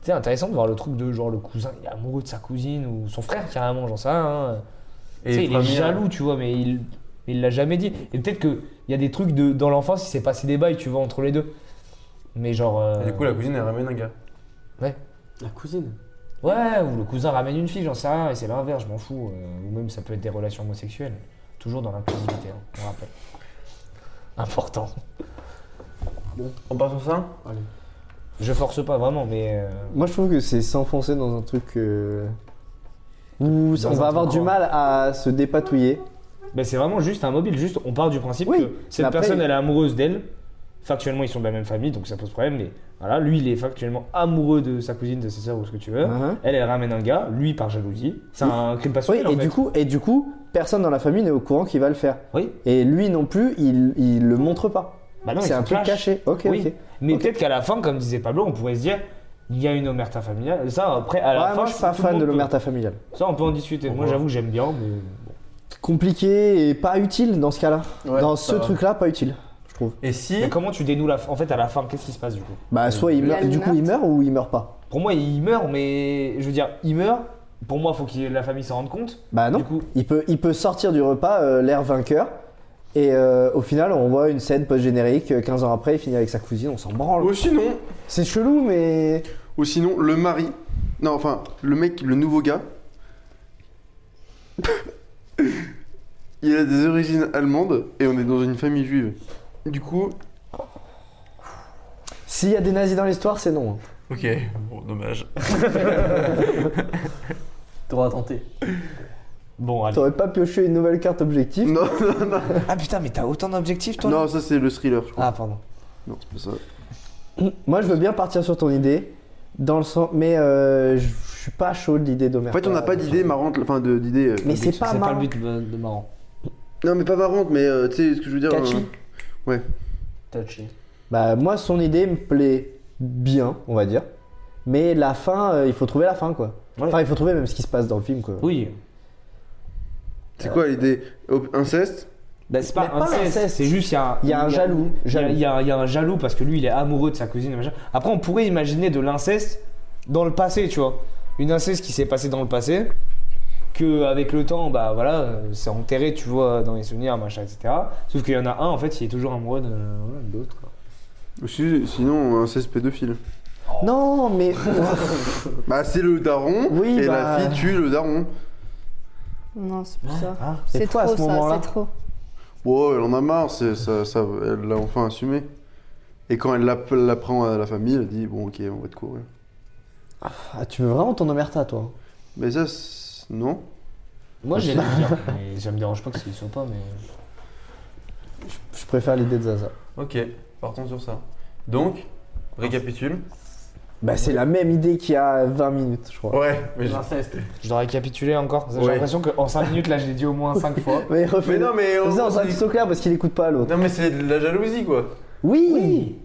D: tu sais, intéressant de voir le truc de genre le cousin il est amoureux de sa cousine ou son frère carrément j'en sais rien hein. Tu sais, il est
C: Framir-
D: jaloux tu vois mais il il l'a jamais dit et peut-être que il y a des trucs de dans l'enfance il s'est passé des bails tu vois entre les deux mais genre euh,
C: Et du coup la cousine elle ramène un gars.
E: La cousine.
D: ouais ou le cousin ramène une fille j'en sais rien et c'est l'inverse je m'en fous euh, ou même ça peut être des relations homosexuelles toujours dans l'inclusivité hein, on rappelle important
C: On part sur ça
E: Allez.
D: je force pas vraiment mais euh,
A: Moi, je trouve que c'est s'enfoncer dans un truc. euh, Où
D: Dans
A: on
D: un
A: va avoir
D: truc
A: du
D: quoi.
A: mal à se dépatouiller.
D: Ben, c'est vraiment juste un mobile, juste on part du principe
A: Oui,
D: que cette
A: mais après-
D: personne elle est amoureuse d'elle. Factuellement, ils sont de la même famille, donc ça pose problème, mais voilà, lui il est factuellement amoureux de sa cousine, de ses soeurs ou ce que tu veux.
A: Hein
D: Elle, elle ramène un gars, lui par jalousie. C'est un crime
A: Oui,
D: passionnel.
A: et du, coup, et du coup, personne dans la famille n'est au courant qu'il va le faire.
D: Oui,
A: Et lui non plus, il, il le montre pas.
D: Bah non, il
A: c'est
D: se
A: un truc
D: cache.
A: caché. Ok,
D: oui.
A: ok.
D: Mais
A: Ok.
D: peut-être qu'à la fin, comme disait Pablo, on pourrait se dire il y a une omerta familiale. Ça, après, à la
A: Ouais,
D: fin.
A: moi, je suis pas
D: tout le
A: fan de
D: monde peut-
A: l'omerta familiale.
D: Ça, on peut en discuter. Moi,
C: Ouais.
D: j'avoue que j'aime bien, mais. bon.
A: compliqué et pas utile dans ce cas-là.
E: Ouais,
A: dans ce
E: ça va.
A: truc-là, pas utile, je trouve.
C: Et si
D: Mais comment tu dénoues la. En fait, à la fin, qu'est-ce qui se passe du coup
A: Bah, soit il
F: Il y a
A: meurt,
F: le
A: du coup il meurt ou il meurt pas.
D: Pour moi, il meurt, mais. Je veux dire, il meurt. Pour moi, faut que la famille s'en rende compte.
A: Bah non.
D: Du coup,
A: Il peut, il peut sortir du repas euh, l'air vainqueur. Et euh, au final, on voit une scène post-générique. euh, 15 ans après, il finit avec sa cousine, on s'en branle.
H: Ou sinon,
A: C'est chelou, mais.
H: ou sinon, le mari. Non, enfin, le mec, le nouveau gars. Il a des origines allemandes et on est dans une famille juive. Du coup,
A: S'il y a des nazis dans l'histoire, c'est non. hein.
C: Ok, bon dommage.
E: T'auras tenté.
D: Bon, allez.
A: T'aurais pas pioché une nouvelle carte objectif.
H: non, non, non.
D: Ah putain, mais t'as autant d'objectifs, toi
H: Non, ça c'est le thriller, je crois.
D: Ah, pardon.
H: Non, c'est pas ça.
A: Moi, je veux bien partir sur ton idée. Dans le sens. Mais euh, je je suis pas chaud de l'idée
H: En
A: d'Omer.
H: fait, on n'a pas d'idée marrante, enfin de- d'idée. euh,
A: Mais c'est pas
D: C'est pas
A: marrant.
D: le but de, de marrant.
H: Non, mais pas marrante, mais euh, tu sais ce que je veux dire.
A: Catchy.
H: euh,
E: Touchy.
A: Bah, moi, son idée me plaît bien, on va dire. Mais la fin, euh, il faut trouver la fin, quoi.
D: Ouais.
A: Enfin, il faut trouver même ce qui se passe dans le film, quoi.
D: Oui.
H: C'est quoi l'idée Op- Inceste
D: Bah, c'est
A: Mais
D: pas un
A: pas
D: inceste,
A: l'inceste.
D: c'est juste il y a un,
A: Il y a un jaloux.
D: il y a-
A: jaloux.
D: Il y, a- il y a un jaloux parce que lui, il est amoureux de sa cousine. et machin. Après, on pourrait imaginer de l'inceste dans le passé, tu vois. Une inceste qui s'est passée dans le passé, que avec le temps, bah voilà, euh, c'est enterré, tu vois, dans les souvenirs, machin, etc. Sauf qu'il y en a un, en fait, il est toujours amoureux de, voilà, de l'autre. quoi.
H: Si- Sinon, inceste pédophile.
A: Non, mais
H: Bah, c'est le daron
A: Oui,
H: et
A: bah-
H: la fille tue le daron.
F: Non, c'est plus ça.
D: Ah,
F: C'est
A: c'est quoi, à
F: trop
A: ce moment-là
F: ça, c'est trop.
H: Wow, elle en a marre, c'est- ça, ça, elle l'a enfin assumé. Et quand elle l'app- l'apprend à la famille, elle dit Bon, ok, on va te courir.
A: Ah, tu veux vraiment ton omerta, toi hein
H: Mais ça, c'est- non
D: Moi, j'ai l'aime bien. mais ça me dérange pas que ce soit pas, mais.
A: Je préfère l'idée de Zaza.
C: Ok, partons sur ça. Donc, récapitule.
A: Bah, c'est la même idée qu'il y a 20 minutes, je crois.
C: Ouais, mais j'ai-
E: L'inceste.
D: Je dois récapituler encore. J'ai
C: Ouais.
D: l'impression qu'en 5 minutes, là, je l'ai dit au moins 5 fois.
A: Mais refais.
C: Mais non, mais.
A: Comme
C: on-
A: ça, on sera
C: c'est-
A: plutôt clair parce qu'il écoute pas l'autre.
C: Non, mais c'est de la jalousie, quoi.
A: Oui,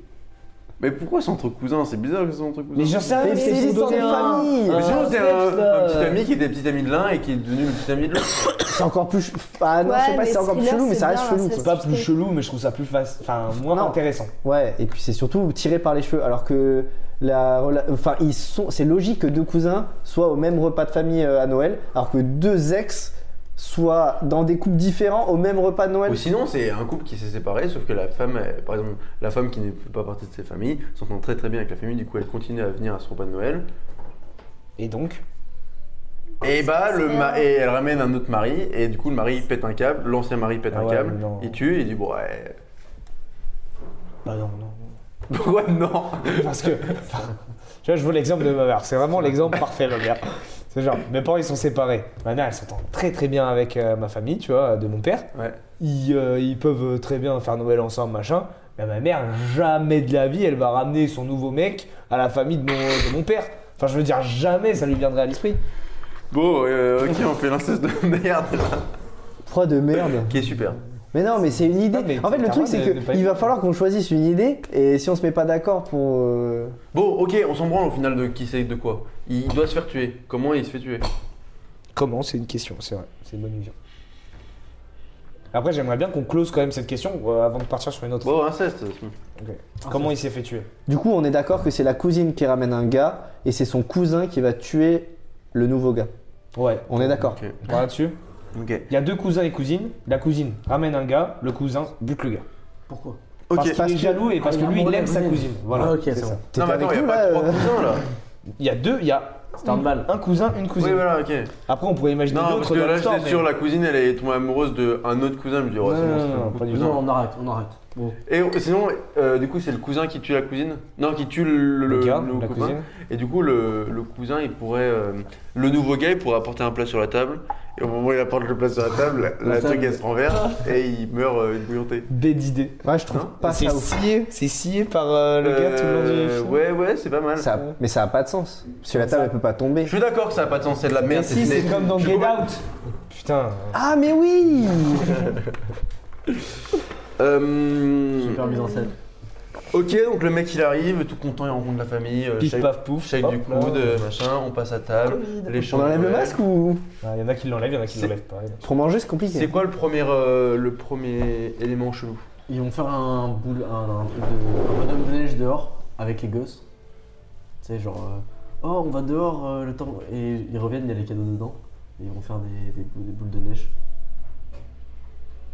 H: Mais pourquoi c'est entre cousins C'est bizarre que c'est entre cousins.
D: Mais j'en sais rien,
A: Mais c'est Euh, l'histoire de famille
C: Mais sinon, Ah, c'est un,
A: là.
C: un petit ami qui était petit ami de l'un et qui est devenu le petit ami de l'autre.
A: C'est encore plus. ch- Ah non,
F: Ouais,
A: je sais pas
F: mais
A: si c'est encore plus
F: thriller,
A: chelou, mais ça
F: c'est
A: reste
F: bien,
A: chelou.
F: c'est-
A: quoi.
D: C'est pas plus chelou, mais je trouve ça plus facile. Enfin, moins
A: Non.
D: intéressant.
A: Ouais, et puis c'est surtout tiré par les cheveux. Alors que la, rela- enfin, ils sont, c'est logique que deux cousins soient au même repas de famille euh, à Noël, alors que deux ex soient dans des couples différents au même repas de Noël.
C: Ou sinon, c'est un couple qui s'est séparé, sauf que la femme, elle- par exemple, la femme qui ne fait pas partie de ses familles, s'entend très très bien avec la famille, du coup, elle continue à venir à ce repas de Noël.
D: Et donc
C: Et bah, le ma- et elle ramène un autre mari, et du coup, le mari pète un câble, l'ancien mari pète
D: Ah
C: un
D: ouais,
C: câble,
D: non.
C: il tue, et il dit, bon, ouais.
D: Bah non, non.
C: Pourquoi non
D: Parce que. tu vois, je veux l'exemple de ma mère. C'est vraiment l'exemple parfait, ma mère. C'est genre, mes parents, ils sont séparés. Ma mère, elle s'entend très très bien avec euh, ma famille, tu vois, de mon père.
C: Ouais.
D: Ils, euh, ils peuvent très bien faire Noël ensemble, machin. Mais ma mère, jamais de la vie, elle va ramener son nouveau mec à la famille de mon, de mon père. Enfin, je veux dire, jamais ça lui viendrait à l'esprit.
H: Bon, euh, ok, on fait l'inceste de merde.
A: Trois de merde.
C: Qui est super.
A: Mais non, mais c'est une idée.
D: Ah, mais
A: en fait,
D: t'as
A: le truc,
D: raison
A: c'est
D: de- de pas
A: qu'il va
D: aimer.
A: falloir qu'on choisisse une idée, et si on se met pas d'accord pour. euh,
C: Bon, ok, on s'en branle au final de qui c'est de quoi. Il doit se faire tuer. Comment il se fait tuer
D: Comment C'est une question, c'est vrai. C'est une bonne vision. Après, j'aimerais bien qu'on close quand même cette question euh, avant de partir sur une autre.
C: Bon, inceste.
D: Comment il s'est fait tuer
A: Du coup, on est d'accord que c'est la cousine qui ramène un gars, et c'est son cousin qui va tuer le nouveau gars.
D: Ouais.
A: On est d'accord.
C: Ok.
D: On parle là-dessus
H: Ok.
D: Il y a deux cousins et cousines. La cousine ramène un gars, le cousin bute le gars.
E: Pourquoi
H: Ok.
D: Parce qu'il est
A: que- Ah,
D: jaloux et parce que lui, il aime sa cousine. Voilà.
E: Ah, ok,
D: c'est
E: c'est
D: ça.
E: bon.
A: T'étais
C: Non, mais
A: avec
C: attends, il n'y a
A: nous,
C: pas
A: là,
C: trois
A: euh,
C: cousins là.
D: Il y a deux, il y a
E: C'était un mal.
D: un cousin, une cousine.
C: Oui, voilà, ok.
D: Après, on pourrait imaginer
C: Non, parce
D: d'autres
C: que
D: dans
C: là,
D: l'histoire,
C: j'étais
D: mais-
C: sûr, la cousine, elle est tombée amoureuse d'un autre cousin. Je me dis, oh,
D: Non,
C: c'est bon,
D: non,
C: c'est
D: non,
C: beaucoup
D: pas
C: de
D: du tout.
C: cousins.
E: Non, on arrête, on arrête. Bon.
C: Et euh, sinon, euh, du coup, c'est le cousin qui tue la cousine Non, qui tue le,
D: Le
C: le-
D: gars,
C: le
D: la
C: copain.
D: cousine.
C: Et du coup, le, le cousin, il pourrait. euh, le nouveau gars, il pourrait apporter un plat sur la table. Et au moment où il apporte le plat sur la table, la,
E: table.
C: truc, elle se renverse et il meurt euh, bouillonté.
D: Bête idée.
A: Ouais, je trouve
C: Non,
A: pas
D: C'est
A: ça ouf.
D: scié, c'est scié par euh, le gars tout le long du
C: Euh,
D: film.
C: Ouais, ouais, c'est pas mal.
A: Ça a- Mais ça a pas de sens. Parce que la table, elle peut pas tomber.
C: Je suis d'accord que ça n'a pas de sens, c'est de la
D: Mais
C: merde.
D: si, c'est comme dans
C: Je
D: Get
C: comprends-
D: Out. Putain.
A: Ah, mais oui
C: Euh,
E: Super mise en scène.
C: ok, donc le mec il arrive, tout content, il rencontre la famille. euh,
D: Pif
C: shake-
D: paf pouf.
C: shake du
D: hop là.
C: coude, euh, machin, on passe à table. les
A: On
C: chambres
A: enlève le
C: nouvelles.
A: masque ou
D: Ah, Il y en a qui l'enlèvent, il y en a qui
C: C'est-
D: l'enlèvent pas.
A: Pour manger, c'est compliqué.
C: C'est quoi le premier, euh, le premier élément chelou
E: Ils vont faire un boule, un, un truc de. un bonhomme de neige dehors avec les gosses. Tu sais, genre. euh, oh, on va dehors euh, le temps. Et ils reviennent, il y a les cadeaux dedans. Et ils vont faire des, des, boules, des boules de neige.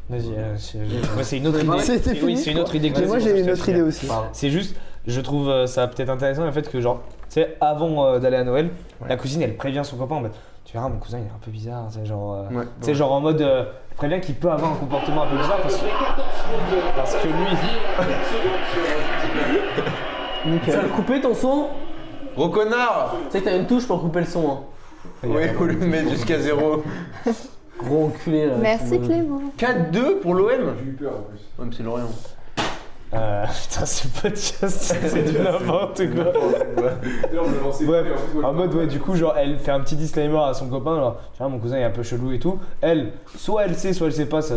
D: Vas-y, euh, c'est- je- moi, c'est une autre idée.
A: marrant. C'était
D: Oui,
A: fini,
D: c'est une autre idée que
A: Mais moi,
D: c'est pour
A: j'ai
D: ça que
A: une
D: je
A: autre
D: te
A: idée
D: file.
A: aussi.
E: Pardon.
D: C'est juste, je trouve euh, ça peut-être intéressant le fait que, genre, tu sais, avant euh, d'aller à Noël, la cousine elle prévient son copain en mode Tu verras, mon cousin il est un peu bizarre, tu sais, genre, euh,
C: Ouais,
D: tu sais, genre en mode euh, prévient qu'il peut avoir un comportement un peu bizarre parce que, parce que lui.
E: Tu vas le couper ton son
C: Gros connard
E: Tu sais que t'as une touche pour couper le son. Hein.
C: Oui, vous le mettez jusqu'à zéro.
E: Gros enculé euh, là.
F: Merci
E: Tu me-
F: Clément.
C: 4-2 pour l'OM
G: J'ai eu peur en plus.
C: Même c'est Lorient.
D: Euh, putain, ce podcast c'est du n'importe quoi.
G: D'ailleurs, je me lançais
D: Ouais,
G: et en fait,
D: En mode, ouais, du coup, genre, elle fait un petit disclaimer à son copain, genre, Tiens, mon cousin il est un peu chelou et tout. Elle, soit elle sait, soit elle sait pas ça-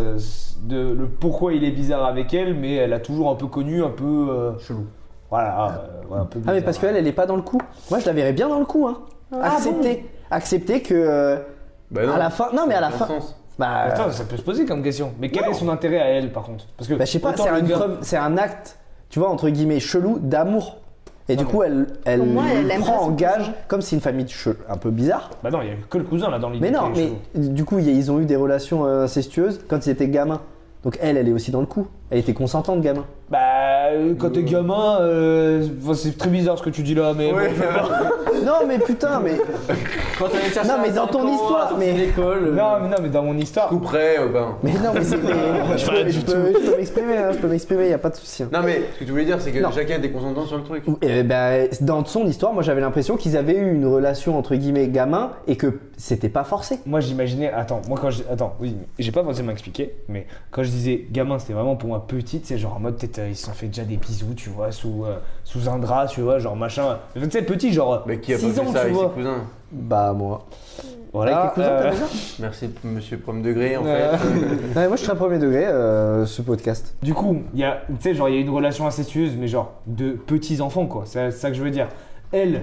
D: de, le pourquoi il est bizarre avec elle, mais elle a toujours un peu connu, un peu. euh,
C: Chelou.
D: Voilà, euh, ouais, un peu
A: Ah mais
D: bizarre.
A: parce qu'elle, elle est pas dans le coup. Moi, je la verrais bien dans le coup, hein.
F: Ah
A: accepter, accepter que euh,
C: Bah non.
A: à la fin, non mais à la
C: Dans le
A: fin,
C: sens.
A: bah, euh,
D: Attends, ça peut se poser comme question. Mais quel est son intérêt à elle, par contre Parce que.
A: bah, je sais pas,
D: autant
A: c'est
D: le
A: une
D: gars-
A: preuve- c'est un acte, tu vois entre guillemets chelou d'amour. Et du coup, elle, elle,
F: Au moins, elle
A: le
F: aime
A: prend
F: pas
A: en
F: son
A: gage
F: cousin.
A: comme c'est une famille de che- un peu bizarre.
D: Bah non, il y a que le cousin là dans l'idée.
A: Mais non,
D: qui est
A: mais du coup, il y a- ils ont eu des relations euh, incestueuses quand ils étaient gamins. Donc elle, elle est aussi dans le coup. Elle était consentante gamin.
D: Bah, euh, quand t'es gamin, euh, enfin, c'est très bizarre ce que tu dis là, mais. bon, fais pas.
A: non mais putain, mais
E: Quand on est cherché
A: Non,
E: à
A: mais dans
E: cinq
A: ton
E: ans,
A: histoire,
E: à sortir
A: mais-
E: de l'école. euh,
D: non, mais non, mais dans mon histoire.
C: Tout près, euh, ben.
A: mais non, mais c'est mais- je peux- je peux je peux m'exprimer, hein, je peux m'exprimer, il y a pas de souci. hein.
C: Non mais ce que tu voulais dire c'est que
A: Non.
C: chacun a des consentants sur le truc.
A: Eh ben, dans son histoire, moi j'avais l'impression qu'ils avaient eu une relation entre guillemets gamin et que c'était pas forcé.
D: Moi j'imaginais, attends, moi quand je, attends, oui, mais j'ai pas forcément expliqué, mais quand je disais gamin, c'était vraiment pour moi petite, c'est genre en mode peut-être euh, ils se sont fait déjà des bisous, tu vois, sous, euh, sous un drap, tu vois, genre machin. Mais Tu sais, petit, genre euh,
C: Mais qui a
D: 6
C: pas
D: ans,
C: fait ça
D: tu
C: avec ses
D: vois.
C: cousins
A: Bah moi. ah,
D: Voilà,
A: Avec tes cousins,
D: euh,
A: t'as déjà
C: Merci monsieur premier degré en
D: Euh.
C: fait. Euh,
A: Non, mais moi je suis très premier degré euh, ce podcast.
D: Du coup, il y a, tu sais, genre, il y a une relation incestueuse, mais genre de petits enfants, quoi. C'est c'est ça que je veux dire. Elle,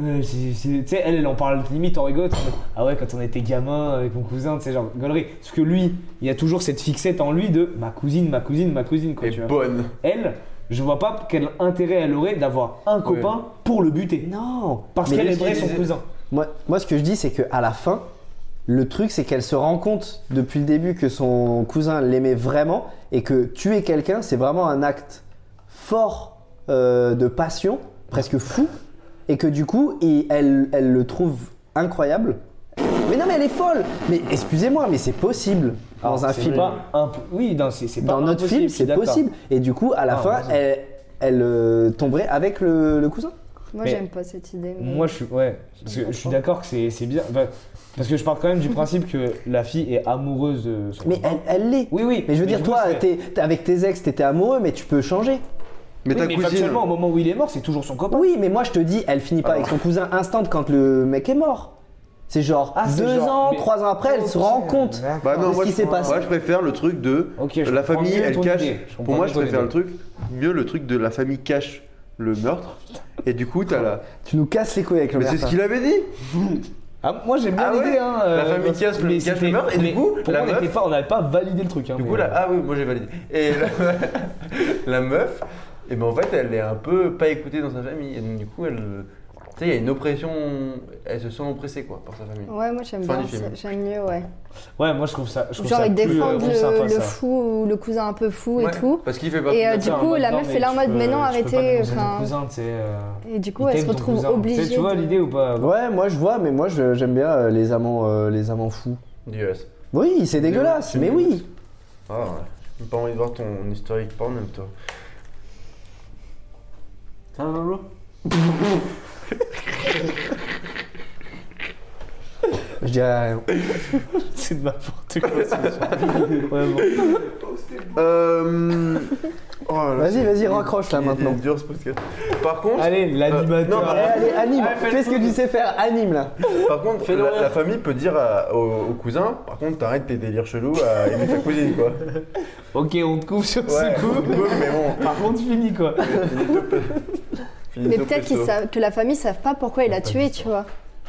D: euh, c'est- c'est- tu sais, elle, elle en parle limite en rigole. en mode, Ah ouais, quand on était gamin avec mon cousin, tu sais, genre galerie. Parce que lui, il y a toujours cette fixette en lui de ma cousine, ma cousine, ma cousine, quoi.
C: Et
D: tu vois.
C: bonne.
D: Elle, je vois pas quel intérêt elle aurait d'avoir un copain pour le buter.
A: Non.
D: Parce
A: Mais
D: qu'elle
A: lui,
D: aimerait son
A: disait-
D: cousin.
A: Moi, moi ce que je dis c'est que à la fin, le truc c'est qu'elle se rend compte depuis le début que son cousin l'aimait vraiment et que tuer quelqu'un c'est vraiment un acte fort euh, de passion, presque fou, et que du coup il- elle, elle le trouve incroyable. Mais non mais elle est folle. Mais excusez-moi mais c'est possible dans un
D: C'est
A: film.
D: pas imp- Oui, non, c'est c'est pas
A: dans notre
D: impossible,
A: film,
D: je suis
A: c'est
D: d'accord.
A: possible. Et du coup, à la
D: Ah,
A: fin,
D: vas-y.
A: elle, elle, euh, tomberait avec le, le cousin.
F: Moi,
D: Mais-
F: j'aime pas cette idée. mais-
D: Moi, je suis, ouais, parce que je suis d'accord que c'est c'est bizarre. Enfin, parce que je pars quand même du principe que la fille est amoureuse de son
A: Mais
D: copain.
A: elle, elle l'est.
D: Oui, oui.
A: Mais je veux dire,
D: du coup,
A: toi,
D: c'est-
A: t'es- t'es- avec tes ex, t'étais amoureux, mais tu peux changer.
H: Mais
D: Oui,
H: ta
D: mais
H: cousine.
D: factuellement, au moment où il est mort, c'est toujours son copain.
A: Oui, mais moi, je te dis, elle finit pas avec son cousin instant quand le mec est mort. C'est genre
D: Ah, c'est
A: deux
D: genre-
A: ans,
D: mais-
A: trois ans après, elle se rend
D: Ok,
A: compte.
D: d'accord.
H: Bah non,
A: Qu'est-ce
H: moi,
A: qui
H: je-
A: s'est passé
H: moi, je préfère le truc de
C: Bah
D: Ok, je
H: la
D: comprends
H: famille,
D: mieux
H: elle
D: ton
H: cache.
D: idée. Je comprends
H: Pour moi,
D: mieux
H: je
D: ton
H: préfère
D: idée.
H: le truc mieux le truc de la famille cache le meurtre. Et du coup, t'as la.
A: Tu nous casses les couilles avec le
H: Mais c'est
A: mec.
H: ce qu'il avait dit.
D: Ah, moi, j'aime bien
C: Ah ouais
D: l'idée. hein,
C: La
D: euh,
C: famille cache le-
D: mais
C: cache le
D: c'était-
C: meurtre, et du
D: mais
C: coup,
D: pour
C: la
D: moi, on
C: meuf-
D: était pas- on n'avait pas validé le truc. hein,
C: Du
D: mais-
C: coup là, ah oui, moi j'ai validé. Et la, la meuf, et ben en fait elle est un peu pas écoutée dans sa famille. Et donc du coup elle, tu sais, il y a une oppression, elle se sent oppressée quoi par sa famille.
F: Ouais, moi, j'aime
C: Fin
F: bien.
C: du film.
F: ça- J'aime mieux, ouais.
D: Ouais, moi, je trouve ça. Je trouve
F: Genre,
D: ça
F: ils
D: plus, euh,
F: défendent
D: bon, sympa,
F: le, le
D: ça.
F: fou ou le cousin un peu fou
C: Ouais,
F: et tout.
C: Parce qu'il fait pas.
F: Et, euh,
D: Ouais,
F: du
D: en
F: coup,
D: mode,
F: la
D: hein. non,
F: meuf,
D: mais
F: elle est en
D: tu
F: mode,
D: peux-
F: mais
D: tu
F: non,
D: peux pas
F: arrêtez,
D: dénoncer ton
F: enfin,
D: cousin, tu sais, euh,
F: Et du
D: il
F: coup, elle
D: t'aime,
F: se
D: ton
F: retrouve
D: cousin. Tu sais,
F: obligée.
D: Tu vois
F: de-
D: l'idée ou pas
A: Ouais, moi, je vois, mais moi, je- j'aime bien euh, les amants, euh, les amants fous.
C: Yes.
A: Oui, c'est dégueulasse, mais oui.
C: Ah, ouais. J'ai pas envie de voir ton historique porn même toi.
E: Ça va, Lolo
A: Je dirais. rien.
D: C'est n'importe quoi.
H: Euh... Oh là là,
A: Vas-y,
H: c'est-
A: vas-y, raccroche là
H: il est-
A: maintenant.
H: Il est dur ce podcast.
C: Par contre,
D: Allez, l'animateur.
C: non, par
A: Eh, Allez, anime.
D: Ouais, fais le
A: Fais ce que
D: truc.
A: tu sais faire, anime là.
C: Par contre,
E: Fais-le
C: la,
E: rire.
C: la famille peut dire à- au, au cousin, par contre, t'arrêtes tes délires chelous à aimer ta cousine, quoi.
D: Ok, on te coupe sur
C: Ouais,
D: ce coup.
C: cool, mais bon.
D: Par contre, fini quoi.
F: Mais peut-être qu'ils savent- que la famille savent pas pourquoi il a tué, tu vois.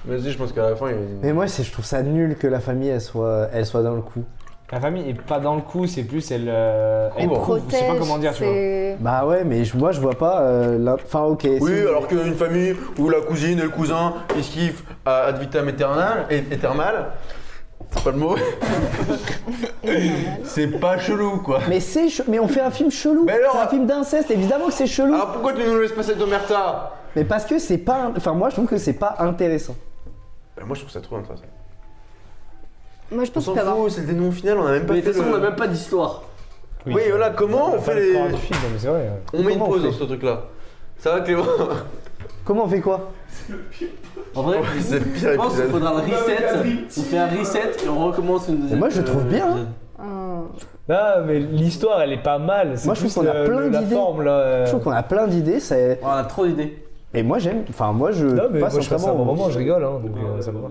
C: Vas-y, je pense qu'à la fin, il y a une-
A: Mais moi, c'est- je trouve ça nul que la famille elle soit, elle soit dans le coup.
D: La famille est pas dans le coup, c'est plus elle. euh,
F: Elle
D: elle
F: protège.
D: Je sais pas comment dire, tu vois.
F: c'est-
A: Bah ouais, mais je, moi, je vois pas. euh, l'in- enfin, ok.
C: Oui,
A: si-
C: alors qu'une famille où la cousine et le cousin, ils se kiffent à ad vitam aeternal, et, éternal, c'est pas le mot, c'est pas chelou, quoi.
A: Mais c'est, che- mais on fait un film chelou.
C: Mais alors-
A: C'est un film d'inceste. Évidemment que c'est chelou.
D: Ah.
C: Alors Ah, pourquoi tu nous laisses passer d'Omerta
A: Mais parce que c'est pas. un- Enfin, moi, je trouve que c'est pas intéressant.
C: Bah, Moi, je trouve ça trop intéressant.
F: Moi, je
C: On
F: pense
C: s'en
F: qu'il peut y avoir
C: fout, c'est le dénouement final, on a même pas
E: Mais de
C: fait
E: toute façon,
C: le-
E: on n'a même pas d'histoire.
C: Oui, voilà, comment on fait
D: le
C: les-
D: corps du film, non, mais c'est vrai. ouais.
C: On met une
A: Comment on
C: pause
A: fait
C: dans ce truc-là. Ça va, Clément
A: Comment on fait quoi
E: En vrai,
C: C'est le pire
E: je pense qu'il
C: épisode.
E: faudra le reset. On fait un reset et on recommence une deuxième.
A: Mais moi, je
E: euh,
A: trouve bien, hein.
E: épisode.
F: un-
D: Non, mais l'histoire, elle est pas mal. c'est
A: Moi, je
D: plus
A: trouve qu'on a
D: le-
A: plein
D: le- la
A: d'idées.
D: forme, là, euh.
A: Je trouve qu'on a plein d'idées. C'est.
E: On a trop d'idées.
A: Et moi, j'aime. Enfin, moi, je
D: Non, mais moi,
A: passe
D: je passe
A: vraiment
D: un bon moment, je rigole. Hein, donc, euh, ça me va.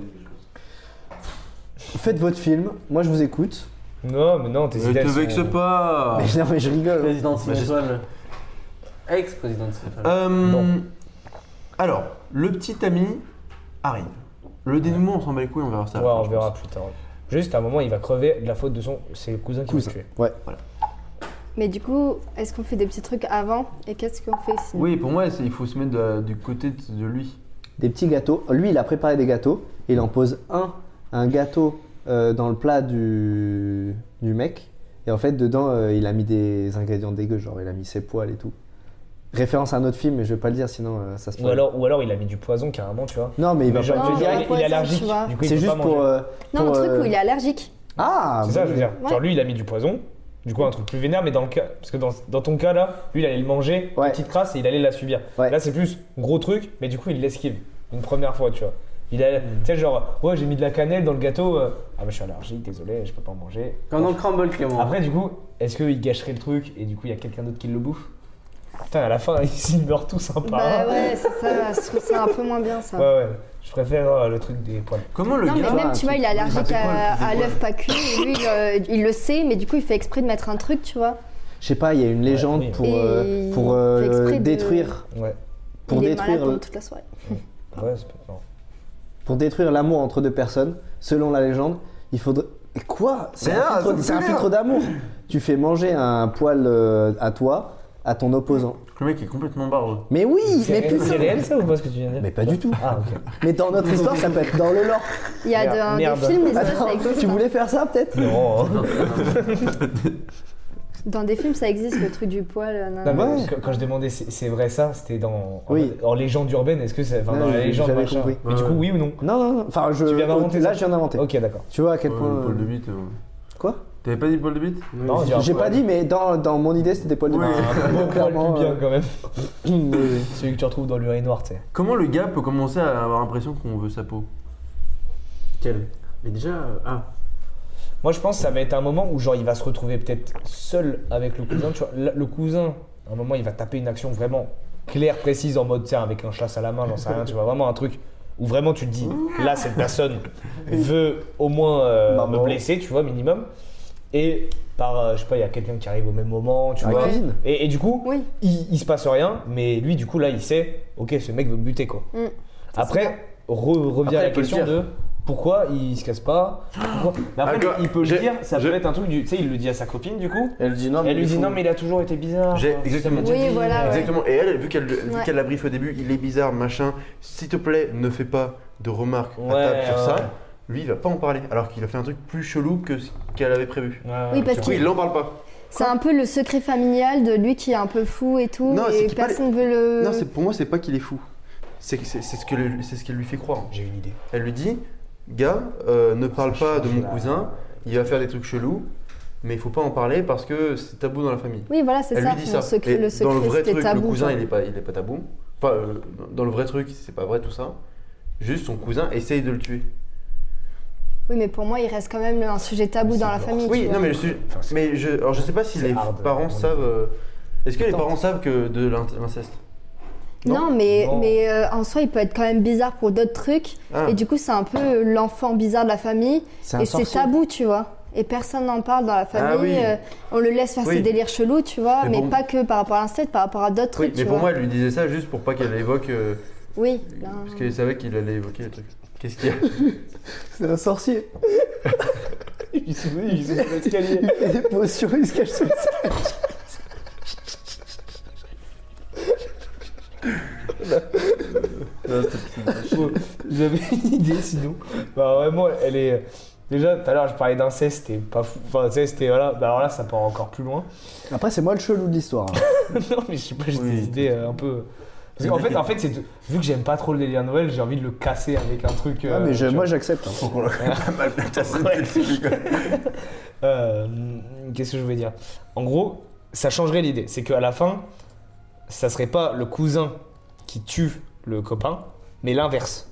A: Faites votre film. Moi, je vous écoute.
D: Non, mais non, tes
C: Ne
D: idées.
C: te
D: elles
C: vexe
D: sont-
C: pas
A: Mais non, mais je rigole. hein.
E: Président Cinétoile. Ex-président de cette famille.
C: Euh,
D: Bon.
C: Alors, le petit ami arrive. Le dénouement, on s'en bat les couilles, on verra ça. à
D: Ouais,
C: la fin,
D: on
C: je
D: verra
C: pense.
D: plus tard. Juste, à un moment, il va crever de la faute de son. C'est le cousin qui l'a
A: Cousin.
D: tué.
A: Ouais.
F: Mais du coup, est-ce qu'on fait des petits trucs avant et qu'est-ce qu'on fait si
C: Oui, pour moi, c'est- il faut se mettre de- du côté de, de lui.
A: Des petits gâteaux. Lui, il a préparé des gâteaux. Il en pose un, un gâteau euh, dans le plat du, du mec. Et en fait, dedans, euh, il a mis des ingrédients dégueux, genre il a mis ses poils et tout. Référence à un autre film, mais je vais pas le dire, sinon euh, ça se
D: Ou alors, ou alors, il a mis du poison carrément, tu vois.
A: Non, mais il va
D: Mais
A: pas
D: genre,
A: le
F: Non,
D: tu vois,
A: dire.
F: il a
D: il,
F: pas
D: il est
F: de poison,
D: allergique.
F: tu vois.
D: Du coup, il
A: C'est
D: peut
A: juste
D: pas
A: pour.
D: manger.
A: euh,
F: Non,
A: pour,
F: un truc
A: euh,
F: où il est allergique.
A: Ah
D: C'est ça,
A: oui.
D: je veux dire.
F: Ouais.
D: Genre, lui, il a mis du poison. Du coup, un truc plus vénère, mais dans le cas. Parce que dans, dans ton cas, là, lui, il allait le manger,
A: Ouais.
D: une petite crasse, et il allait la subir.
A: Ouais.
D: Là, c'est plus gros truc, mais du coup, il l'esquive. Une première fois, tu vois. Il
A: Hmm.
D: a, tu sais, genre, ouais, j'ai mis de la cannelle dans le gâteau. euh, Ah, bah, je suis allergique, désolé, je peux pas en manger.
E: Quand on crumble, Clément.
D: Après, du coup, est-ce qu'il gâcherait le truc et du coup, il y a quelqu'un d'autre qui le bouffe Putain, à la fin, ils meurent tous un par
F: Bah
D: un.
F: ouais, c'est ça, je trouve ça un peu moins bien ça.
D: Ouais, ouais. Je préfère euh, le truc des poils.
C: Comment le
F: Non, mais
C: gars.
F: même,
A: un
F: tu vois, il est allergique
C: c'est quoi,
F: à,
C: le-
F: à l'œuf pas cuit. et Lui, il, euh, il le sait, mais du coup, il fait exprès de mettre un truc, tu vois.
A: Je sais pas, il y a une légende
D: oui.
A: pour,
F: Et
A: euh, pour euh,
F: fait exprès de-
A: détruire.
D: Ouais.
A: Pour
F: il est
A: détruire,
F: malade pendant toute la soirée.
D: Ouais, c'est pas. non.
A: pour détruire l'amour entre deux personnes, selon la légende, il faudrait. Mais Quoi C'est
H: Mais non,
A: un, filtre-
H: ça me
A: c'est un
H: fait
A: filtre
H: rire.
A: d'amour. tu fais manger un poil euh, à toi, à ton opposant.
C: Le mec est complètement barreux.
A: Mais oui,
D: C'est
A: mais
D: réel, c'est
A: putain
D: réel, ça ou pas ce que tu viens de dire
A: Mais pas du tout.
D: Ah, ok.
A: Mais dans notre histoire, ça peut être dans le lore.
F: Il y a de- un,
D: Merde.
F: des films, et ça,
A: Attends,
F: ça existe.
A: tu
F: hein.
A: voulais faire ça peut-être
D: Non, hein.
F: Dans des films, ça existe, le truc du poil.
H: Bah,
D: Non,
F: euh, nan, nan.
D: Ah, mais
A: Ouais.
D: quand- quand je demandais c'est c'est vrai ça, c'était dans. en-
A: Oui.
D: En, légende urbaine, est-ce que c'est. Enfin,
A: Non,
D: dans la
A: j'ai-
D: légende,
A: j'avais
D: machin.
A: compris.
D: Mais du coup, oui ou non
A: Non, non, non. Enfin, je. euh,
D: Tu viens d'inventer
A: là,
D: ça
A: je viens d'inventer.
D: Ok, d'accord.
A: Tu vois à quel
C: Ouais,
A: point.
C: le poil de
A: euh,
C: bite. euh.
A: Quoi
C: T'avais pas dit le poil de bite
D: Non, j'ai un
A: J'ai
D: poil.
A: pas dit, mais dans, dans mon idée, c'était des poils de
C: Oui.
A: bite.
D: Un beau poil
A: Clairement,
D: pubien,
A: euh,
D: quand même.
A: oui, oui.
D: Celui que tu retrouves dans l'urinoir, tu sais.
C: Comment le gars peut commencer à avoir l'impression qu'on veut sa peau
E: Quel Mais déjà. euh, Ah,
D: Moi, je pense que ça va être un moment où, genre, il va se retrouver peut-être seul avec le cousin. Tu vois, le le cousin, à un moment, il va taper une action vraiment claire, précise, en mode, tiens, avec un chasse à la main, j'en sais rien, tu vois, vraiment un truc où vraiment tu te dis, là, cette personne veut au moins euh,
A: Maman.
D: me blesser, tu vois, minimum. Et par, euh, je sais pas, il y a quelqu'un qui arrive au même moment, tu
A: Ah,
D: vois.
A: Kevin.
D: Et, et du coup,
F: Oui.
D: il, il se passe rien, mais lui, du coup, là, il sait, ok, ce mec veut me buter, quoi.
F: Mm.
D: Après, re- revient
C: Après,
D: à la
C: il peut le
D: question
C: dire.
D: de pourquoi il se casse pas. pourquoi- Mais après,
H: D'accord,
D: il peut le
H: Ah, j'ai-
D: dire, ça
H: j'ai- Ah,
D: peut être un truc du. Tu sais, il le dit à sa copine, du coup.
A: Elle dit non,
D: Elle lui dit non, mais il a toujours été bizarre.
C: J'ai-
D: Enfin,
C: exactement.
D: ça m'a
F: Oui,
D: dit.
F: voilà, ouais.
H: Exactement. Et elle, vu qu'elle vu
F: Ouais.
H: qu'elle la briefe au début, il est bizarre, machin. S'il te plaît, ne fais pas de remarques
D: Ouais,
H: à table sur
D: ouais.
H: ça. Lui, il va pas en parler, alors qu'il a fait un truc plus chelou que ce qu'elle avait prévu.
D: Ouais,
F: Oui,
D: ok.
F: parce
H: Oui,
F: que
H: il en parle pas.
F: c'est un peu le secret familial de lui qui est un peu fou et tout,
H: Non, c'est
F: et
H: qu'il parle-
F: personne veut le.
H: Non, c'est pour moi, c'est pas qu'il est fou. C'est que- c'est c'est ce que le- c'est ce qu'elle lui fait croire.
D: J'ai une idée.
H: Elle lui dit, gars, euh, ne parle pas de mon cousin. Il va faire des trucs chelous, mais il faut pas en parler parce que c'est tabou dans la famille.
F: Oui, voilà, c'est
H: Elle
F: ça.
H: lui dit
F: mon
H: ça.
F: secret-
H: Et
F: le
H: dans le
F: secret,
H: vrai
F: c'était
H: truc,
F: tabou.
H: le cousin,
F: quoi.
H: il est pas, il est pas tabou. Enfin, euh, dans le vrai truc, c'est pas vrai tout ça. Juste son cousin essaye de le tuer.
F: Oui, mais pour moi, il reste quand même un sujet tabou
D: C'est
F: dans la
D: lourd.
F: famille. tu
H: Oui,
F: vois.
H: non mais, je, suis-
D: Enfin, c'est-
H: mais je, alors je sais pas si
D: C'est
H: les
D: hard,
H: parents
D: on est-
H: savent. euh, Est-ce que les
D: Attends.
H: parents savent que de l'in- l'inceste
F: Non, mais,
D: Non.
F: mais euh, en soi, il peut être quand même bizarre pour d'autres trucs.
H: Ah.
F: Et du coup, c'est un peu l'enfant bizarre de la famille.
A: C'est un
F: Et c'est
A: sorcier.
F: tabou, tu vois. Et personne n'en parle dans la famille.
H: Ah oui.
F: euh, on le laisse faire
H: Oui.
F: ses délires chelous, tu vois.
H: Mais
F: Mais,
H: bon.
F: pas que par rapport à l'inceste, par rapport à d'autres
H: Oui,
F: trucs.
H: mais
F: tu
H: pour
F: vois.
H: moi, elle lui disait ça juste pour pas qu'elle évoque. euh,
F: Oui. ben, là.
H: parce qu'elle savait qu'il allait évoquer le truc. Qu'est-ce qu'il y a
A: C'est un sorcier.
D: Il se met- il se met sur l'escalier.
A: Il fait des potions, il se cache sous le
D: Bon, J'avais une idée sinon. Bah vraiment, elle est. Déjà, tout à l'heure, je parlais d'inceste, c'était pas fou. Enfin, tu sais, c'était. Voilà. Bah alors là, ça part encore plus loin.
A: Après, c'est moi le chelou de l'histoire. hein.
D: non, mais je sais pas, j'ai
H: Oui.
D: des idées euh, un peu. Parce qu'en fait, en fait c'est de- vu que j'aime pas trop le délire Noël, j'ai envie de le casser avec un truc.
A: Ah, mais je-
D: euh,
A: moi, j'accepte. hein.
D: euh, Qu'est-ce que je voulais dire En gros, ça changerait l'idée. C'est qu'à la fin, ça serait pas le cousin qui tue le copain, mais l'inverse.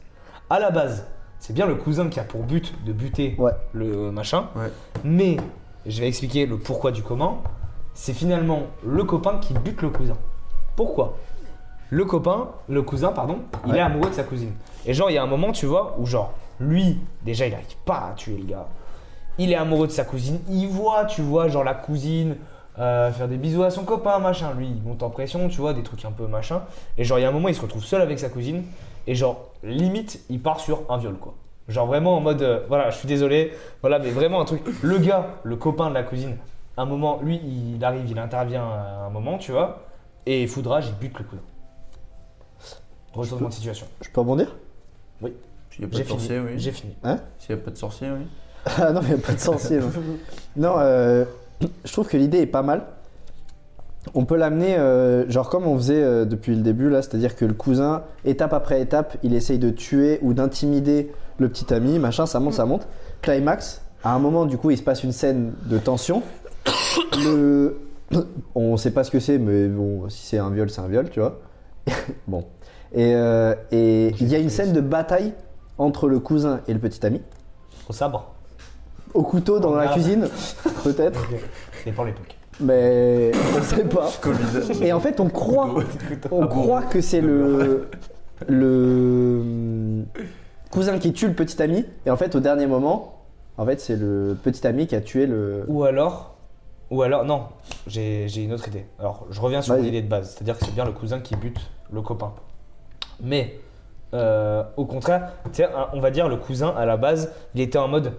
D: À la base, c'est bien le cousin qui a pour but de buter
A: Ouais.
D: le machin.
H: Ouais.
D: Mais je vais expliquer le pourquoi du comment. C'est finalement le copain qui bute le cousin. Pourquoi Le copain, le cousin, pardon, il
A: Ouais.
D: est amoureux de sa cousine. Et genre, il y a un moment, tu vois, où genre, lui, déjà, il n'arrive pas à tuer le gars. Il est amoureux de sa cousine. Il voit, tu vois, genre la cousine euh, faire des bisous à son copain, machin. Lui, il monte en pression, tu vois, des trucs un peu machin. Et genre, il y a un moment, il se retrouve seul avec sa cousine. Et genre, limite, il part sur un viol, quoi. Genre vraiment en mode, euh, voilà, je suis désolé, voilà, mais vraiment un truc. Le gars, le copain de la cousine, un moment, lui, il arrive, il intervient à un moment, tu vois, et foudrage, il bute le cousin. Retournement de situation.
A: Je peux rebondir
C: S'il n'y a pas
D: J'ai
C: de
D: fini.
C: sorcier, oui.
D: J'ai fini.
C: S'il n'y a pas de sorcier, oui.
A: Ah non, mais pas de sorcier. non. Non, euh, je trouve que l'idée est pas mal. On peut l'amener, euh, genre comme on faisait euh, depuis le début, là, c'est-à-dire que le cousin, étape après étape, il essaye de tuer ou d'intimider le petit ami, machin, ça monte, ça monte. Climax, à un moment, du coup, il se passe une scène de tension. Le... On sait pas ce que c'est, mais bon, si c'est un viol, c'est un viol, tu vois. bon. Et euh, et il y a une scène de bataille entre le cousin et le petit ami
D: Au sabre.
A: au couteau dans
D: Oh,
A: la
D: merde.
A: cuisine, peut-être,
D: Ça dépend de l'époque.
A: mais on sait pas.
C: Covid.
A: Et en fait, on croit, on croit que c'est le le hum, cousin qui tue le petit ami, et en fait, au dernier moment, en fait, c'est le petit ami qui a tué le.
D: Ou alors. Ou alors. Non, j'ai j'ai une autre idée. Alors, je reviens sur
A: Vas-y.
D: l'idée de base. C'est-à-dire que c'est bien le cousin qui bute le copain. Mais, euh, au contraire, tu sais, un- on va dire le cousin, à la base, il était en mode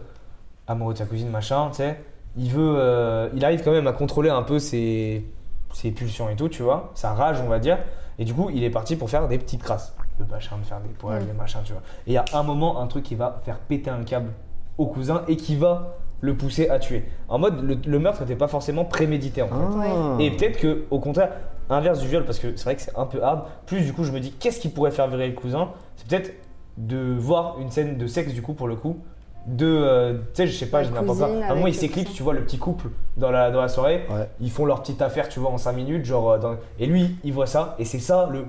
D: amoureux de sa cousine, machin, tu sais. Il veut. euh, il arrive quand même à contrôler un peu ses, ses pulsions et tout, tu vois. Sa rage, on va dire. Et du coup, il est parti pour faire des petites crasses. Le machin, de faire des poils, des machins, tu vois. Et il y a un moment, un truc qui va faire péter un câble au cousin et qui va le pousser à tuer. En mode, le, le meurtre n'était pas forcément prémédité en fait.
A: Ah.
D: Et peut-être que, au contraire, inverse du viol, parce que c'est vrai que c'est un peu hard, plus du coup je me dis qu'est-ce qui pourrait faire virer le cousin C'est peut-être de voir une scène de sexe du coup pour le coup. De, euh, tu sais, je sais pas,
F: La
D: je dis n'importe quoi.
F: cousine
D: À un moment,
F: avec euh,
D: ils
F: le
D: s'éclipsent,
F: cousin.
D: tu vois, le petit couple dans la, dans la soirée.
A: Ouais.
D: Ils font leur petite affaire, tu vois, en 5 minutes. genre euh, dans- Et lui, il voit ça, et c'est ça le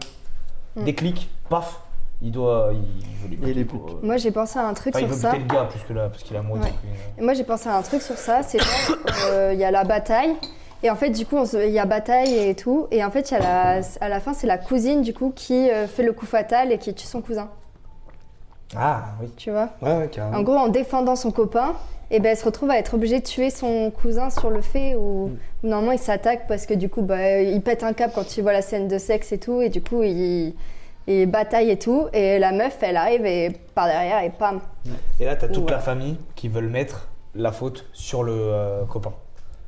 F: Mm.
D: déclic, paf, il doit. Il, veut lui buter
A: les
D: pour, euh,
F: Moi, j'ai pensé à un truc
D: Enfin, il
F: sur
D: veut
F: ça.
D: buter le gars plus que là, parce qu'il a moins
F: Ouais. Et moi j'ai pensé à un truc sur ça, c'est genre, euh, il y a la bataille. Et en fait, du coup, on se- il y a bataille et tout. Et en fait, il y a la- à la fin, c'est la cousine, du coup, qui euh, fait le coup fatal et qui tue son cousin.
D: Ah oui.
F: Tu vois
D: Ouais, ouais,
C: Ah
D: carrément.
F: En gros, en défendant son copain, et ben, elle se retrouve à être obligée de tuer son cousin sur le fait où,
C: Hmm.
F: où normalement, il s'attaque parce que, du coup, bah, il pète un câble quand il voit la scène de sexe et tout. Et du coup, il, il bataille et tout. Et la meuf, elle arrive et par derrière, et pam.
D: Et là, t'as toute
F: Ouais.
D: la famille qui veulent mettre la faute sur le euh, copain.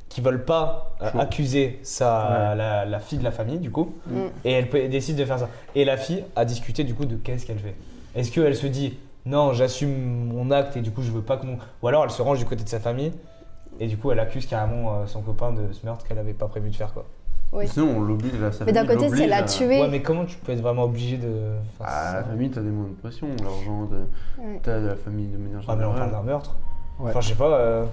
D: Qui veulent pas euh, accuser sa, la, la fille de la famille, du coup.
F: Mm.
D: Et elle, peut- elle décide de faire ça. Et la fille a discuté, du coup, de qu'est-ce qu'elle fait. Est-ce qu'elle se dit, non, j'assume mon acte et du coup, je veux pas que mon. Ou alors elle se range du côté de sa famille. Et du coup, elle accuse carrément euh, son copain de ce meurtre qu'elle avait pas prévu de faire, quoi.
F: Oui.
C: Sinon, on l'oblige là. sa
F: Mais d'un
C: famille
F: côté, c'est
C: l'oblige
F: la
C: à-
F: tuer.
D: Ouais, mais comment tu peux être vraiment obligé de. enfin,
H: Ah, la
D: c'est-
H: famille, t'as des moments de pression, l'argent, t'as-
F: Ouais.
H: t'as de la famille de manière
D: Ah, mais on parle
H: générale.
D: d'un meurtre.
A: Ouais.
D: Enfin, je sais pas. euh,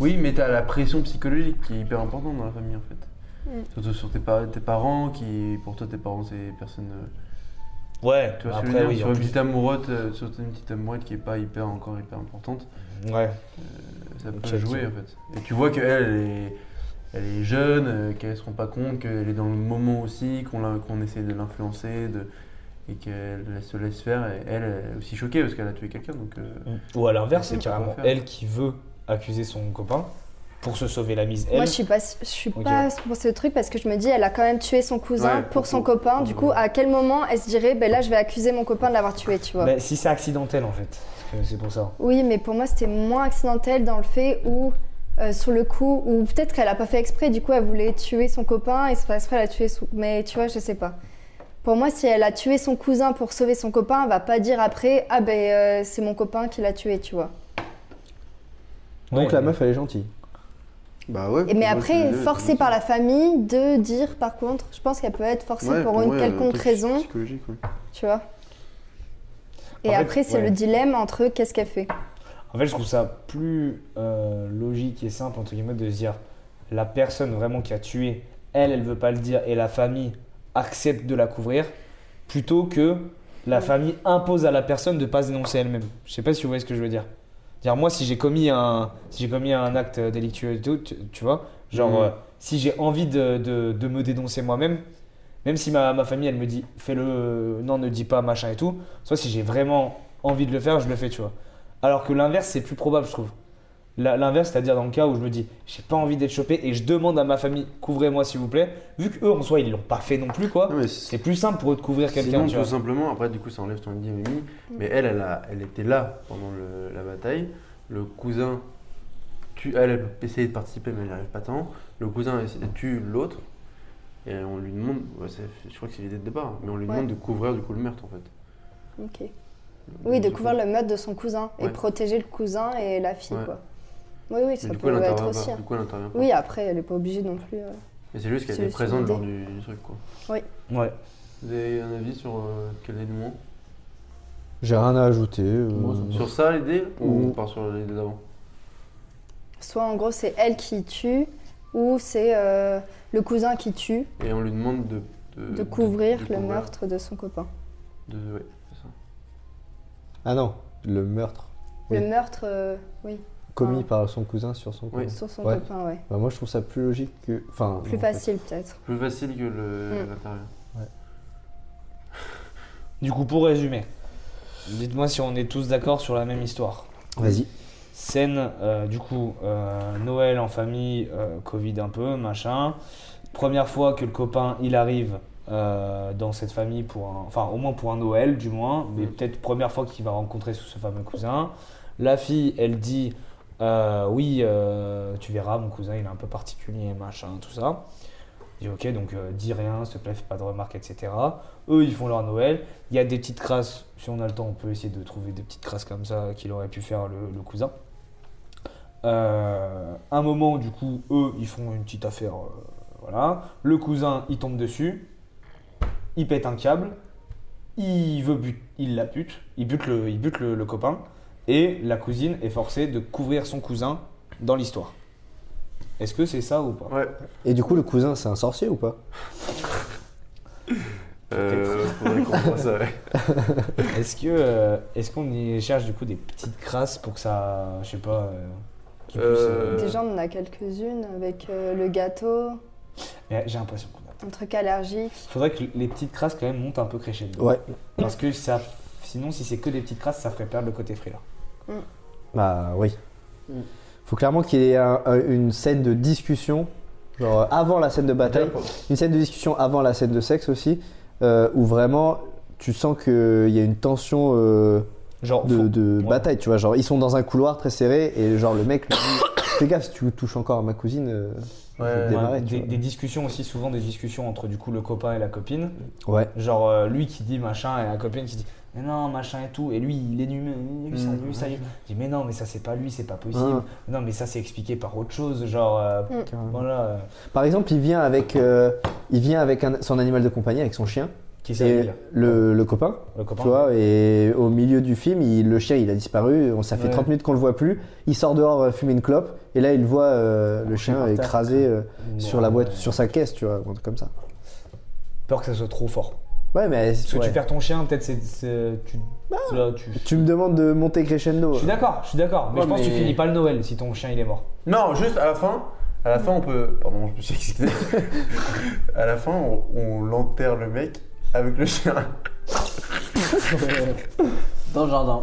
H: Oui, mais t'as la pression psychologique qui est hyper importante dans la famille en fait.
F: Mm.
H: Surtout sur tes, par- tes parents, qui pour toi, tes parents, c'est des personnes. euh,
D: Ouais,
H: Tu vois ce que
D: après,
H: je veux dire
D: oui.
H: Sur
D: en
H: une
D: plus-
H: petite amourette, euh, sur une petite amourette qui est pas hyper encore hyper importante,
D: Ouais.
H: ça peut
D: Ok, ok.
H: jouer en fait. Et tu vois qu'elle, elle est, elle est jeune, euh, qu'elle se rend pas compte, qu'elle est dans le moment aussi, qu'on la- qu'on essaie de l'influencer, de- et qu'elle se laisse faire. Et elle, elle est aussi choquée parce qu'elle a tué quelqu'un, donc euh,
D: Ou à l'inverse, c'est
H: Qu'est-ce qu'on
D: carrément
H: va faire
D: elle qui veut accuser son copain pour se sauver la mise. Elle,
F: Moi, je suis pas, je suis
D: Ok.
F: pas pour ce truc parce que je me dis, elle a quand même tué son cousin
H: Ouais,
F: pour son
H: pour-
F: copain.
H: pour-
F: Du coup, à quel moment elle se dirait, ben là, je vais accuser mon copain de l'avoir tué, tu vois
D: Bah, si c'est accidentel en fait, parce que c'est pour ça.
F: Oui, mais pour moi, c'était moins accidentel dans le fait où, euh, sur le coup, ou peut-être qu'elle a pas fait exprès. Du coup, elle voulait tuer son copain et c'est pas exprès, elle a tué. Son... Mais tu vois, je sais pas. Pour moi, si elle a tué son cousin pour sauver son copain, elle va pas dire après, ah ben euh, c'est mon copain qui l'a tué, tu vois.
A: Donc
D: Ouais,
A: la
D: mais-
A: meuf, elle est gentille.
H: Bah ouais.
F: Et mais après, forcée par la famille de dire, par contre, je pense qu'elle peut être forcée pour, une
E: euh,
F: quelconque raison,
H: Psychologique, ouais.
F: tu vois. Et
D: En fait,
F: après, c'est
D: ouais.
F: le dilemme entre qu'est-ce qu'elle fait.
D: En fait, je trouve ça plus euh, logique et simple, entre guillemets, de se dire la personne vraiment qui a tué, elle, elle veut pas le dire et la famille accepte de la couvrir, plutôt que la famille impose à la personne de pas se dénoncer elle-même. Je sais pas si vous voyez ce que je veux dire. Dire moi, si j'ai commis un, si j'ai commis un acte euh, délictueux et tout, tu, tu vois, genre
H: Mhm.
D: euh, si j'ai envie de, de- de me dénoncer moi-même, même si ma, ma famille elle me dit fais-le, euh, non, ne dis pas machin et tout, soit si j'ai vraiment envie de le faire, je le fais, tu vois. Alors que l'inverse, c'est plus probable, je trouve. la- l'inverse, c'est-à-dire dans le cas où je me dis, j'ai pas envie d'être chopé et je demande à ma famille, couvrez-moi s'il vous plaît, vu qu'eux en soi ils l'ont pas fait non plus, quoi.
C: Non, mais
D: C'est plus simple pour eux de couvrir quelqu'un,
C: Sinon,
D: tu
C: tout
D: vois.
C: simplement, après, du coup, ça enlève ton
F: Mm.
C: idémie. Mais elle, elle, a- elle était là pendant le- la bataille. Le cousin tue, elle, elle peut essayer de participer, mais elle n'y arrive pas tant. Le cousin essaie- tue l'autre. Et on lui demande, ouais, c'est- je crois que c'est l'idée de départ, mais on lui
F: Ouais.
C: demande de couvrir du coup le meurtre en fait.
F: Ok. Oui, de couvrir le meurtre de son cousin et
C: Ouais.
F: protéger le cousin et la fille,
C: Ouais.
F: quoi. Oui, oui, ça
C: Mais du coup,
F: peut
C: elle
F: être
C: intervient
F: aussi.
C: pas.
F: hein.
C: Du coup, elle intervient pas.
F: Oui, après, elle est pas obligée non plus. euh.
C: Mais c'est juste qu'elle
F: c'est
C: est
F: juste
C: présente
F: une
C: lors du, du truc quoi.
D: Ouais.
C: Vous avez un avis sur euh, quel élément
A: J'ai rien à ajouter. euh,
C: Sur ça l'idée ou
A: Ou-
C: on part sur l'idée d'avant
F: Soit en gros, c'est elle qui tue ou c'est euh, le cousin qui tue
C: Et on lui demande Euh, de.
F: de couvrir
C: de
F: le
C: couvrir,
F: meurtre de son copain.
C: de- ouais, c'est ça.
A: Ah non, le meurtre Oui.
F: Le meurtre, euh, oui,
A: commis
F: Ah.
A: par son cousin sur son
C: Oui.
A: cousin.
F: sur son
A: Ouais.
F: copain, ouais.
A: Bah, moi, je trouve ça plus logique que. Enfin,
F: Plus
A: non,
F: facile peut-être.
C: Plus facile que le-
F: Mm.
C: l'intérieur.
D: Du coup, pour résumer, dites-moi si on est tous d'accord sur la même histoire.
A: Vas-y.
D: Scène, euh, du coup, euh, Noël en famille, euh, Covid un peu, machin. Première fois que le copain, il arrive euh, dans cette famille pour un... Enfin, au moins pour un Noël, du moins. Mais peut-être première fois qu'il va rencontrer ce ce fameux cousin. La fille, elle dit... euh, oui, euh, tu verras, mon cousin, il est un peu particulier, machin, tout ça. Il dit, ok, donc euh, dis rien, s'il te plaît, fais pas de remarques, etc. Eux, ils font leur Noël. Il y a des petites crasses, si on a le temps, on peut essayer de trouver des petites crasses comme ça qu'il aurait pu faire le, le cousin. Euh, un moment, du coup, eux, ils font une petite affaire. euh, voilà. Le cousin, il tombe dessus, il pète un câble, il veut but, il la bute, il bute le, il bute le, le copain, et la cousine est forcée de couvrir son cousin dans l'histoire. Est-ce que c'est ça ou pas
C: Ouais.
A: Et du coup, le cousin, c'est un sorcier ou pas
C: Euh, faudrait qu'on voit ça, ouais.
D: Est-ce que euh, est-ce qu'on y cherche du coup des petites crasses pour que ça, je sais pas, euh, qu'ils puissent, euh,
C: Euh,
F: Déjà, on en a quelques-unes avec euh, le gâteau,
D: mais J'ai l'impression qu'on a.
F: un truc allergique.
D: Faudrait que les petites crasses quand même montent un peu crescendo.
A: Ouais.
D: Parce que ça, sinon si c'est que des petites crasses, ça ferait perdre le côté thriller.
A: Bah oui. Faut clairement qu'il y ait un- un- une scène de discussion, genre euh, avant la scène de bataille, une scène de discussion avant la scène de sexe aussi, euh, où vraiment tu sens qu'il y a une tension euh,
D: Genre
A: de,
D: faut-
A: de
D: ouais.
A: bataille, tu vois. Genre ils sont dans un couloir très serré et genre le mec lui dit Fais gaffe, si tu touches encore à ma cousine, euh, je vais te
H: Ouais,
A: démarrer.
D: Ouais,
A: tu
D: des,
A: vois.
D: des discussions aussi souvent des discussions entre du coup le copain et la copine.
A: Ouais.
D: Genre euh, lui qui dit machin et la copine qui dit mais non machin et tout et lui il est nu, nu, ça,
A: Mmh.
D: nu, ça, nu. Il dit mais non mais ça c'est pas lui c'est pas possible. Non mais ça c'est expliqué par autre chose genre euh,
A: Mmh.
D: voilà. euh,
A: Par exemple, il vient avec, euh, il vient avec un- son animal de compagnie, avec son chien,
D: qui c'est
A: et
D: lui, là
A: le, le copain.
D: le copain.
A: Tu vois, et au milieu du film, il- le chien, il a disparu. On, ça fait
D: Ouais.
A: 30 minutes qu'on le voit plus. Il sort dehors euh, fumer une clope. Et là, il voit euh, le chien
D: par terre.
A: écrasé euh,
D: Ouais,
A: sur, la boîte,
D: ouais.
A: sur sa caisse, tu vois, un truc comme ça.
D: Peur que ça soit trop fort.
A: Ouais, mais
D: Parce que
A: ouais. Bah,
D: tu perds ton chien, peut-être c'est. c'est- tu, là, tu-
A: Tu me demandes de monter crescendo.
D: Je suis d'accord, je suis d'accord, mais
C: Ouais,
D: je pense que tu
C: mais-
D: finis pas le Noël si ton chien il est mort.
C: Non, juste à la fin. À la fin, on peut. Pardon, je me suis excité. à la fin, on, on l'enterre le mec avec le chien.
E: Dans le jardin.
D: Dans
C: Non, non, non.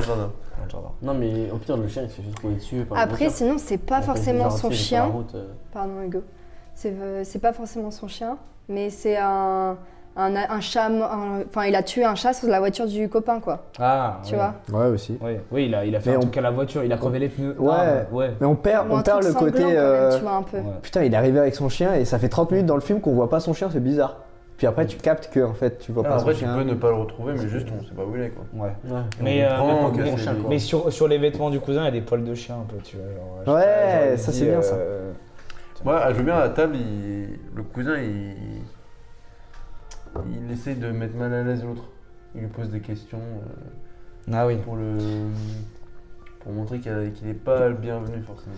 D: le jardin.
E: Non, mais au pire, le chien, il se fait juste rouler dessus. par une
F: Après,
E: voiture.
F: sinon, c'est pas
E: Après,
F: forcément
E: genre,
F: son
E: tu sais, il est sur la
F: chien.
E: route, euh,
F: Pardon, Hugo. C'est euh, c'est pas forcément son chien, mais c'est un, un, un chat. mo- un- Enfin, il a tué un chat sur la voiture du copain, quoi.
D: Ah,
F: Tu
D: oui.
F: vois
A: Ouais, aussi.
D: Oui, oui, il a, il a fait
A: Mais
D: un
A: on-
D: truc à la voiture, il a crevé les pneus. Ah, ouais.
A: Mais on perd,
F: Ou
A: on
F: un
A: perd
F: truc
A: le
F: sanglant,
A: côté.
F: quand même,
A: euh,
F: tu vois, un peu.
D: Ouais.
A: Putain, il est arrivé avec son chien et ça fait 30 minutes dans le film qu'on voit pas son chien, c'est bizarre. Puis après, tu captes que en fait, tu vois
D: Ah,
C: Alors,
A: pas
C: après,
A: son
C: tu
A: chien.
C: peux ne pas le retrouver, mais juste, on sait pas où il est, quoi.
D: Ouais.
E: ouais.
D: Mais, euh,
C: comprend
D: mais-
C: que
D: mais-
C: c'est
D: mais-
C: lui, quoi.
D: mais sur, sur les vêtements du cousin, il y a des poils de chien un peu, tu vois. genre, je sais
A: Ouais,
D: pas, genre, il
A: ça,
D: dit,
A: c'est bien, ça.
D: euh,
C: Moi, ah, je veux bien à la table, il- le cousin, il. Il essaie de mettre mal à l'aise l'autre. Il lui pose des questions euh,
D: Ah oui,
C: pour le. Pour montrer qu'il a- qu'il est pas le bienvenu, forcément.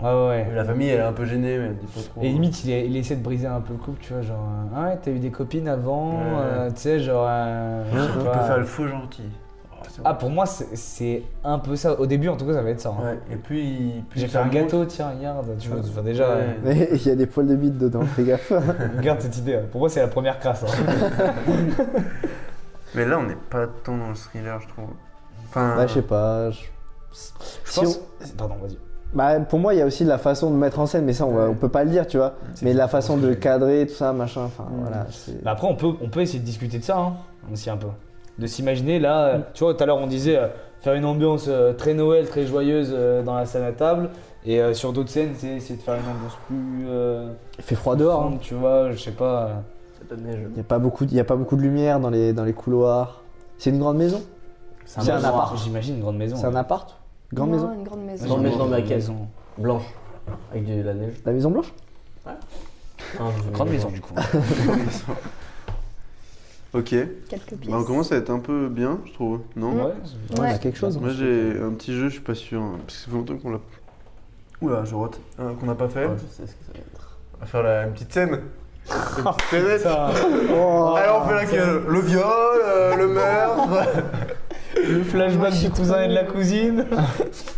D: ouais, ouais, ouais.
C: La famille, elle est un peu gênée, mais elle dit pas trop.
D: Et limite, il, est- il essaie de briser un peu le couple, tu vois, genre, euh, ah ouais, t'as eu des copines avant,
C: Ouais.
D: euh, tu sais, genre. euh, je sais
C: Hein On
D: pas.
C: peut faire le faux gentil. Oh, c'est
D: Ah, pour moi, c'est- c'est un peu ça. Au début, en tout cas, ça va être ça. hein.
C: Ouais, et puis. puis
D: J'ai fait
C: ça
D: un
C: monte.
D: gâteau, tiens, regarde. Tu vois, enfin, déjà,
C: Ouais.
D: euh,
A: Mais il y a des poils de bite dedans, fais gaffe.
D: regarde cette idée. hein. Pour moi, c'est la première crasse. hein.
C: Mais là, on n'est pas tant dans le thriller, je trouve. Enfin,
A: Bah, je sais pas. je-
D: Je
A: Si
D: pense- Pardon, vas-y.
A: Bah, pour moi, il y a aussi la façon de mettre en scène, mais ça, on, va- on peut pas le dire, tu vois. Mais la façon de cadrer, tout ça, machin, enfin voilà. c'est-
D: Bah après, on peut, on peut essayer de discuter de ça, hein, aussi un peu. De s'imaginer, là,
A: Mm.
D: euh, tu vois, tout à l'heure on disait euh, faire une ambiance euh, très Noël, très joyeuse euh, dans la salle à table, et euh, sur d'autres scènes, c'est essayer de faire une ambiance plus. euh,
A: Il fait froid dehors, hein.
D: sombre, tu vois, je sais pas. euh.
A: il n'y a, pas beaucoup de- y a pas beaucoup de lumière dans les, dans les couloirs. C'est une grande maison C'est un
D: endroit,
A: appart.
D: J'imagine une grande maison.
A: C'est un appart Grande
F: Non,
A: maison
F: Une grande
D: Ouais,
F: maison.
E: Grande
D: j'imagine
E: maison,
D: une
E: mais
D: grande
E: laquelle Blanche. Avec de la neige.
A: La maison blanche
E: Enfin, je-
D: Grande maison, du coup.
H: Ok,
F: Quelques pièces.
H: bah, on commence à être un peu bien, je trouve. Non
D: ouais,
A: Ouais,
F: Ouais.
A: il y a quelque chose. hein.
H: Moi j'ai un petit jeu, je suis pas sûr, hein, parce que ça fait longtemps qu'on l'a. Oula, je rote. Euh, qu'on n'a pas fait.
E: Ouais, je sais ce que ça va être.
C: On va faire la, une petite scène. Une petite scène.
A: Oh.
C: Alors on fait la gueule. Le viol, euh, le meurtre.
D: le flashback du cousin et de la cousine.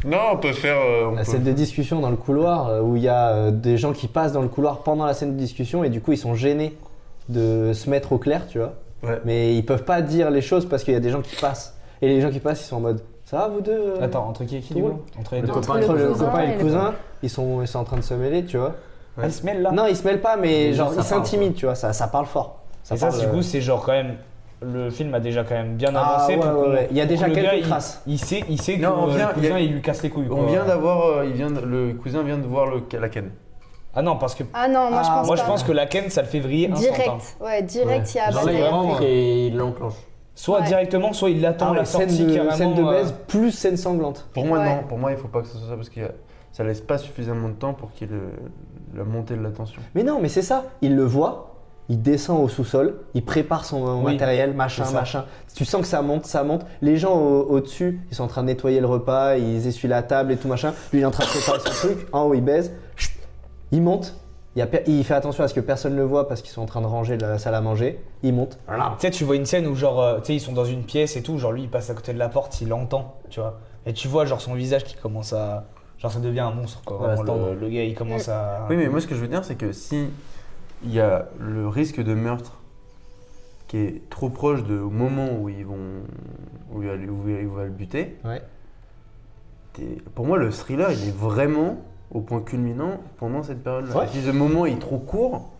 C: non, on peut faire. euh, on
A: La
C: peut-
A: scène de discussion dans le couloir euh, où il y a euh, des gens qui passent dans le couloir pendant la scène de discussion et du coup ils sont gênés de se mettre au clair, tu vois.
C: Ouais.
A: Mais ils peuvent pas dire les choses parce qu'il y a des gens qui passent. Et les gens qui passent, ils sont en mode ça va vous deux euh,
D: Attends, entre qui et qui
A: du
D: du
A: coup
D: Entre les
F: Le
D: deux.
F: copain.
A: Entre le,
F: le
A: copain et le
F: cousin.
A: cousin, ils sont, ils sont en train de se mêler, tu vois.
D: Ah, ils se mêlent là
A: Non, ils se mêlent pas, mais
E: Mais
A: genre
E: ça
A: ils
E: parle,
A: s'intimident, tu vois. Ça, ça parle fort.
D: et ça,
A: parle,
D: du
A: euh,
D: coup, c'est genre quand même. Le film a déjà quand même bien
A: Ah,
D: avancé.
A: ouais,
D: pour
A: ouais,
D: qu'on-
A: ouais. Il y a
D: pour
A: déjà
D: que le
A: quelques
D: gars, il-
A: traces.
D: Il, sait, il sait que
C: Non, on
D: euh,
C: vient-
D: le
C: il y a-
D: cousin, il lui casse les couilles.
C: On
D: quoi.
C: vient d'avoir. euh, il vient de- le cousin vient de voir le, la canne.
D: Ah non, parce que
F: Ah non, moi je
A: Ah,
F: pense
D: moi
F: pas.
D: je pense que la Ken, ça le fait vriller instantanément.
F: Direct, ouais, direct, il y a
E: Genre là, il
F: bataille
E: vraiment-
F: après.
E: Et il l'enclenche.
D: Soit
F: Ouais.
D: directement, soit il attend
A: Ah,
D: la
A: ouais, scène,
D: sortie
A: de,
D: carrément.
A: scène de
D: euh,
A: baise plus scène sanglante.
C: Pour moi,
F: Ouais.
C: non. Pour moi, il faut pas que ce soit ça parce que ça laisse pas suffisamment de temps pour qu'il y ait le- la montée de la tension.
A: Mais non, mais c'est ça. Il le voit, il descend au sous-sol, il prépare son euh,
D: Oui,
A: matériel, machin,
D: c'est ça.
A: machin. Tu sens que ça monte, ça monte. Les gens au- au-dessus, ils sont en train de nettoyer le repas, ils essuient la table et tout machin. Lui, il est en train de préparer son truc. En haut, il baise. Chut. Il monte. Il, y a per- il fait attention à ce que personne ne le voit parce qu'ils sont en train de ranger la salle à manger. Il monte.
D: Tu sais, tu vois une scène où genre, euh, tu sais, ils sont dans une pièce et tout, genre lui il passe à côté de la porte, il l'entend, tu vois. Et tu vois genre son visage qui commence à. Genre ça devient un monstre quoi.
E: Ouais,
D: Vraiment,
E: c'est
D: le, le gars il commence à.
H: Oui, mais moi ce que je veux dire, c'est que si il y a le risque de meurtre qui est trop proche de, au moment où ils vont où il va, le- où il va le buter,
A: Ouais.
H: t'es- pour moi le thriller il est vraiment au point culminant pendant cette période-là.
A: Ouais.
H: Et Si ce moment est trop court,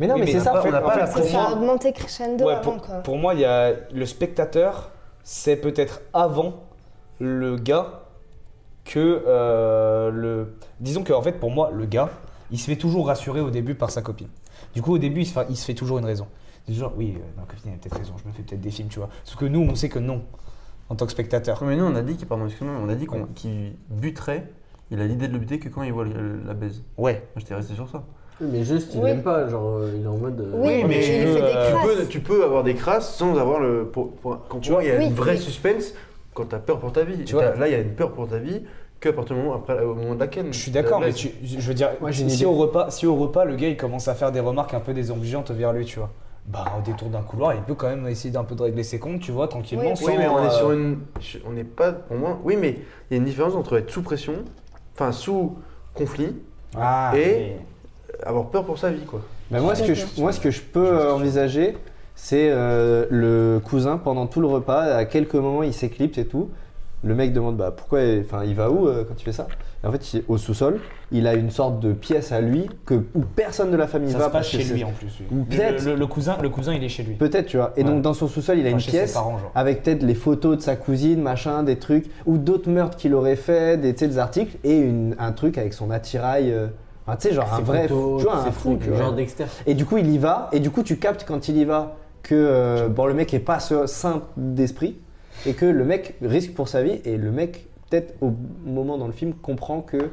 A: Mais non,
D: Oui,
A: mais,
D: mais
A: c'est
D: on
A: ça.
H: a pas-
A: fait-
H: on a
A: en
H: pas
A: fait,
H: la
A: c'est
F: Ça,
A: ça.
F: ça a augmenté crescendo
D: Ouais,
F: avant
D: pour,
F: quoi.
D: pour moi, il y a le spectateur, c'est peut-être avant le gars que euh, le. Disons que en fait, pour moi, le gars, il se fait toujours rassurer au début par sa copine. Du coup, au début, il se fait, il se fait toujours une raison. Il se dit genre, oui, euh, ma copine a peut-être raison, je me fais peut-être des films, tu vois. Sauf que nous, on sait que non, en tant que spectateur.
H: Non, mais nous on a dit qu'il pardon, excuse-moi, mais on a dit qu'on- qu'il buterait. Il a l'idée de le buter que quand il voit le- la baise.
D: Ouais.
H: Moi j'étais resté sur ça.
E: Oui, mais juste, il
F: Oui.
E: l'aime pas. Genre, euh, il est en mode. euh,
F: Oui, mais
D: tu
F: il
D: peux,
F: fait des
D: euh,
F: crasses.
H: Tu peux, tu peux avoir des crasses sans avoir le. pour- pour- quand tu vois, il y a
F: Oui,
H: une vraie
F: oui.
H: suspense quand t'as peur pour ta vie.
D: Tu vois.
H: T'as- là, il y a une peur pour ta vie que à partir du moment après au moment de la ken.
D: Je suis d'accord,
H: Là,
D: mais tu- je veux dire,
A: Moi, j'ai une
D: si,
A: idée.
D: au repas, si au repas, le gars, il commence à faire des remarques un peu désobligeantes vers lui, tu vois. Bah, au détour d'un couloir, il peut quand même essayer d'un peu de régler ses comptes, tu vois, tranquillement.
F: Oui.
H: Oui, mais on est
D: sans, euh,
H: sur une. je- On n'est pas. Au moins. Oui, mais il y a une différence entre être sous pression, enfin sous conflit,
D: Ah,
H: Et-
D: mais-
H: avoir peur pour sa vie, quoi.
A: Bah, moi, ce que je, moi, ce que je peux euh, envisager, c'est euh, le cousin pendant tout le repas, à quelques moments, il s'éclipse et tout. Le mec demande bah, pourquoi, enfin, il va où euh, quand il fait ça Et En fait, il est au sous-sol, il a une sorte de pièce à lui que, où personne de la famille
D: Ça
A: va.
D: se passe
A: parce que
D: chez lui
A: c'est-
D: en plus. oui.
A: Ou peut-être.
D: Le, le- le cousin, le cousin, il est chez lui.
A: Peut-être, tu vois. Et
D: Ouais.
A: donc, dans son sous-sol, il a
D: Enfin,
A: une
D: chez
A: pièce
D: ses parents, genre.
A: avec peut-être les photos de sa cousine, machin, des trucs, ou d'autres meurtres qu'il aurait fait, des, tu sais, des articles, et une- un truc avec son attirail. euh, enfin, tu sais, genre un
E: ses
A: vrai.
E: photos,
A: tu vois, un
E: ses
A: fou,
E: trucs,
A: tu vois.
E: Genre Dexter.
A: Et du coup, il y va, et du coup, tu captes quand il y va que euh, bon, le mec est pas ce- sain d'esprit, et que le mec risque pour sa vie, et le mec, peut-être au moment dans le film, comprend que.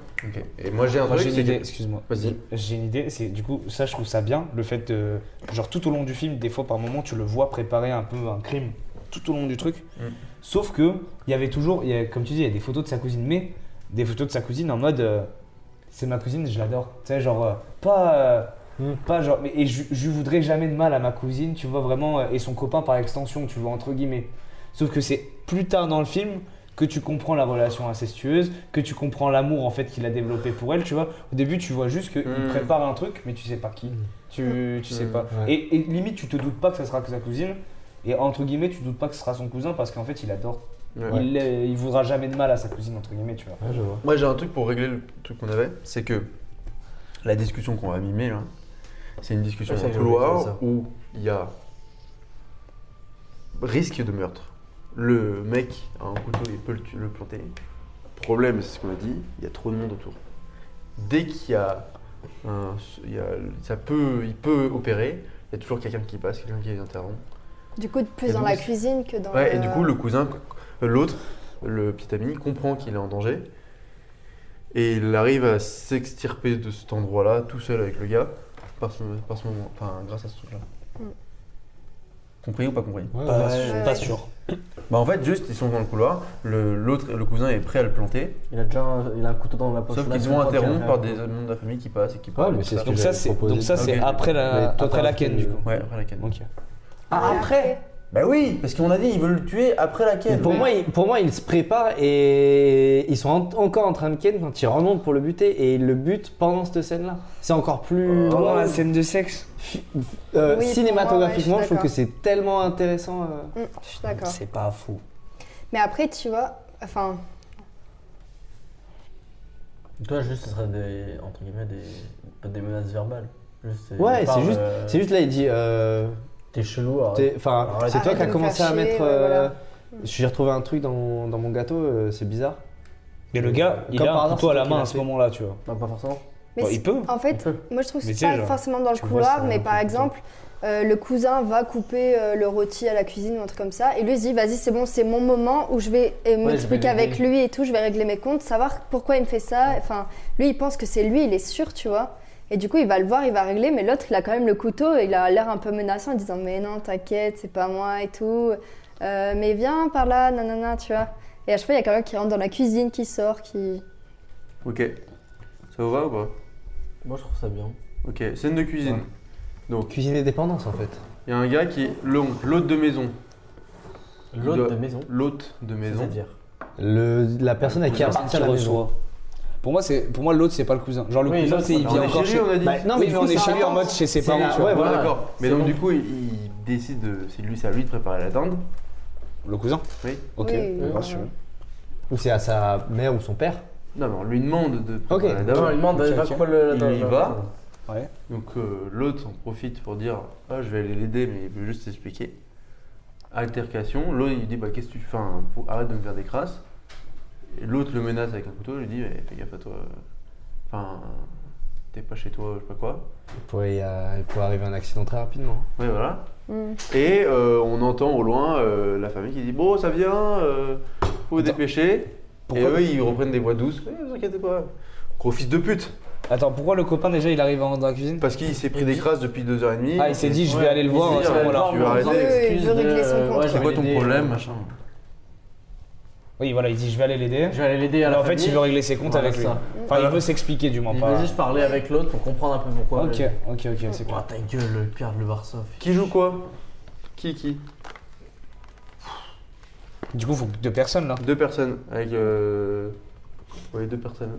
C: Et moi j'ai un
D: Moi, j'ai
C: truc.
D: une
C: c'est que-
D: idée, excuse-moi.
C: Vas-y.
D: J'ai une idée, c'est du coup, ça je trouve ça bien, le fait de. Genre tout au long du film, des fois par moment, tu le vois préparer un peu un crime tout au long du truc. Sauf que, il y avait toujours, il y a- comme tu dis, il y a des photos de sa cousine, mais des photos de sa cousine en mode. euh, c'est ma cousine, je l'adore. Tu sais, genre, euh, pas. euh, Pas genre, mais, et je je lui voudrais jamais de mal à ma cousine, tu vois vraiment, euh, et son copain par extension, tu vois, entre guillemets. Sauf que c'est plus tard dans le film que tu comprends la relation incestueuse, que tu comprends l'amour en fait qu'il a développé pour elle, tu vois. Au début, tu vois juste qu'il
H: Mm.
D: prépare un truc, mais tu sais pas qui. Tu, tu sais
H: Mm,
D: pas.
A: ouais.
D: Et, et limite, tu te doutes pas que ça sera que sa cousine, et entre guillemets, tu doutes pas que ce sera son cousin parce qu'en fait, il adore
C: Ouais.
D: Il, l'est- il voudra jamais de mal à sa cousine, entre guillemets, tu vois.
E: Ouais, je vois.
C: Moi, j'ai un truc pour régler le truc qu'on avait, c'est que la discussion qu'on va mimer là, c'est une discussion
E: Ouais, Ah, ça,
C: en
E: j'ai oublié de faire
C: couloir où il y a risque de meurtre. Le mec a un couteau, il peut le, tu- le planter. Problème, c'est ce qu'on a dit, il y a trop de monde autour. Dès qu'il y a, un- il y a- ça peut, il peut opérer, il y a toujours quelqu'un qui passe, quelqu'un qui les interrompt.
F: Du coup, plus
C: Et
F: dans
C: donc,
F: la
C: c'est-
F: cuisine que dans.
C: Ouais,
F: le-
C: et du coup, le cousin, euh, l'autre, le petit ami, comprend qu'il est en danger. Et il arrive à s'extirper de cet endroit-là, tout seul avec le gars, par ce, par ce moment, enfin, grâce à ce truc-là.
F: Mm.
C: Compris ou pas compris
E: Ouais,
D: Pas
E: ouais,
D: sûr.
E: ouais.
F: pas sûr.
C: Bah, en fait, juste, ils sont dans le couloir, le, l'autre, le cousin est prêt à le planter,
E: Il a déjà un, il a un couteau dans la poche.
C: sauf
E: là,
C: qu'ils se
E: c'est
C: font
E: pas
C: interrompre
E: bien.
C: par des membres de la famille qui passent et qui parlent.
G: mais
C: tout
G: c'est
C: ça.
G: ce que
D: Donc ça,
G: j'avais
D: c'est
G: proposé.
D: donc ça, c'est
C: Ah, Ok.
D: après la,
G: Mais toi,
D: après
G: t'as
D: la
G: acheté
D: ken,
G: le-
D: du coup.
C: Ouais, après la canne.
D: Ok.
A: Ah, après
C: Bah oui, parce qu'on a dit, ils veulent le tuer après la canne.
A: pour, moi, il, pour moi, il se prépare et ils sont en- encore en train de ken quand ils remontent pour le buter et ils le butent pendant cette scène-là. C'est encore plus.
D: Pendant la scène de sexe
A: Euh,
F: Oui, pour moi,
A: cinématographiquement, je,
F: ouais, je suis
A: trouve que c'est tellement intéressant. euh.
F: Mm, je suis d'accord.
D: C'est pas fou.
F: Mais après, tu vois, enfin,
E: Toi, juste, ce serait des. entre guillemets, des. pas des menaces verbales. Juste,
A: Ouais,
E: il
A: c'est
E: parle,
A: juste-
E: euh,
A: C'est juste là, il dit. euh,
E: T'es chelou. alors-
A: T'es- Enfin,
E: Arrête.
A: c'est toi
F: Arrête
A: qui as
F: de me
A: commencé
F: faire
A: à
F: chier,
A: mettre.
F: ouais,
A: euh,
F: voilà.
A: J'ai retrouvé un truc dans, dans mon gâteau, euh, c'est bizarre.
D: Mais le gars, il
A: Comme par
D: a un
A: hasard,
D: couteau à
A: c'est
D: la
A: toi qui
D: main
A: l'as
D: à ce
A: fait.
D: moment-là, tu vois.
E: Non, pas forcément.
F: mais
D: Bon,
F: c'est-
D: il peut.
F: en
E: On
F: fait,
E: peut.
F: moi je trouve que
D: Mais
F: c'est
D: tu sais,
F: pas
D: genre,
F: forcément dans le
E: tu vois,
F: couloir,
E: c'est
F: mais
E: un
F: par
E: peu
F: exemple, euh, le cousin va couper euh, le rôti à la cuisine ou un truc comme ça, et lui il se dit vas-y c'est bon, c'est mon moment où je vais euh, m'expliquer
E: l'aider.
F: avec lui et tout, je vais régler mes comptes, savoir pourquoi il me fait ça. Enfin, lui il pense que c'est lui, il est sûr, tu vois. Et du coup, il va le voir, il va régler, mais l'autre, il a quand même le couteau et il a l'air un peu menaçant en disant Mais non, t'inquiète, c'est pas moi et tout. Euh, mais viens par là, nanana, tu vois. Et à chaque fois, il y a quelqu'un qui rentre dans la cuisine, qui sort, qui.
C: Ok. Ça vous va ou pas
E: Moi, je trouve ça bien.
C: Ok, scène de cuisine. Donc,
A: Cuisine et dépendance en fait.
C: Il y a un gars qui est le oncle, l'hôte de maison.
E: L'autre
C: doit-
E: de maison.
C: L'hôte de maison.
E: C'est-à-dire.
A: Le, la personne à qui appartient la maison.
D: Pour moi, c'est pour moi l'autre c'est pas le cousin. Genre le
E: Oui,
D: cousin,
E: l'autre,
D: c'est il
E: on
D: vient
C: est
D: encore
C: chez
D: chez
C: lui, on a dit.
A: Bah, non,
D: oui,
A: mais
D: mais on
A: du coup,
D: est
A: ça
D: chez lui en
A: raconte.
D: mode chez ses
A: C'est la-
D: parents. tu vois.
A: ouais,
C: Voilà,
A: voilà.
C: d'accord. Mais donc, du coup, il, il décide de. C'est lui, c'est à lui de préparer la dinde.
D: Le cousin
C: Oui.
D: Ok.
F: Oui, oui,
D: Ah,
F: voilà.
D: si, oui.
A: Ou c'est à sa mère ou son père.
C: Non, mais on lui demande de préparer
A: Ok.
C: la
E: Non, il
C: dinde.
E: demande,
D: Ok,
E: il va
D: ok.
E: couper le.
C: Il
E: attends,
C: y
E: attends,
C: va.
E: attends.
C: Donc, euh, l'autre en profite pour dire Ah, je vais aller l'aider, mais il veut juste t'expliquer. Altercation. L'autre, il dit Bah, qu'est-ce que tu fais Enfin, pour- Arrête de me faire des crasses. Et l'autre le menace avec un couteau. Il lui dit Mais fais gaffe à toi. Enfin, t'es pas chez toi, je sais pas quoi.
A: Il pourrait, y a- il pourrait euh, arriver un accident très rapidement. hein.
C: Ouais, voilà.
F: Mm.
C: Et euh, on entend au loin euh, la famille qui dit Bon, ça vient, euh, faut vous dépêcher.
D: Pourquoi-
C: et eux, ils reprennent des voix douces Eh, Vous inquiétez pas. Gros fils de pute
D: Attends, pourquoi le copain déjà il arrive en- dans la cuisine
C: Parce qu'il s'est pris des crasses depuis deux heures et demie.
D: Ah, il s'est dit je vais aller le
E: Il
D: voir
E: s'est
D: à
E: dit,
D: ce
E: ouais,
D: moment-là.
C: tu
E: non,
C: vas
E: mais
C: arrêter.
E: excuse,
F: Oui, il veut régler son
E: euh,
F: compte.
E: ouais, je
C: C'est
E: vais
C: quoi ton
E: l'aider,
C: problème,
E: euh,
C: machin
D: Oui, voilà, il dit je vais aller l'aider.
E: Je vais aller l'aider à
D: Alors,
E: la
D: Bah, en fait, il veut régler ses comptes
E: Voilà,
D: avec lui.
E: ça.
D: Enfin, il veut s'expliquer du moins
E: Il
D: pas.
E: veut juste parler avec l'autre pour comprendre un peu pourquoi.
D: Ok, ok, ok, c'est
E: Oh,
D: quoi
E: ta gueule, le pire de le Varsov.
C: Qui joue quoi Qui, qui
D: Du coup, faut deux personnes là.
C: Deux personnes. Avec. Euh... Ouais, deux personnes.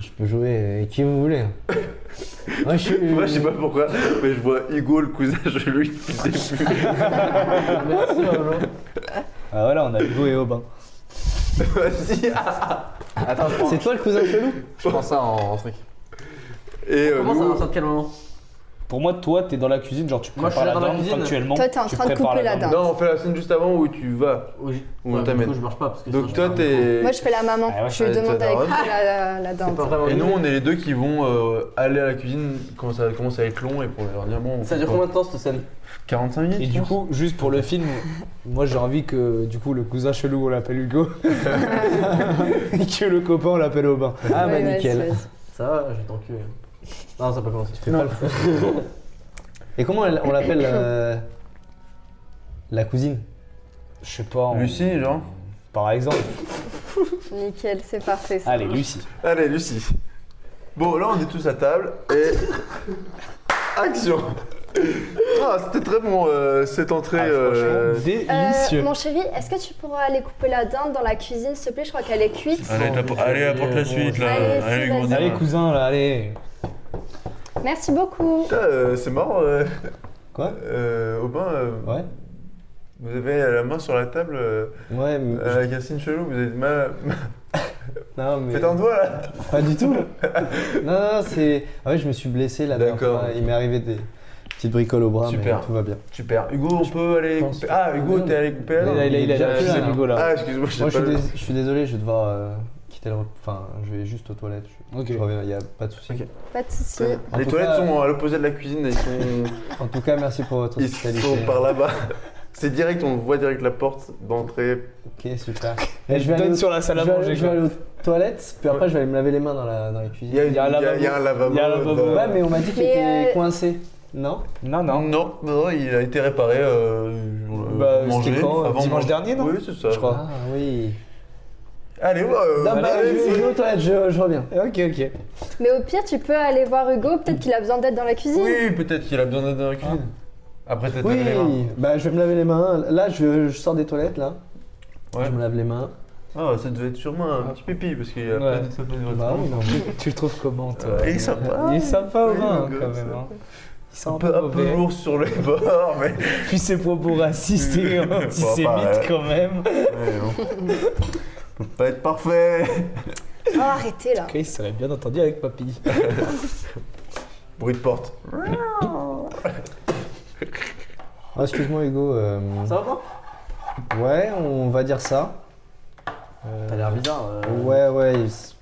A: Je peux jouer euh, qui vous voulez. Moi je suis.
C: Moi, je sais pas pourquoi, mais je vois Hugo, le cousin, je lui depuis le début.
E: Merci, Pablo.
C: Euh,
D: Ah voilà, on a Hugo et Aubin.
C: Vas-y, ah.
E: Attends, je prends-
A: C'est toi le cousin chelou
E: je prends ça en, en truc.
C: Et euh,
E: Comment ça,
C: nous,
E: à partir de quel moment
D: Pour moi, toi, t'es dans la cuisine, genre tu
E: Moi, je suis
D: prépares la
E: là dans la
D: dinde
E: cuisine.
D: factuellement.
F: Toi, t'es en
D: tu
F: train de
D: prépares
F: couper la dinde.
C: Non, on fait la scène juste avant où tu vas.
E: Où je-
C: Où on
E: Ouais,
C: t'amène.
E: Du coup, je marche pas parce que
C: Donc,
E: sinon,
C: toi,
E: je
C: t'es.
F: Moi, je fais la maman.
D: Ah ouais,
F: je lui
C: allez,
F: demande
C: toi,
F: avec
C: daronne.
F: qui la, la
E: C'est
F: dinde.
E: pas vraiment
C: Et nous,
E: une-
C: on est les deux qui vont euh, aller à la cuisine quand ça commence à être long et pour leur dire bon. on
E: Ça
C: fait
E: dure
C: quoi
E: combien de temps cette scène
C: 45 minutes
D: Et du coup, juste pour le film, moi j'ai envie que du coup le cousin chelou on l'appelle Hugo et que le copain on l'appelle Aubin.
A: Ah bah
F: Ouais, ouais,
A: nickel.
F: c'est-
E: Ça va, je vais t'enculer. Non, ça n'a pas commencé.
A: Non. Et comment elle- on l'appelle euh, La cousine
D: Je sais pas. on-
C: Lucie, genre
D: Par exemple.
F: Nickel, c'est parfait. ça.
D: Allez, Lucie.
C: Allez, Lucie. Bon, là, on est tous à table et. Action Ah, c'était très bon euh, cette entrée.
D: Ah,
C: euh,
D: franchement,
F: Euh,
D: délicieux.
F: mon chéri, est-ce que tu pourras aller couper la dinde dans la cuisine, s'il te plaît Je crois qu'elle est cuite.
E: Allez, t'app- allez, apporte la suite, là.
F: Allez, Allez, si, gourdin.
D: Allez, cousin, là, allez.
F: Merci beaucoup.
C: Putain, euh, c'est marrant. Euh,
A: Quoi
C: euh, Aubin, euh,
A: Ouais
C: Vous avez la main sur la table euh,
A: Ouais, mais.
C: euh, avec un signe chelou, vous avez mal.
A: Non, mais.
C: Faites un doigt là
A: Pas du tout. non, non, non, c'est. Ah ouais, je me suis blessé la dernière
C: D'accord.
A: fois. Il m'est arrivé des petites bricoles au bras,
C: Super.
A: mais tout va bien.
C: Super. Hugo, on peut aller
A: pense-
C: couper. Ah, Hugo,
A: non.
C: t'es allé couper la
A: Mais
C: dent.
A: là, il a- il a-
D: J'ai
A: il a-
D: Hugo là.
C: Ah, excuse-moi, j'ai
A: Moi, je
C: pas
A: suis,
C: le.
A: dés- je suis désolé, je vais devoir euh, quitter le. rep- Enfin, je vais juste aux toilettes. Je,
D: Ok.
A: je reviens, il n'y a pas de souci.
C: Ok.
F: Pas de soucis.
C: Très bien.
A: En
C: Les
A: tout
C: toilettes
A: cas,
C: sont à l'opposé de la cuisine, elles sont,
A: En tout cas, merci pour votre
C: ils
A: hospitalité.
C: sont par là-bas. C'est direct, on voit direct la porte d'entrée.
A: Ok, super. Et
D: Elle
A: je vais aller
D: donne
A: aux-
D: sur la salle
A: je
D: à
A: vais aller-
D: manger.
A: je vais
D: quoi.
A: aller aux toilettes, puis après, je vais aller me laver les mains dans la, dans la cuisine.
C: Il y a, une-
D: Il y a un
C: il y a- il y a un lavabo.
D: Il y a un lavabo.
C: dans-
A: Ouais, mais on m'a dit qu'il
F: Mais,
A: était
F: euh,
A: coincé. euh, Non
D: Non,
C: Non,
D: non.
C: non, non, il a été réparé. Euh,
D: Bah,
C: mangé,
D: c'était quand, euh,
C: avant de
D: dimanche
C: manger.
D: dernier, non
C: Oui, c'est ça.
D: Je crois.
A: Ah oui.
C: Allez, ouais, euh,
A: Non, bah,
C: allez,
A: je, je
C: c'est-
A: vais aux toilettes, je, je reviens.
D: Ok, ok.
F: Mais au pire, tu peux aller voir Hugo, peut-être qu'il a besoin d'aide dans la cuisine.
C: Oui, peut-être qu'il a besoin d'aide dans la cuisine. Après, peut-être
A: Oui,
C: laver les mains.
A: bah, je vais me laver les mains. Là, je, je sors des toilettes, là.
C: Ouais.
A: Je me lave les mains.
C: Ah, ça devait être sûrement un petit pipi parce qu'il y a
D: Ouais.
C: plein de ça peut être
A: Bah, oui, non, mais-
D: Tu le trouves comment, toi
C: Euh, Il est sympa.
D: Il est sympa au
C: Oui,
D: vin,
C: le
D: quand
C: gosse.
D: même. hein. Il sent
C: Un peu, un peu
D: mauvais.
C: lourd sur les bords, mais.
D: Puis ses propos racistes et
C: Bon,
D: antisémites,
C: bah, ouais.
D: quand même.
C: Ouais, bon. Peut pas être parfait.
F: Oh, arrêtez là.
D: Ok, il serait bien entendu avec papy.
C: Bruit de porte.
A: Ah, Excuse-moi, Hugo. euh,
E: Ça va pas
A: Ouais, on va dire ça. Euh,
E: T'as l'air bizarre. euh,
A: Ouais, ouais. il s-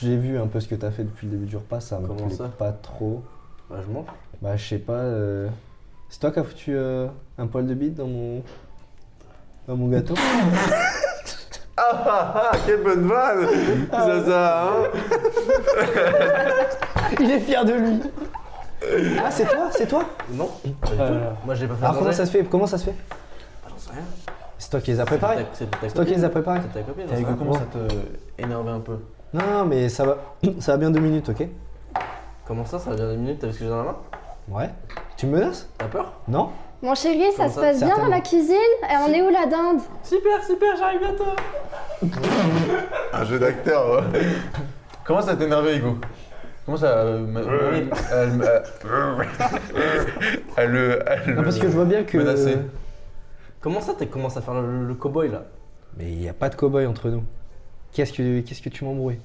A: J'ai vu un peu ce que t'as fait depuis le début du repas, ça me
E: Comment
A: plaît
E: ça
A: pas trop.
E: Bah, je mange.
A: Bah, je sais pas. euh, C'est toi qui as foutu euh, un poil de bite dans mon. dans mon gâteau
C: Ah ah ah, quelle bonne vanne
D: Ah
C: Zaza, hein
A: Il est fier de lui Ah, c'est toi C'est toi
E: Non
A: Euh,
E: Moi, j'ai pas fait
A: Alors,
E: manger.
A: comment ça se fait Comment ça se fait
E: Ah, J'en sais rien.
A: C'est toi qui les as préparés
E: C'est ta-
A: C'est toi qui les as préparés
E: C'est ta copine.
I: T'as
E: hein,
I: Hugo,
E: ça.
I: comment ça te énervait un peu
A: Non, non, mais ça va, ça va bien deux minutes, ok
E: Comment ça, ça vient des minutes T'as vu ce que j'ai dans la main
A: Ouais. Tu me menaces
E: T'as peur
A: Non
F: Mon chéri, ça
E: Comment
F: se
E: ça
F: passe bien dans la
A: Certainement.
F: cuisine Et on est où la dinde
E: Super, super, j'arrive bientôt
C: Un jeu d'acteur, ouais.
J: Comment ça t'énervait, Hugo Comment ça. euh, ma- euh, Marie- elle- elle-
C: Ah, le- ah, le-
A: Non, parce que je vois bien que.
C: Menacé.
E: Comment ça, t'as commencé à faire le, le cow-boy là
A: Mais il n'y a pas de cow-boy entre nous. Qu'est-ce que, qu'est-ce que tu m'embrouilles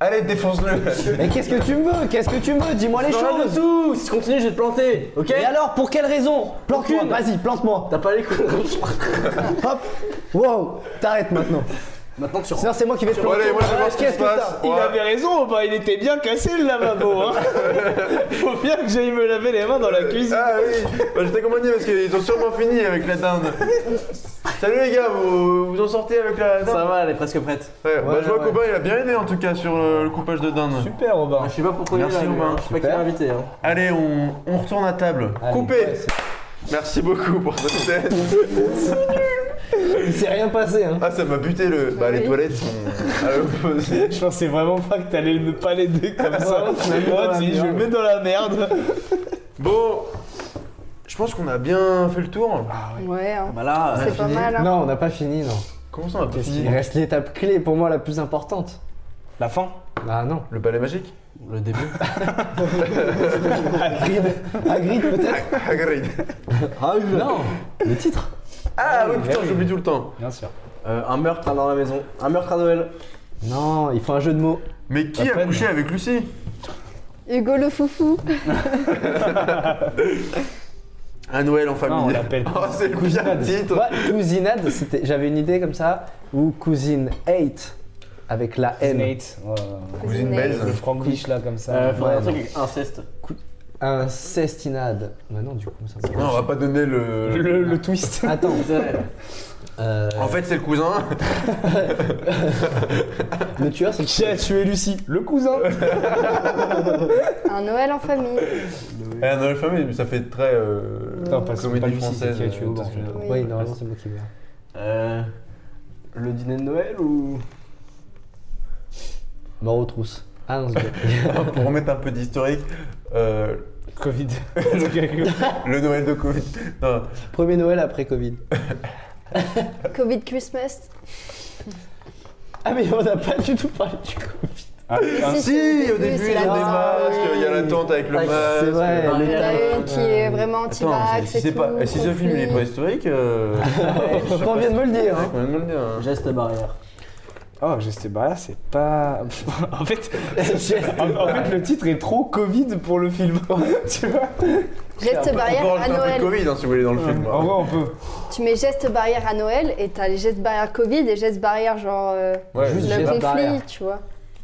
C: Allez, défonce-le
A: Mais qu'est-ce que tu me veux Qu'est-ce que tu me veux Dis-moi les
E: J'en ai
A: choses
E: tout Si tu continues, je vais te planter, ok
A: Et alors, pour quelle raison Plante-moi,
E: Aucune.
A: vas-y, plante-moi
E: T'as pas les couilles
A: Hop Wow T'arrêtes maintenant
E: Maintenant, tu rentres.
A: Sinon, c'est moi qui vais te
C: Bon,
A: planter
C: allez, moi je vais voir ce qui
A: Qu'est-ce
C: se
A: que t'as
C: passe.
D: Il
C: Ouais.
D: avait raison, bah, il était bien cassé le lavabo. Hein. Faut bien que j'aille me laver les mains dans la cuisine.
C: Ah oui Bah, Je t'accompagnais parce qu'ils ont sûrement fini avec la dinde. Salut les gars, vous, vous en sortez avec la dinde
E: Ça va, elle est presque prête.
C: Ouais, bah,
A: Ouais,
C: Je vois
A: ouais.
C: que Cobain, il a bien aidé en tout cas sur euh, le coupage de dinde.
D: Super, Robin.
E: Bah, Je sais pas pourquoi il est
C: Merci,
E: là, lui,
C: Romain.
E: hein. je sais pas qui
A: Super.
E: l'a invité. Hein.
C: Allez, on, on retourne à table.
A: Allez,
C: Coupé
A: ouais, c'est-
C: Merci beaucoup pour cette tête.
A: Il s'est rien passé, hein
C: Ah, ça m'a buté le. Bah, les
F: Oui.
C: toilettes sont à l'opposé.
D: Je pensais vraiment pas que t'allais me pas l'aider comme ça. Moi,
A: la
D: tu dis, je vais le mettre dans la merde.
C: Bon, je pense qu'on a bien fait le tour.
F: Ouais, hein.
E: Bah là,
C: Ah,
E: euh,
F: c'est pas mal. hein.
A: Non, on n'a pas fini, non.
C: Comment ça, on a pas
A: Il
C: fini
A: reste l'étape clé, pour moi, la plus importante.
D: La fin
A: Ah non.
C: Le balai magique
E: le début.
A: Hagrid, Hagrid peut-être
C: Hagrid.
A: Non Le titre
C: Ah oui, putain, j'oublie tout le temps.
D: Bien sûr.
E: Euh, un meurtre dans la maison. Un meurtre à Noël.
A: Non, il faut un jeu de mots.
C: Mais qui a couché avec Lucie
F: Hugo le foufou.
C: Un Noël en
D: Non, on
C: famille.
D: l'appelle.
C: Oh, c'est le pire
A: Tu
C: titre.
A: vois, cousinade, c'était- j'avais une idée comme ça, ou cousine hate, avec la
D: Eh
A: haine.
D: Nate. ouais, ouais,
C: Cousine
D: ouais. Le
C: Baise.
D: franglish là, comme ça.
E: Euh, faudrait un
A: ouais.
E: truc avec inceste.
A: Incestinade. Bah non, du coup, ça me-
C: Non, on va pas donner le.
D: Le, le twist.
A: Attends.
E: C'est
A: euh,
C: En fait, c'est le cousin.
A: le tueur, c'est
D: Qui a tué Lucie Le cousin.
F: Un Noël en famille.
C: Eh, Un Noël famille, mais ça fait très. euh,
D: Putain, parce que
C: comédie
D: pas Lucie, c'est
C: française.
D: qui a tué
C: euh,
D: Aubin.
C: parce que-
F: Oui.
A: Oui, normalement, c'est moi qui vais.
E: euh, le dîner de Noël ou
A: Mort aux trousses. Ah non, c'est bien.
C: Pour remettre un peu d'historique, euh,
D: Covid.
C: le Noël de Covid. Non,
A: Premier Noël après Covid.
F: Covid Christmas.
A: Ah mais on n'a pas du tout parlé du Covid.
F: Si,
C: Si, au début,
F: c'est
C: ils
F: la
C: ont des
F: maison.
C: masques, il y a la tente avec le
A: Ah,
C: masque.
A: c'est vrai,
C: le-
A: le-
F: Il y en a une qui est vraiment
C: Attends,
F: anti-vax
C: si,
F: et
C: c'est
F: tout,
C: pas, si ce film il est pas
F: conflit.
C: historique, euh,
A: On vient de me le dire. hein.
C: on vient de me le dire. hein.
E: Geste barrière.
D: Oh, geste barrière, c'est pas. en fait, en, en fait, le titre est trop Covid pour le film. tu vois
F: Geste
C: On peut
F: barrière à
C: rajouter un peu de
F: Noël.
C: Covid hein, si vous voulez dans le film.
D: En vrai, on peut.
F: Tu mets geste barrière à Noël et t'as les gestes barrières Covid et gestes barrières genre euh,
C: Ouais,
A: Juste
F: le
A: geste
F: conflit,
A: barrière.
F: tu vois.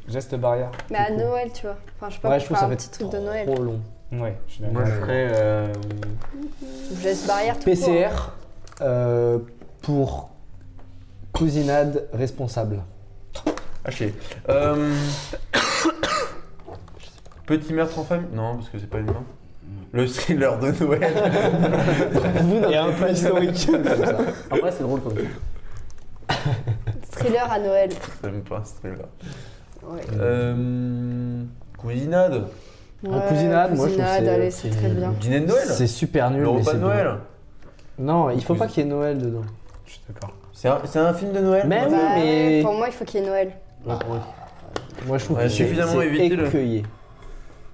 D: Geste barrière.
F: Mais à Noël, tu vois. Enfin, je sais pas,
A: Ouais, je trouve ça
F: enfin, un
A: fait
F: petit truc de Noël.
A: Trop long.
D: Ouais, je suis d'accord.
K: Moi, je ferais. euh,
F: Geste barrière tout court.
A: PCR euh, pour cousinade responsable.
C: Ah, chier. Euh... Petit meurtre en famille Non, parce que c'est pas humain. Le thriller de Noël.
D: Et un peu historique.
E: En vrai, c'est drôle comme film.
F: hein. Thriller à Noël.
C: c'est même pas un thriller.
F: Ouais.
C: Euh... Cousinade.
A: Ah,
F: Ouais,
A: cousinade, moi, je trouve que
F: cousinade,
A: c'est-
F: allez, c'est très bien.
C: Dîner de Noël.
A: C'est super nul.
C: Le
A: mais
C: repas
A: c'est
C: de
A: bien.
C: Noël.
A: Non, il faut pas qu'il y ait Noël dedans.
D: Je suis d'accord.
C: C'est un, c'est un film de Noël
A: Mais
C: moi.
A: oui,
F: Bah,
A: mais
F: Pour moi, il faut qu'il y ait Noël.
A: moi je trouve
C: Ouais,
A: que c'est
C: suffisamment
A: c'est
C: éviter le-
A: écueillé.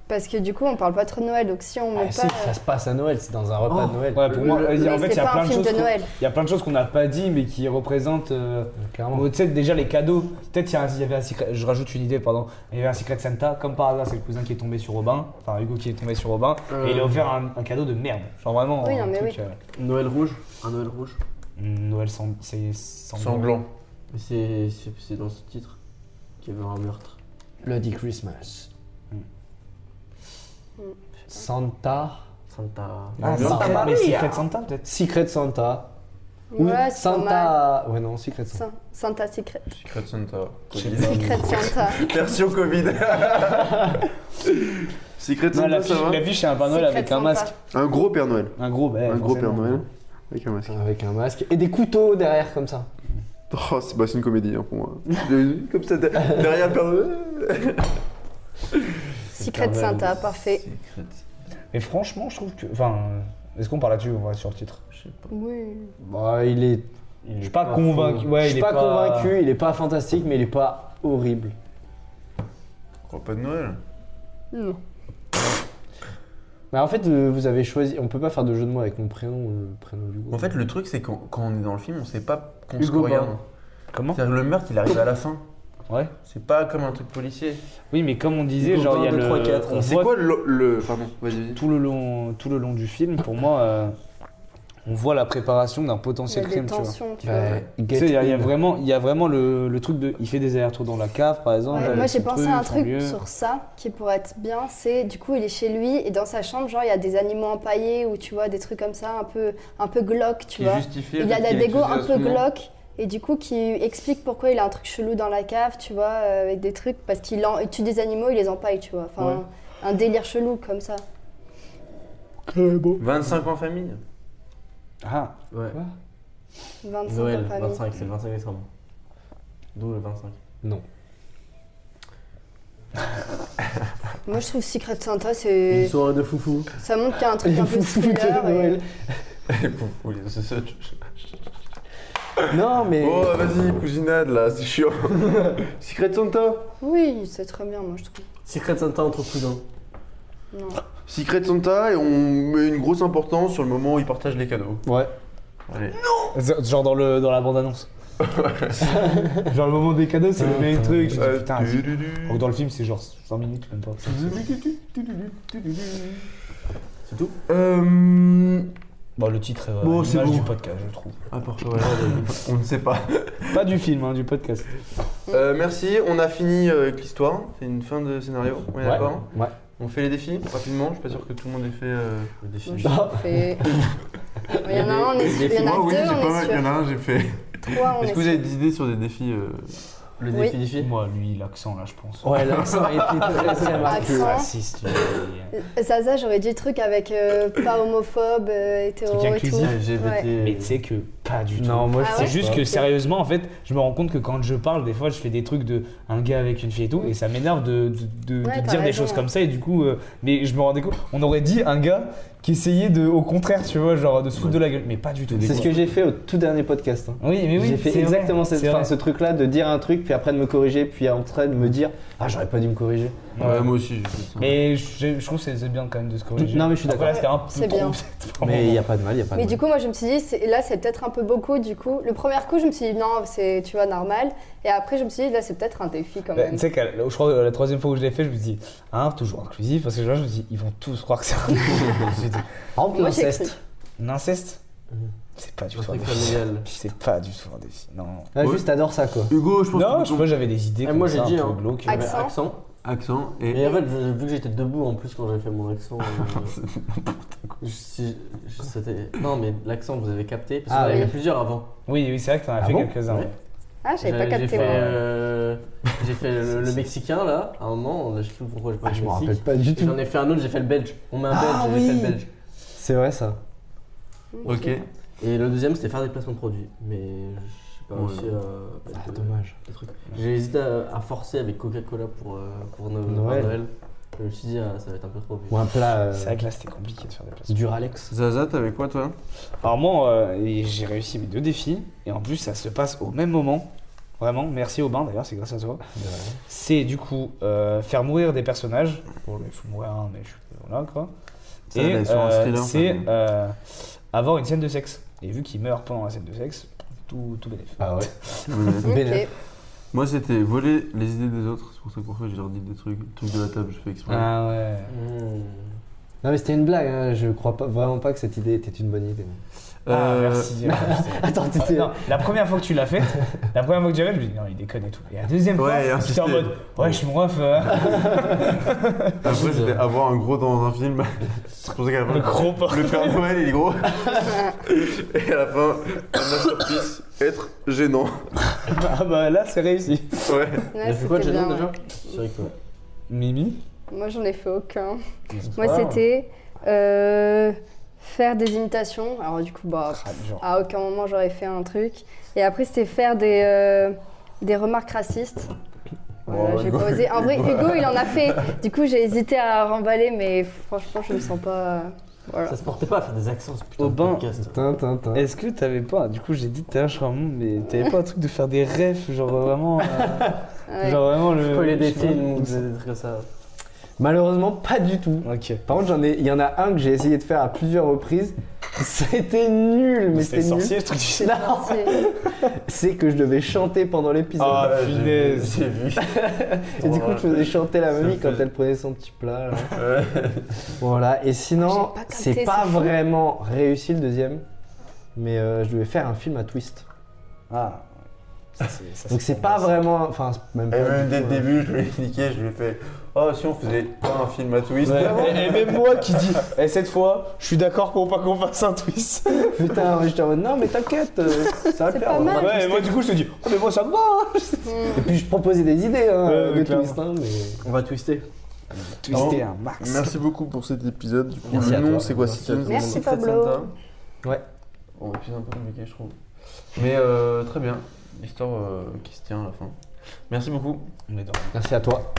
F: Parce que du coup, on parle pas trop de Noël, donc si on met
A: Ah,
F: pas. Oh.
A: si, ça se passe à Noël, c'est dans un repas de Noël.
D: Ouais, pour moi,
F: Mais
D: en fait, il
F: c'est
D: y a
F: pas
D: plein
F: un
D: de
F: film
D: choses.
F: de
D: qu'on-
F: Noël.
D: Il y a plein de choses qu'on n'a pas dit, mais qui représentent. euh,
A: Clairement.
D: Bon, tu sais, déjà les cadeaux. Peut-être il y a un- il y avait un secret. Je rajoute une idée, pardon. Il y avait un secret de Santa. Comme par hasard, c'est le cousin qui est tombé sur Robin. Enfin, Hugo qui est tombé sur Robin. Et
A: Euh.
D: il a offert un, un cadeau de merde. Genre vraiment.
F: Oui,
D: un
F: non, mais
D: truc,
E: Noël rouge. Un Noël rouge.
D: euh, Noël sans. C'est sans-
C: Sanglant.
E: Mais c'est- c'est c'est dans ce titre qu'il y avait un meurtre.
A: Bloody Christmas.
F: Hmm.
A: Hmm.
D: Mm.
A: Santa.
E: Santa.
D: Ah,
A: Santa
D: secret, mais
A: Maria.
D: secret Santa peut-être.
A: Secret Santa.
F: Ouais,
A: Ou
F: c'est pas mal.
A: Santa. Ouais, non, Secret Santa.
F: Sa- Santa Secret.
C: Secret Santa.
F: Secret Santa.
C: Version Covid. Secret
D: Non,
C: Santa,
D: l'affiche,
C: ça
A: hein.
C: va
D: l'affiche, c'est un Père Noël
F: Secret
D: avec un
F: Santa.
D: masque.
C: Un gros Père Noël.
D: Un gros, bah,
C: un gros Père
D: forcément.
C: Noël. Avec un masque.
A: Avec un masque. Et des couteaux derrière, comme ça.
C: Oh, c'est bah, c'est une comédie hein, pour moi. De- Comme ça, de- derrière le Père Noël.
F: Secret Santa, parfait.
C: Ah Secret.
D: Mais franchement, je trouve que. Enfin, euh, est-ce qu'on parle là-dessus on va sur le titre
F: Oui.
A: Bah, il est.
D: Je suis pas, convaincu. Ouais,
A: je
D: il
A: suis
D: est
A: pas, convaincu, il est pas fantastique, mais il est pas horrible.
C: Repas de Noël.
F: Non.
A: Mais en fait, euh, vous avez choisi. On peut pas faire de jeu de mots avec mon prénom ou le prénom du groupe.
C: En fait, le truc, c'est qu'on- quand on est dans le film, on sait pas qu'on se
E: Hugo
C: regarde.
E: Ball.
D: Comment
C: C'est-à-dire que le meurtre, il arrive à la fin.
D: Ouais.
C: C'est pas comme un truc policier.
D: Oui, mais comme on disait,
E: Hugo
D: genre, il y a
E: Ball,
D: le.
E: 3, 4,
D: on
C: C'est
D: voit
C: quoi le, le- Pardon, vas-y, vas-y.
D: tout le long, tout le long du film, pour moi, euh, on voit la préparation d'un
F: Il y a
D: potentiel
F: des
D: crime, tu vois.
F: tensions, tu vois.
A: Bah,
D: Tu
A: Get
D: sais, il y, a- il y a
A: In.
D: vraiment, il y a vraiment le, le truc de, il fait des allers-retours dans la cave, par exemple.
F: Ouais,
D: avec
F: moi
D: son
F: j'ai pensé à un
D: son
F: truc
D: lieu.
F: sur ça qui pourrait être bien, c'est du coup il est chez lui et dans sa chambre genre il y a des animaux empaillés ou tu vois des trucs comme ça un peu un peu glauque tu
C: Qui
F: vois.
C: justifie le
F: Il a
C: fait
F: la
C: qu'il ait
F: dégo
C: utilisé
F: un
C: ce
F: peu
C: nom.
F: glauque et du coup qui explique pourquoi il a un truc chelou dans la cave tu vois euh, avec des trucs parce qu'il en- il tue des animaux il les empaille tu vois enfin
C: Ouais.
F: un, un délire chelou comme ça.
C: 25 ans famille.
D: Ah,
E: Ouais.
F: 25
E: Noël,
F: en famille.
E: 25, c'est le 25 décembre. D'où le 25.
A: Non.
F: Moi je trouve Secret Santa
E: Une
F: c'est
E: soirée de foufou.
F: ça montre qu'il y a un truc
A: Les
F: un peu
A: foufous de
F: thriller et-
A: Noël.
C: Oui, c'est ça.
A: Non, mais.
C: Oh, vas-y, cousinade là, c'est chiant. Secret Santa.
F: Oui c'est très bien moi je trouve.
E: Secret Santa entre cousins.
F: Non.
C: Secret Santa et on met une grosse importance sur le moment où ils partagent les cadeaux.
A: Ouais.
C: Allez.
D: Z- genre dans le dans la bande annonce. genre le moment des cadeaux, c'est le même truc. Je dis,
C: Euh,
D: putain, c'est-
C: tududu.
D: alors que dans le film, c'est genre 5 minutes même pas.
C: Euh,
D: Bon, le titre est
C: Bon,
D: bon,
C: c'est bon.
D: du podcast, je trouve.
C: Ah, pour toi, on ne sait pas.
D: Pas du film, hein, du podcast.
C: Euh, merci, on a fini euh, avec l'histoire. C'est une fin de scénario, on est
A: Ouais.
C: d'accord hein.
A: Ouais.
C: On fait les défis rapidement, je suis pas sûr que tout le monde ait fait. euh,
F: Moi, je trouve fait- Il y en a un, on est sûr. Il y en a
C: Moi, oui,
F: deux,
C: j'ai pas
F: on est
C: mal. Il y en
F: sûr.
C: a un, j'ai fait.
F: Trois, on
C: Est-ce
F: est
C: que vous
F: sûr.
C: avez des idées sur des défis euh,
E: Le
F: Oui.
E: défi du film.
D: Moi, lui, l'accent là, je pense.
A: Ouais, l'accent a été très très marqué.
F: Accent.
D: Raciste. lui.
F: Zaza, j'aurais dit truc avec euh, pas homophobe, euh, hétéro
D: Truc
F: et tout.
E: ah,
D: inclusif.
F: Ouais.
E: LGBT.
D: Mais tu sais que pas du tout.
A: Non, moi,
F: Ah
D: C'est
F: ouais
D: juste que sérieusement, en fait, je me rends compte que quand je parle, des fois, je fais des trucs de un gars avec une fille et tout, et ça m'énerve de, de- de- de
F: Ouais, t'as
D: dire des
F: raison,
D: choses
F: hein.
D: comme ça. Et du coup, euh, mais je me rendais compte, on aurait dit un gars qui essayait de, au contraire, tu vois, genre de se foutre de la gueule, mais pas du tout.
A: C'est ce que j'ai fait au tout dernier podcast. hein.
D: Oui, mais oui,
A: j'ai fait
D: c'est
A: exactement
D: vrai,
A: cette,
D: c'est
A: enfin,
D: vrai.
A: ce truc-là de dire un truc, puis après de me corriger, puis après de me dire Ah, j'aurais pas dû me corriger.
D: Ouais.
H: Ouais, moi aussi, j'ai fait ça.
D: Mais je, je trouve que c'est c'est bien quand même de se corriger.
A: Non, mais je suis
D: Après,
A: d'accord.
D: là, c'était un peu
F: C'est
D: trop,
F: bien.
D: peut-être, par
A: Mais
D: moment.
A: il a pas de mal, il a pas de mal.
F: Mais du coup, moi, je me suis dit, c'est- là, c'est peut-être un peu beaucoup. Du coup, le premier coup, je me suis dit, non, c'est, tu vois, normal. Et après, je me suis dit, là, c'est peut-être un défi quand
D: Bah,
F: même.
D: tu sais, qu'à la- je crois que la troisième fois où je l'ai fait, je me dis, hein, toujours inclusif, parce que genre, je me dis, ils vont tous croire que c'est un Je me dis,
A: Par exemple,
F: Moi, j'ai
A: l'inceste.
F: cru.
D: Un inceste
A: Mhm.
D: C'est pas du tout un
E: Truc
D: défi.
E: familial.
D: C'est pas du tout un défi. Non, non.
A: Ah, juste, t'adores ça, quoi.
H: Hugo, je pense
D: Non,
H: que
D: je- moi j'avais des idées.
E: Et
D: comme
E: moi
D: ça,
E: j'ai
D: un
E: dit,
D: peu
E: hein,
D: glauques.
E: j'avais
F: Accent.
E: accent.
H: accent
E: Et
H: et.
E: en fait, je- vu que j'étais debout en plus quand j'avais fait mon accent. euh, je- si- je- c'était- non, mais l'accent vous avez capté parce
A: Ah
E: qu'on avait
A: oui.
E: fait plusieurs avant.
D: Oui, oui, c'est vrai que t'en as
A: Ah
D: fait
A: bon
D: quelques-uns. Euh,
E: Ouais.
D: ouais.
F: Ah, j'avais pas
E: J'ai-
F: capté.
E: J'ai fait,
F: moi.
E: euh, j'ai fait le, le mexicain là, à un moment, je sais plus pourquoi j'ai fait
A: Ah,
E: le
A: je me
E: Mexique.
A: rappelle pas du
E: Et
A: tout.
E: J'en ai fait un autre, j'ai fait le belge. On met un
A: Ah
E: belge, j'ai fait
A: oui.
E: le belge.
A: C'est vrai, ça.
H: Ok.
E: Et le deuxième c'était faire des placements de produits, mais je sais pas
H: Ouais.
E: réussi à.
A: Ah, dommage.
E: des trucs. J'ai hésité à, à forcer avec Coca-Cola pour, euh, pour no- pour
A: Noël.
E: Noël. Je me suis dit, ah, ça va être un peu trop.
A: Ou un plat euh,
D: C'est vrai que là c'était compliqué de faire des placements.
A: dur Alex.
H: Zaza, t'avais quoi toi
D: Alors moi, euh, et j'ai réussi mes deux défis, et en plus ça se passe au même moment. Vraiment, merci Aubin d'ailleurs, c'est grâce à toi. C'est du coup euh, faire mourir des personnages. Bon, mais il faut mourir, hein, mais je suis voilà quoi.
H: Ça,
D: et
H: là, sur un
D: euh,
H: thriller,
D: c'est
H: ça, mais-
D: euh, avoir une scène de sexe. Et vu qu'il meurt pendant la scène de sexe, tout, tout bénéfice.
A: Ah ouais.
F: Ok.
A: Bénin.
H: Moi, c'était voler les idées des autres. C'est pour ça que parfois, je leur dis des trucs, des trucs de la table, je fais exprès.
D: Ah ouais.
A: Hmm. Non, mais c'était une blague, hein. je crois pas, vraiment pas que cette idée était une bonne idée.
D: Ah,
H: Euh,
D: merci.
A: Attends, t'étais.
D: Ah, Non, la première fois que tu l'as faite, la première fois que tu l'as faite, je me dis non, il déconne et tout. Et la deuxième
H: Ouais, et
D: fois, j'étais en
H: insister.
D: mode ouais, je suis mon ref, euh,
H: Après, c'était avoir un gros dans un film. C'est pour ça qu'à la fin,
D: le gros porc.
H: le Père Noël, il est gros. et à la fin, un masterpiece, être gênant.
D: Ah bah là, c'est réussi.
H: Ouais.
F: Ouais,
E: T'as fait quoi,
F: c'était
E: Jadon,
F: bien,
E: déjà
F: ouais.
E: C'est vrai que.
D: Mimi
F: Moi, j'en ai fait aucun.
E: pas
F: Moi,
E: grave.
F: c'était euh, faire des imitations. Alors, du coup, bah,
D: Ah, genre.
F: à aucun moment, j'aurais fait un truc. Et après, c'était faire des, euh, des remarques racistes. Voilà, j'ai pas osé. En vrai, Hugo, il en a fait. Du coup, j'ai hésité à remballer, mais franchement, je me sens pas. euh, Voilà.
E: Ça se portait pas à faire des accents, ce putain
D: Au
E: de
D: bain.
E: podcast.
A: Tintin, tintin.
D: Est-ce que t'avais pas, du coup j'ai dit tout à l'heure, je crois, mais t'avais pas un truc de faire des refs, genre vraiment, euh,
F: Ouais.
D: genre vraiment le.
E: Spoiler des
D: je sais pas.
E: films ou des trucs comme ça.
A: Malheureusement, pas du tout.
D: Ok.
A: Par contre, j'en ai, il y en a un que j'ai essayé de faire à plusieurs reprises. C'était nul, mais c'était nul.
D: le truc du
A: Non,
F: C'est-
A: c'est que je devais chanter pendant l'épisode.
D: Ah,
H: bah,
D: punaise.
H: J'ai vu.
A: et du coup, je faisais chanter la
H: Ça
A: mamie
H: me
A: quand
H: fait-
A: elle prenait son petit plat. là.
H: Ouais.
A: Voilà. Et sinon,
F: J'ai pas capté,
A: c'est
F: c'est
A: pas
F: fou.
A: vraiment réussi le deuxième, mais euh, je devais faire un film à twist.
D: Ah. Ça, c'est- ça,
A: Donc c'est pas vraiment, enfin c'est même
H: Et
A: pas. du
H: même dès
A: tout,
H: le
A: hein.
H: début, je lui ai niqué, je lui ai fait Oh, si on faisait pas un film à twist. Ah
D: Ouais. Et, et même moi qui dis, et cette fois, je suis d'accord pour pas qu'on fasse un twist.
A: Putain, ouais, j'étais en mode non mais t'inquiète, euh, ça va le
F: C'est
A: faire.
F: pas
A: on va
F: mal.
A: faire un
D: Ouais, et
A: twist.
D: moi du coup je te dis, oh mais moi ça me va. hein.
A: Et puis je proposais des idées hein,
D: Ouais,
A: de
D: ouais, clairement. hein.
A: twist, hein, mais.
E: On va twister.
H: Ah
D: Twister un max.
L: Merci beaucoup pour cet épisode. Du coup,
A: Merci
L: le
A: à toi.
L: nom, c'est quoi
A: Merci
L: si
F: Merci, Pablo.
A: Ouais.
H: Bon, épisode un peu compliqué, je trouve. Mais euh, très bien. Histoire euh, qui se tient à la fin. Merci beaucoup.
D: On est dans
A: Merci à toi.